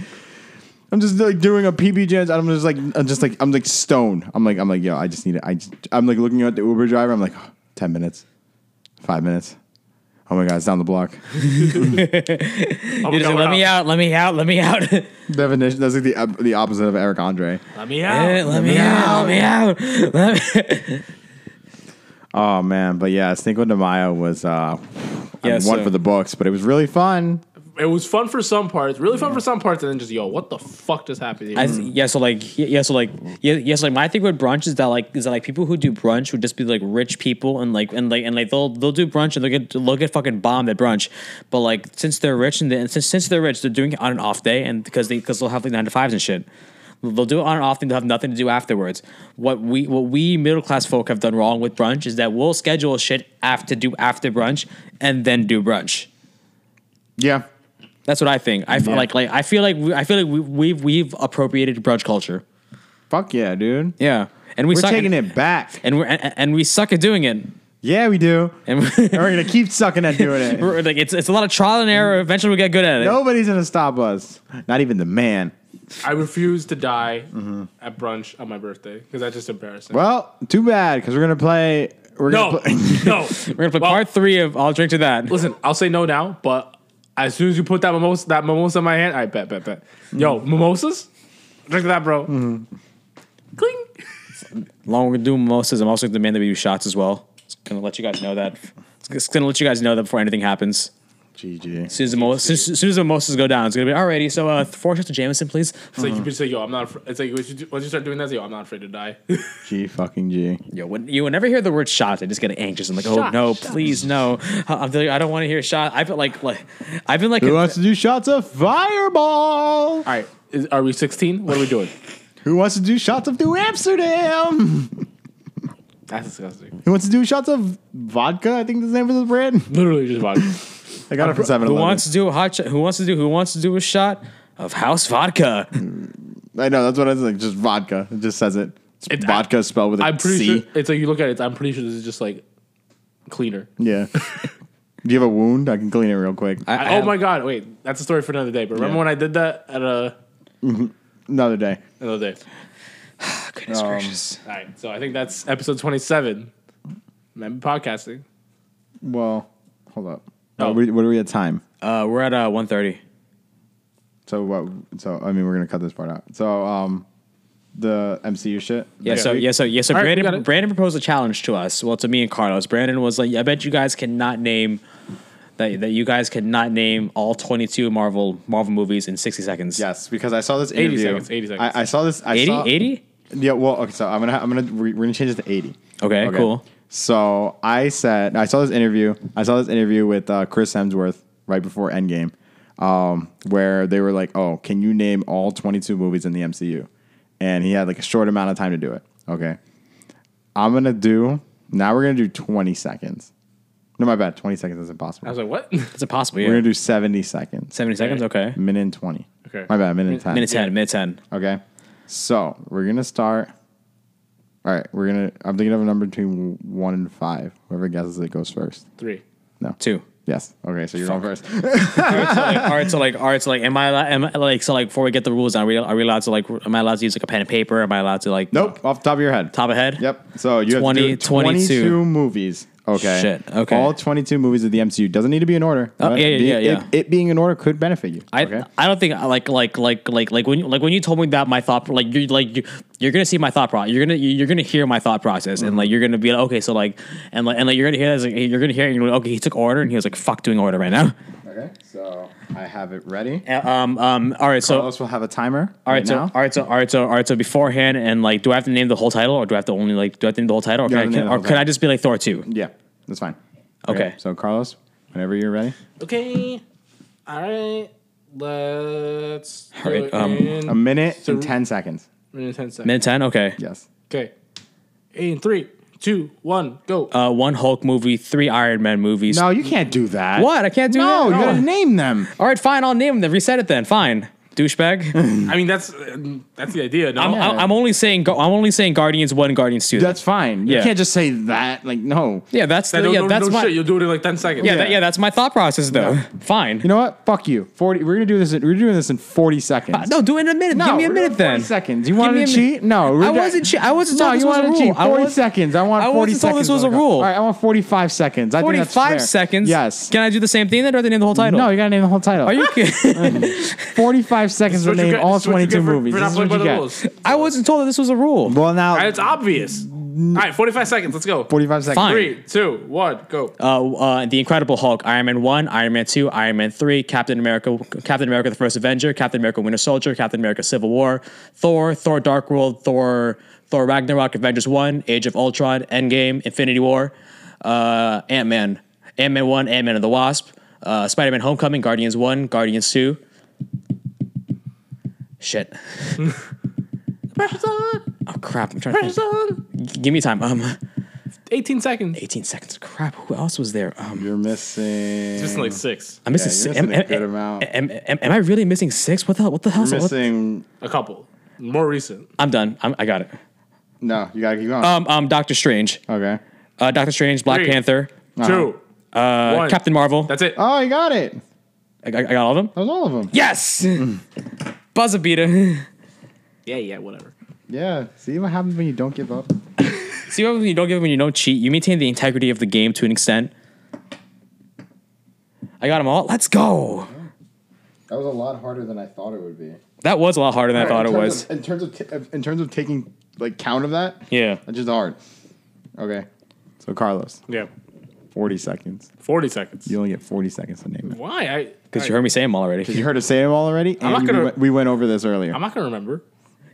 S3: I'm just like doing a PB jams. I'm just like, I'm just like, I'm like stoned. I'm like, I'm like, yo, I just need it. I just, I'm like looking at the Uber driver. I'm like, (sighs) "Oh, 10 minutes, five minutes. Oh my God, it's down the block.
S1: Oh,
S2: You're just like, let me out. Let me out. Let me out. (laughs) Eh,
S3: Definition. That's like the op- the opposite of Eric Andre.
S1: Let me out.
S2: let me out. Let me out. (laughs) Let me-
S3: Oh man, but yeah, Cinco de Mayo was uh,
S2: Yeah,
S3: one
S2: so-
S3: for the books, but it was really fun.
S1: It was fun for some parts, really fun for some parts, and then just yo, what the fuck just happened? Here?
S2: I, yeah, so like, y- yeah, so like, yeah, yeah, so like, my thing with brunch is that like, is that like people who do brunch would just be like rich people and like, and like, and like they'll they'll do brunch and they'll get they'll get fucking bombed at brunch, but like since they're rich and, they, and since since they're rich, they're doing it on an off day and because they because they'll have like nine to fives and shit. They'll do it on and off, and they'll have nothing to do afterwards. What we what we middle class folk have done wrong with brunch is that we'll schedule shit after to do after brunch and then do brunch.
S3: Yeah,
S2: That's what I think. I feel
S3: Yeah.
S2: like like I feel like we, I feel like we, we've we've appropriated brunch culture.
S3: fuck yeah, dude.
S2: Yeah, and we
S3: We're
S2: suck
S3: taking
S2: at,
S3: it back.
S2: and we're and, and we suck at doing it.
S3: Yeah, we do.
S2: And (laughs)
S3: And we're gonna keep sucking at doing it.
S2: we're like it's it's a lot of trial and error. Eventually, we get good at it.
S3: Nobody's gonna stop us. Not even the man.
S1: I refuse to die at brunch on my birthday because that's just embarrassing.
S3: Well, too bad because we're gonna play. We're
S1: no,
S3: gonna play. (laughs)
S1: (laughs) no.
S2: We're gonna play
S1: Well-
S2: part three of I'll drink to that.
S1: Listen, I'll say no now, but as soon as you put that mimosa, that mimosa in my hand, I bet, bet, bet. Yo, mimosas, drink that, bro. Cling.
S2: Long we're gonna do mimosas. I'm also gonna demand that we do shots as well. Just gonna let you guys know that. Just gonna let you guys know that before anything happens.
S3: GG.
S2: As soon as the mimosas, as soon as the mimosas go down, it's gonna be alrighty. So uh, four shots of Jameson, please.
S1: It's like you could say, yo, I'm not. Afraid. It's like once you, do- once you start doing that, it's like, yo, I'm not afraid to die. (laughs)
S3: G fucking G.
S2: Yo, when you whenever I hear the word shots, I just get anxious. I'm like, oh no, please no. I'm telling you, I don't want to hear shot. I've been like, like I've been like,
S3: Who wants to do shots of Fireball?
S1: All right, is, are we 16? What are we doing?
S3: Who wants to do shots of New Amsterdam?
S1: (laughs) That's disgusting.
S3: Who wants to do shots of vodka? I think that's the name of the brand.
S1: Literally just vodka.
S3: I got it from Seven
S2: who
S3: Eleven.
S2: wants to do a hot? Shot, who wants to do? Who wants to do a shot of house vodka?
S3: I know that's what I was like. Just vodka. It just says it. It's
S1: It's-
S3: vodka spelled with a
S1: I'm pretty
S3: C.
S1: sure it's like you look at it. I'm pretty sure this is just like cleaner.
S3: Yeah. do you have a wound? I can clean it real quick.
S1: I-
S2: I- I
S1: oh
S2: have-
S1: my god! Wait, that's a story for another day. But remember
S3: Yeah.
S1: when I did that at a
S3: Another day.
S1: another day?
S2: Goodness gracious.
S1: All right, so I think that's episode 27. Remember podcasting?
S3: Well, hold up.
S1: Oh.
S3: What, are we, what are we at time?
S2: Uh, we're at uh, 1:30.
S3: So what? So I mean, we're gonna cut this part out. So um, the MCU shit.
S2: Yeah, so yeah, so yeah, so
S1: All right, we
S2: Brandon
S1: got it.
S2: Brandon proposed a challenge to us. Well, to me and Carlos. Brandon was like, I bet you guys cannot name that that you guys cannot name all 22 Marvel Marvel movies in 60 seconds.
S3: Yes, because I saw this interview.
S1: seconds, 80 seconds.
S3: I, I saw this. I
S2: 80,
S3: saw-
S2: 80.
S3: Yeah. Well, okay. So I'm gonna I'm gonna we're gonna change it to eighty.
S2: Okay, cool.
S3: So I said I saw this interview. I saw this interview with uh, Chris Hemsworth right before Endgame, um, where they were like, "Oh, can you name all 22 movies in the MCU?" And he had like a short amount of time to do it. Okay, I'm gonna do now. We're gonna do 20 seconds. No, my bad. 20 seconds
S1: I
S3: is impossible.
S1: was like, what? (laughs)
S2: It's impossible.
S3: We're
S2: Yeah.
S3: gonna do 70 seconds.
S2: 70 seconds. Okay.
S3: Minute and 20.
S1: Okay.
S3: My bad. Minute and 10.
S2: Minute 10. Minute 10.
S3: Okay. So we're gonna start. All right, we're gonna. I'm thinking of a number between one and five. Whoever guesses it goes first.
S1: Three.
S3: No.
S2: Two.
S3: Yes. Okay, so you're going first. (laughs)
S2: all right, so like, all right, so like, am I, allo- am I like, so like, before we get the rules down, are we, are we allowed to like, am I allowed to use like a pen and paper? Am I allowed to like,
S3: Nope. Off the top of your head.
S2: top of head?
S3: Yep. So you
S2: 20,
S3: have to do 22.
S2: 22
S3: movies. Okay.
S2: Shit, okay.
S3: All 22 movies of the MCU doesn't need to be in order.
S2: Oh,
S3: but
S2: yeah, yeah,
S3: be-
S2: yeah, yeah.
S3: It, it being in order could benefit you.
S2: I,
S3: okay.
S2: I don't think like like like like like when you- like when you told me that my thought like you like you you're gonna see my thought process you're gonna you're gonna hear my thought process and like you're gonna be like okay so like and like and like you're gonna hear that it's like, you're gonna hear it and you're like, okay he took order and he was like fuck doing order right (laughs) now
S3: Okay. So I have it ready.
S2: Uh, um um all right so
S3: Carlos will have a timer.
S2: all right so all
S3: now.
S2: right so all right so all right so beforehand and like do I have to name the whole title or do I have to only like do I have to name the whole title or,
S3: You
S2: can I,
S3: have to name
S2: can,
S3: the
S2: or
S3: whole
S2: can I
S3: title.
S2: just be like Thor two
S3: Yeah, that's fine.
S2: Okay.
S3: So Carlos, whenever you're ready,
S1: Okay. All right. Let's.
S2: All right,
S1: do it
S2: um,
S1: in
S3: a minute
S1: So-
S3: and 10 seconds.
S1: minute and 10 seconds.
S2: minute ten okay
S3: Yes.
S1: Okay. In three, two, one, go.
S2: uh one Hulk movie three Iron Man movies
S3: No, you can't do that.
S2: what I can't do
S3: No,
S2: that? Oh.
S3: you gotta name them.
S2: all right fine I'll name them reset it then fine
S3: (laughs)
S2: douchebag.
S1: I mean, that's uh, that's the idea. No,
S2: I'm, I'm- I'm only saying Gu- I'm only saying Guardians one, Guardians two.
S3: That's fine. You
S2: Yeah.
S3: can't just say that. Like, no.
S2: yeah, that's
S1: That-
S2: the-
S1: no,
S2: yeah,
S1: no,
S2: that's
S1: no
S2: my
S1: shit. You'll do it in like 10 seconds.
S2: yeah, that- yeah, that's my thought process though. Fine.
S3: You know what? Fuck you. Forty. We're gonna do this. In, we're doing this in forty seconds.
S2: Uh, no, do it in a minute.
S3: No,
S2: Give me a
S3: we're
S2: minute
S3: doing 40
S2: then.
S3: seconds. You
S2: Give
S3: wanted
S2: me a
S3: to
S2: minute.
S3: cheat? No, we're
S2: I
S3: not-
S2: wasn't. Che- I wasn't.
S3: No,
S2: told this
S3: you
S2: was
S3: wanted
S2: a
S3: to
S2: rule.
S3: cheat.
S2: I
S3: Forty
S2: was-
S3: seconds. I want.
S2: I
S3: 40
S2: wasn't told this
S3: seconds
S2: was a
S3: on the clock.
S2: rule.
S3: All right, I want forty-five seconds. I think that's fair.
S2: Forty-five seconds.
S3: Yes.
S2: Can I do the same thing then, or do I name the whole title?
S3: no, you gotta name the whole title.
S2: Are you kidding?
S3: (laughs) forty-five
S1: That's
S3: seconds to
S1: what you
S3: name
S1: get-
S3: all
S1: that's what you get
S3: twenty-two
S1: for-
S3: movies?
S1: For
S3: This
S1: not
S3: is
S1: playing
S3: what
S1: by
S3: you
S1: the rules.
S3: get.
S2: I wasn't told that this was a rule.
S3: Well, now
S1: It's obvious. All right, 45 seconds. Let's go.
S3: forty-five seconds.
S2: Fine.
S1: Three, two, one, go.
S2: uh, uh, the Incredible Hulk, Iron Man one, Iron Man two, Iron Man three, Captain America, Captain America: The First Avenger, Captain America: Winter Soldier, Captain America: Civil War, Thor, Thor: Dark World, Thor, Thor: Ragnarok, Avengers one, Age of Ultron, Endgame, Infinity War, uh, Ant Man, Ant Man one, Ant Man and the Wasp, uh, Spider Man: Homecoming, Guardians one, Guardians two. Shit.
S1: Pressure's on.
S2: Oh crap! I'm trying to
S1: Pressure's
S2: think.
S1: on.
S2: give me time. Um,
S1: 18 seconds.
S2: 18 seconds. Crap. Who else was there? Um,
S3: You're missing.
S1: Just like six.
S2: I'm missing.
S3: you're
S2: si- am-
S3: missing a
S2: am-
S3: good amount.
S2: Am, am- am I really missing six? What the what the hell?
S3: You're missing.
S1: A couple. More recent.
S2: I'm done. I'm, I got it.
S3: No, you gotta keep going.
S2: Um, um, Doctor Strange,
S3: okay.
S2: uh, Doctor Strange, Black
S1: Three.
S2: Panther,
S1: Two.
S2: uh,
S1: one.
S2: Captain Marvel.
S1: That's it.
S3: Oh, you got it. That
S2: I, I- I got all of them.
S3: was all of them.
S2: Yes.
S5: Buzzer beater.
S1: Yeah, yeah, whatever.
S3: Yeah. See what happens when you don't give up.
S2: (laughs) See what happens when you don't give when you don't cheat. You maintain the integrity of the game to an extent. I got them all. Let's go.
S3: That was a lot harder than I thought it would be.
S2: That was a lot harder than I thought it
S3: In
S2: was.
S3: terms of- in terms of t- in terms of taking like count of that.
S2: yeah.
S3: That's just hard. Okay. So Carlos,
S1: Yeah.
S3: forty seconds.
S1: 40 seconds.
S3: You only get forty seconds to name it.
S1: Why? I
S2: Because
S1: I-
S2: you heard me say them already.
S3: You heard us say them all already, and
S1: not
S3: we
S1: gonna-
S3: went- we went over this earlier.
S1: I'm not gonna remember.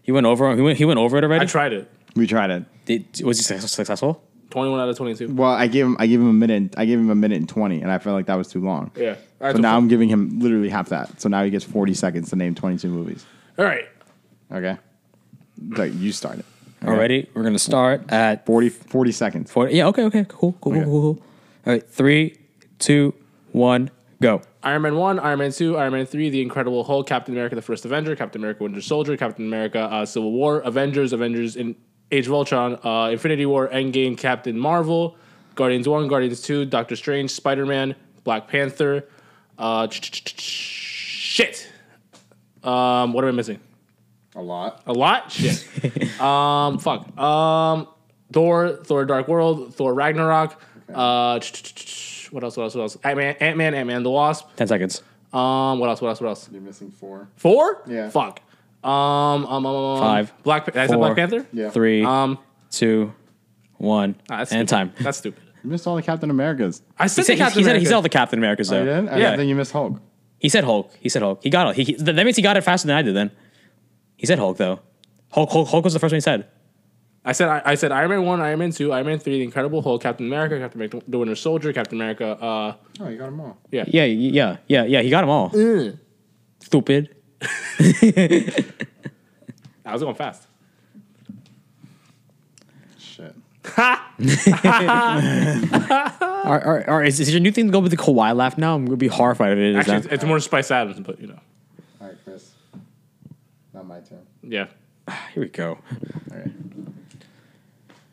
S2: He went over. He went. He went over it
S1: I
S2: already.
S1: tried it.
S3: we tried it.
S2: Did- was he suc- successful?
S1: 21 out of 22.
S3: Well, I gave him I gave him a minute. and- I gave him a minute and twenty, and I felt like that was too long.
S1: Yeah. All right,
S3: So
S1: so
S3: now
S1: fu-
S3: I'm giving him literally half that. So now he gets forty seconds to name twenty two movies.
S1: All right.
S3: Okay. So you start it.
S2: Already. We're gonna start at
S3: 40, 40 seconds.
S2: forty. Yeah. Okay. Okay. Cool. Cool. Cool.
S3: Okay.
S2: Cool. cool. All right. Three, two, one, go.
S1: Iron Man 1, Iron Man 2, Iron Man 3, The Incredible Hulk, Captain America, The First Avenger, Captain America, Winter Soldier, Captain America, uh, Civil War, Avengers, Avengers in Age of Ultron, uh, Infinity War, Endgame, Captain Marvel, Guardians 1, Guardians 2, Doctor Strange, Spider Man, Black Panther. Uh, ch- ch- ch- ch- shit. Um, what am I missing?
S3: A lot.
S1: A lot? Shit. um, fuck. Um, Thor, Thor Dark World, Thor Ragnarok. Uh, ch- ch- ch- ch- what else? What else? What else? Ant Man, Ant Man, Ant Man the Wasp.
S2: Ten seconds.
S1: Um, what else? What else? What else?
S3: You're missing four.
S1: Four?
S3: Yeah.
S1: Fuck. Um, um, um, um, um,
S2: Five,
S1: Black. Pa- I said
S2: four,
S1: Black Panther.
S3: Yeah.
S2: Three,
S1: Um,
S2: two, one,
S1: ah, that's
S2: and
S1: stupid.
S2: time.
S1: That's stupid.
S3: You missed all the Captain Americas.
S1: I said,
S2: He said,
S1: the Captain
S2: he, said, he
S1: America.
S2: said all the Captain Americas
S3: Oh,
S2: though.
S3: you didn't? Okay,
S1: Yeah.
S3: Then you missed Hulk.
S2: He said Hulk. He said Hulk. He got it. He, he, that means he got it faster than I did. Then he said Hulk though. Hulk. Hulk. Hulk was the first one he said.
S1: I said I, I said Iron Man one, Iron Man two, Iron Man three, The Incredible Hulk, Captain America, Captain America, The Winter Soldier, Captain America. Uh,
S3: Oh, you got them all.
S2: Yeah. Yeah. Yeah. Yeah. He got them all. Stupid.
S1: I was going fast.
S3: Shit.
S2: Or, or, or is, is your new thing to go with the Kawhi laugh now? I'm gonna be horrified if it is.
S1: Actually,
S2: now.
S1: it's, it's more Spice Adams, but you know,
S3: All right, Chris. Not my turn.
S1: yeah.
S2: Here we go.
S3: All right.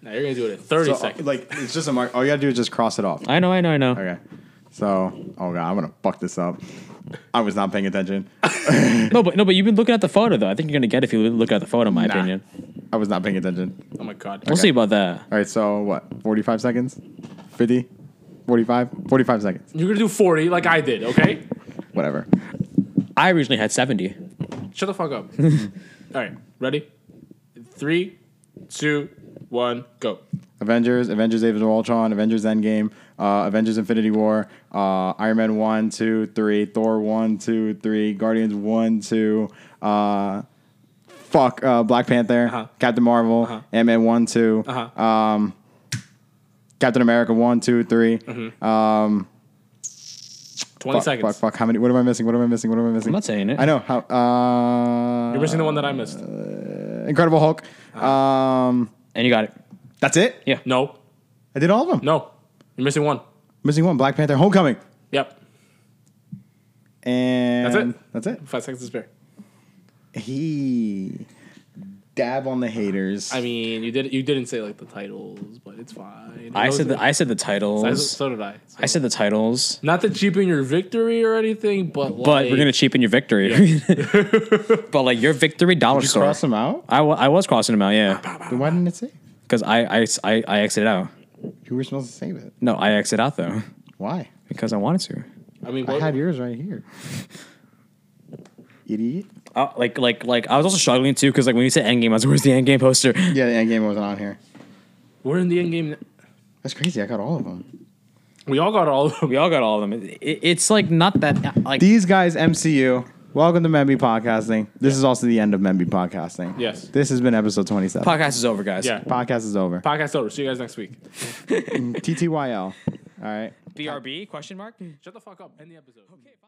S1: Now you're gonna do it in thirty
S3: So, uh,
S1: seconds.
S3: like, it's just a mark. All you gotta do is just cross it off.
S2: I know, I know, I know.
S3: Okay. So, oh god, I'm gonna fuck this up. I was not paying attention.
S2: No, but no, but you've been looking at the photo though. I think you're gonna get it if you look at the photo. In my
S3: Nah.
S2: opinion,
S3: I was not paying attention.
S1: oh my god.
S2: we'll see about that.
S3: All right, so what? 45 seconds? 50? 45? 45 seconds.
S1: You're gonna do forty, like I did. Okay.
S3: Whatever.
S2: I originally had seventy.
S1: Shut the fuck
S2: (laughs)
S1: up. all right. Ready? Three, two, one, go.
S3: Avengers, Avengers Age of Ultron, Avengers Endgame, uh, Avengers Infinity War, uh, Iron Man 1, 2, 3, Thor 1, 2, 3, Guardians 1, 2, uh, fuck, uh, Black Panther,
S1: Uh-huh.
S3: Captain Marvel, Ant-Man 1, 2, um, Captain America 1, 2, 3,
S1: Twenty
S3: fuck,
S1: Mm-hmm. seconds.
S3: fuck, fuck, how many, what am I missing, what am I missing, what am I missing?
S2: I'm not saying it.
S3: I know, how, uh,
S1: You're missing the one that I missed.
S3: Incredible Hulk. Um,
S2: And you got it.
S3: that's it.
S2: Yeah.
S1: No,
S3: I did all of them.
S1: no, you're missing one.
S3: Missing one. Black Panther, Homecoming,
S1: Yep,
S3: and
S1: That's it.
S3: That's it.
S1: five seconds to spare.
S3: He dab on the haters.
S1: I mean, you did you didn't say like the titles, but it's fine.
S2: I said the
S1: that.
S2: I said the titles.
S1: so did I. So-
S2: I said the titles.
S1: not to cheapen your victory or anything, but like,
S2: But we're gonna cheapen your victory. (laughs) but like your victory dollar
S3: Did you
S2: store.
S3: cross him out.
S2: I, wa- I was crossing them out, yeah,
S3: Then why didn't it say?
S2: because I, I I I exited out.
S3: You were supposed to save it.
S2: No, I exited out though
S3: Why?
S2: because I wanted to.
S1: I mean,
S3: I
S1: what-
S3: had yours right here. Idiot.
S2: Uh, like like like I was also struggling too because like when you said Endgame, I was like, where's the Endgame poster?
S3: Yeah, the end game wasn't on here.
S1: we're in the end game. now.
S3: That's crazy. I got all of them.
S1: We all got all of
S2: (laughs)
S1: them.
S2: We all got all of them. It, it- it's like not that uh, like
S3: These guys, MCU. Welcome to Memby Podcasting. This is also the end of Memby Podcasting.
S1: Yes.
S3: This has been episode 27.
S2: podcast is over, guys.
S1: Yeah.
S3: Podcast is over.
S1: Podcast over. See you guys next week.
S3: TTYL. All right.
S2: BRB question mark.
S1: Shut the fuck up. End the episode.
S2: Okay, bye.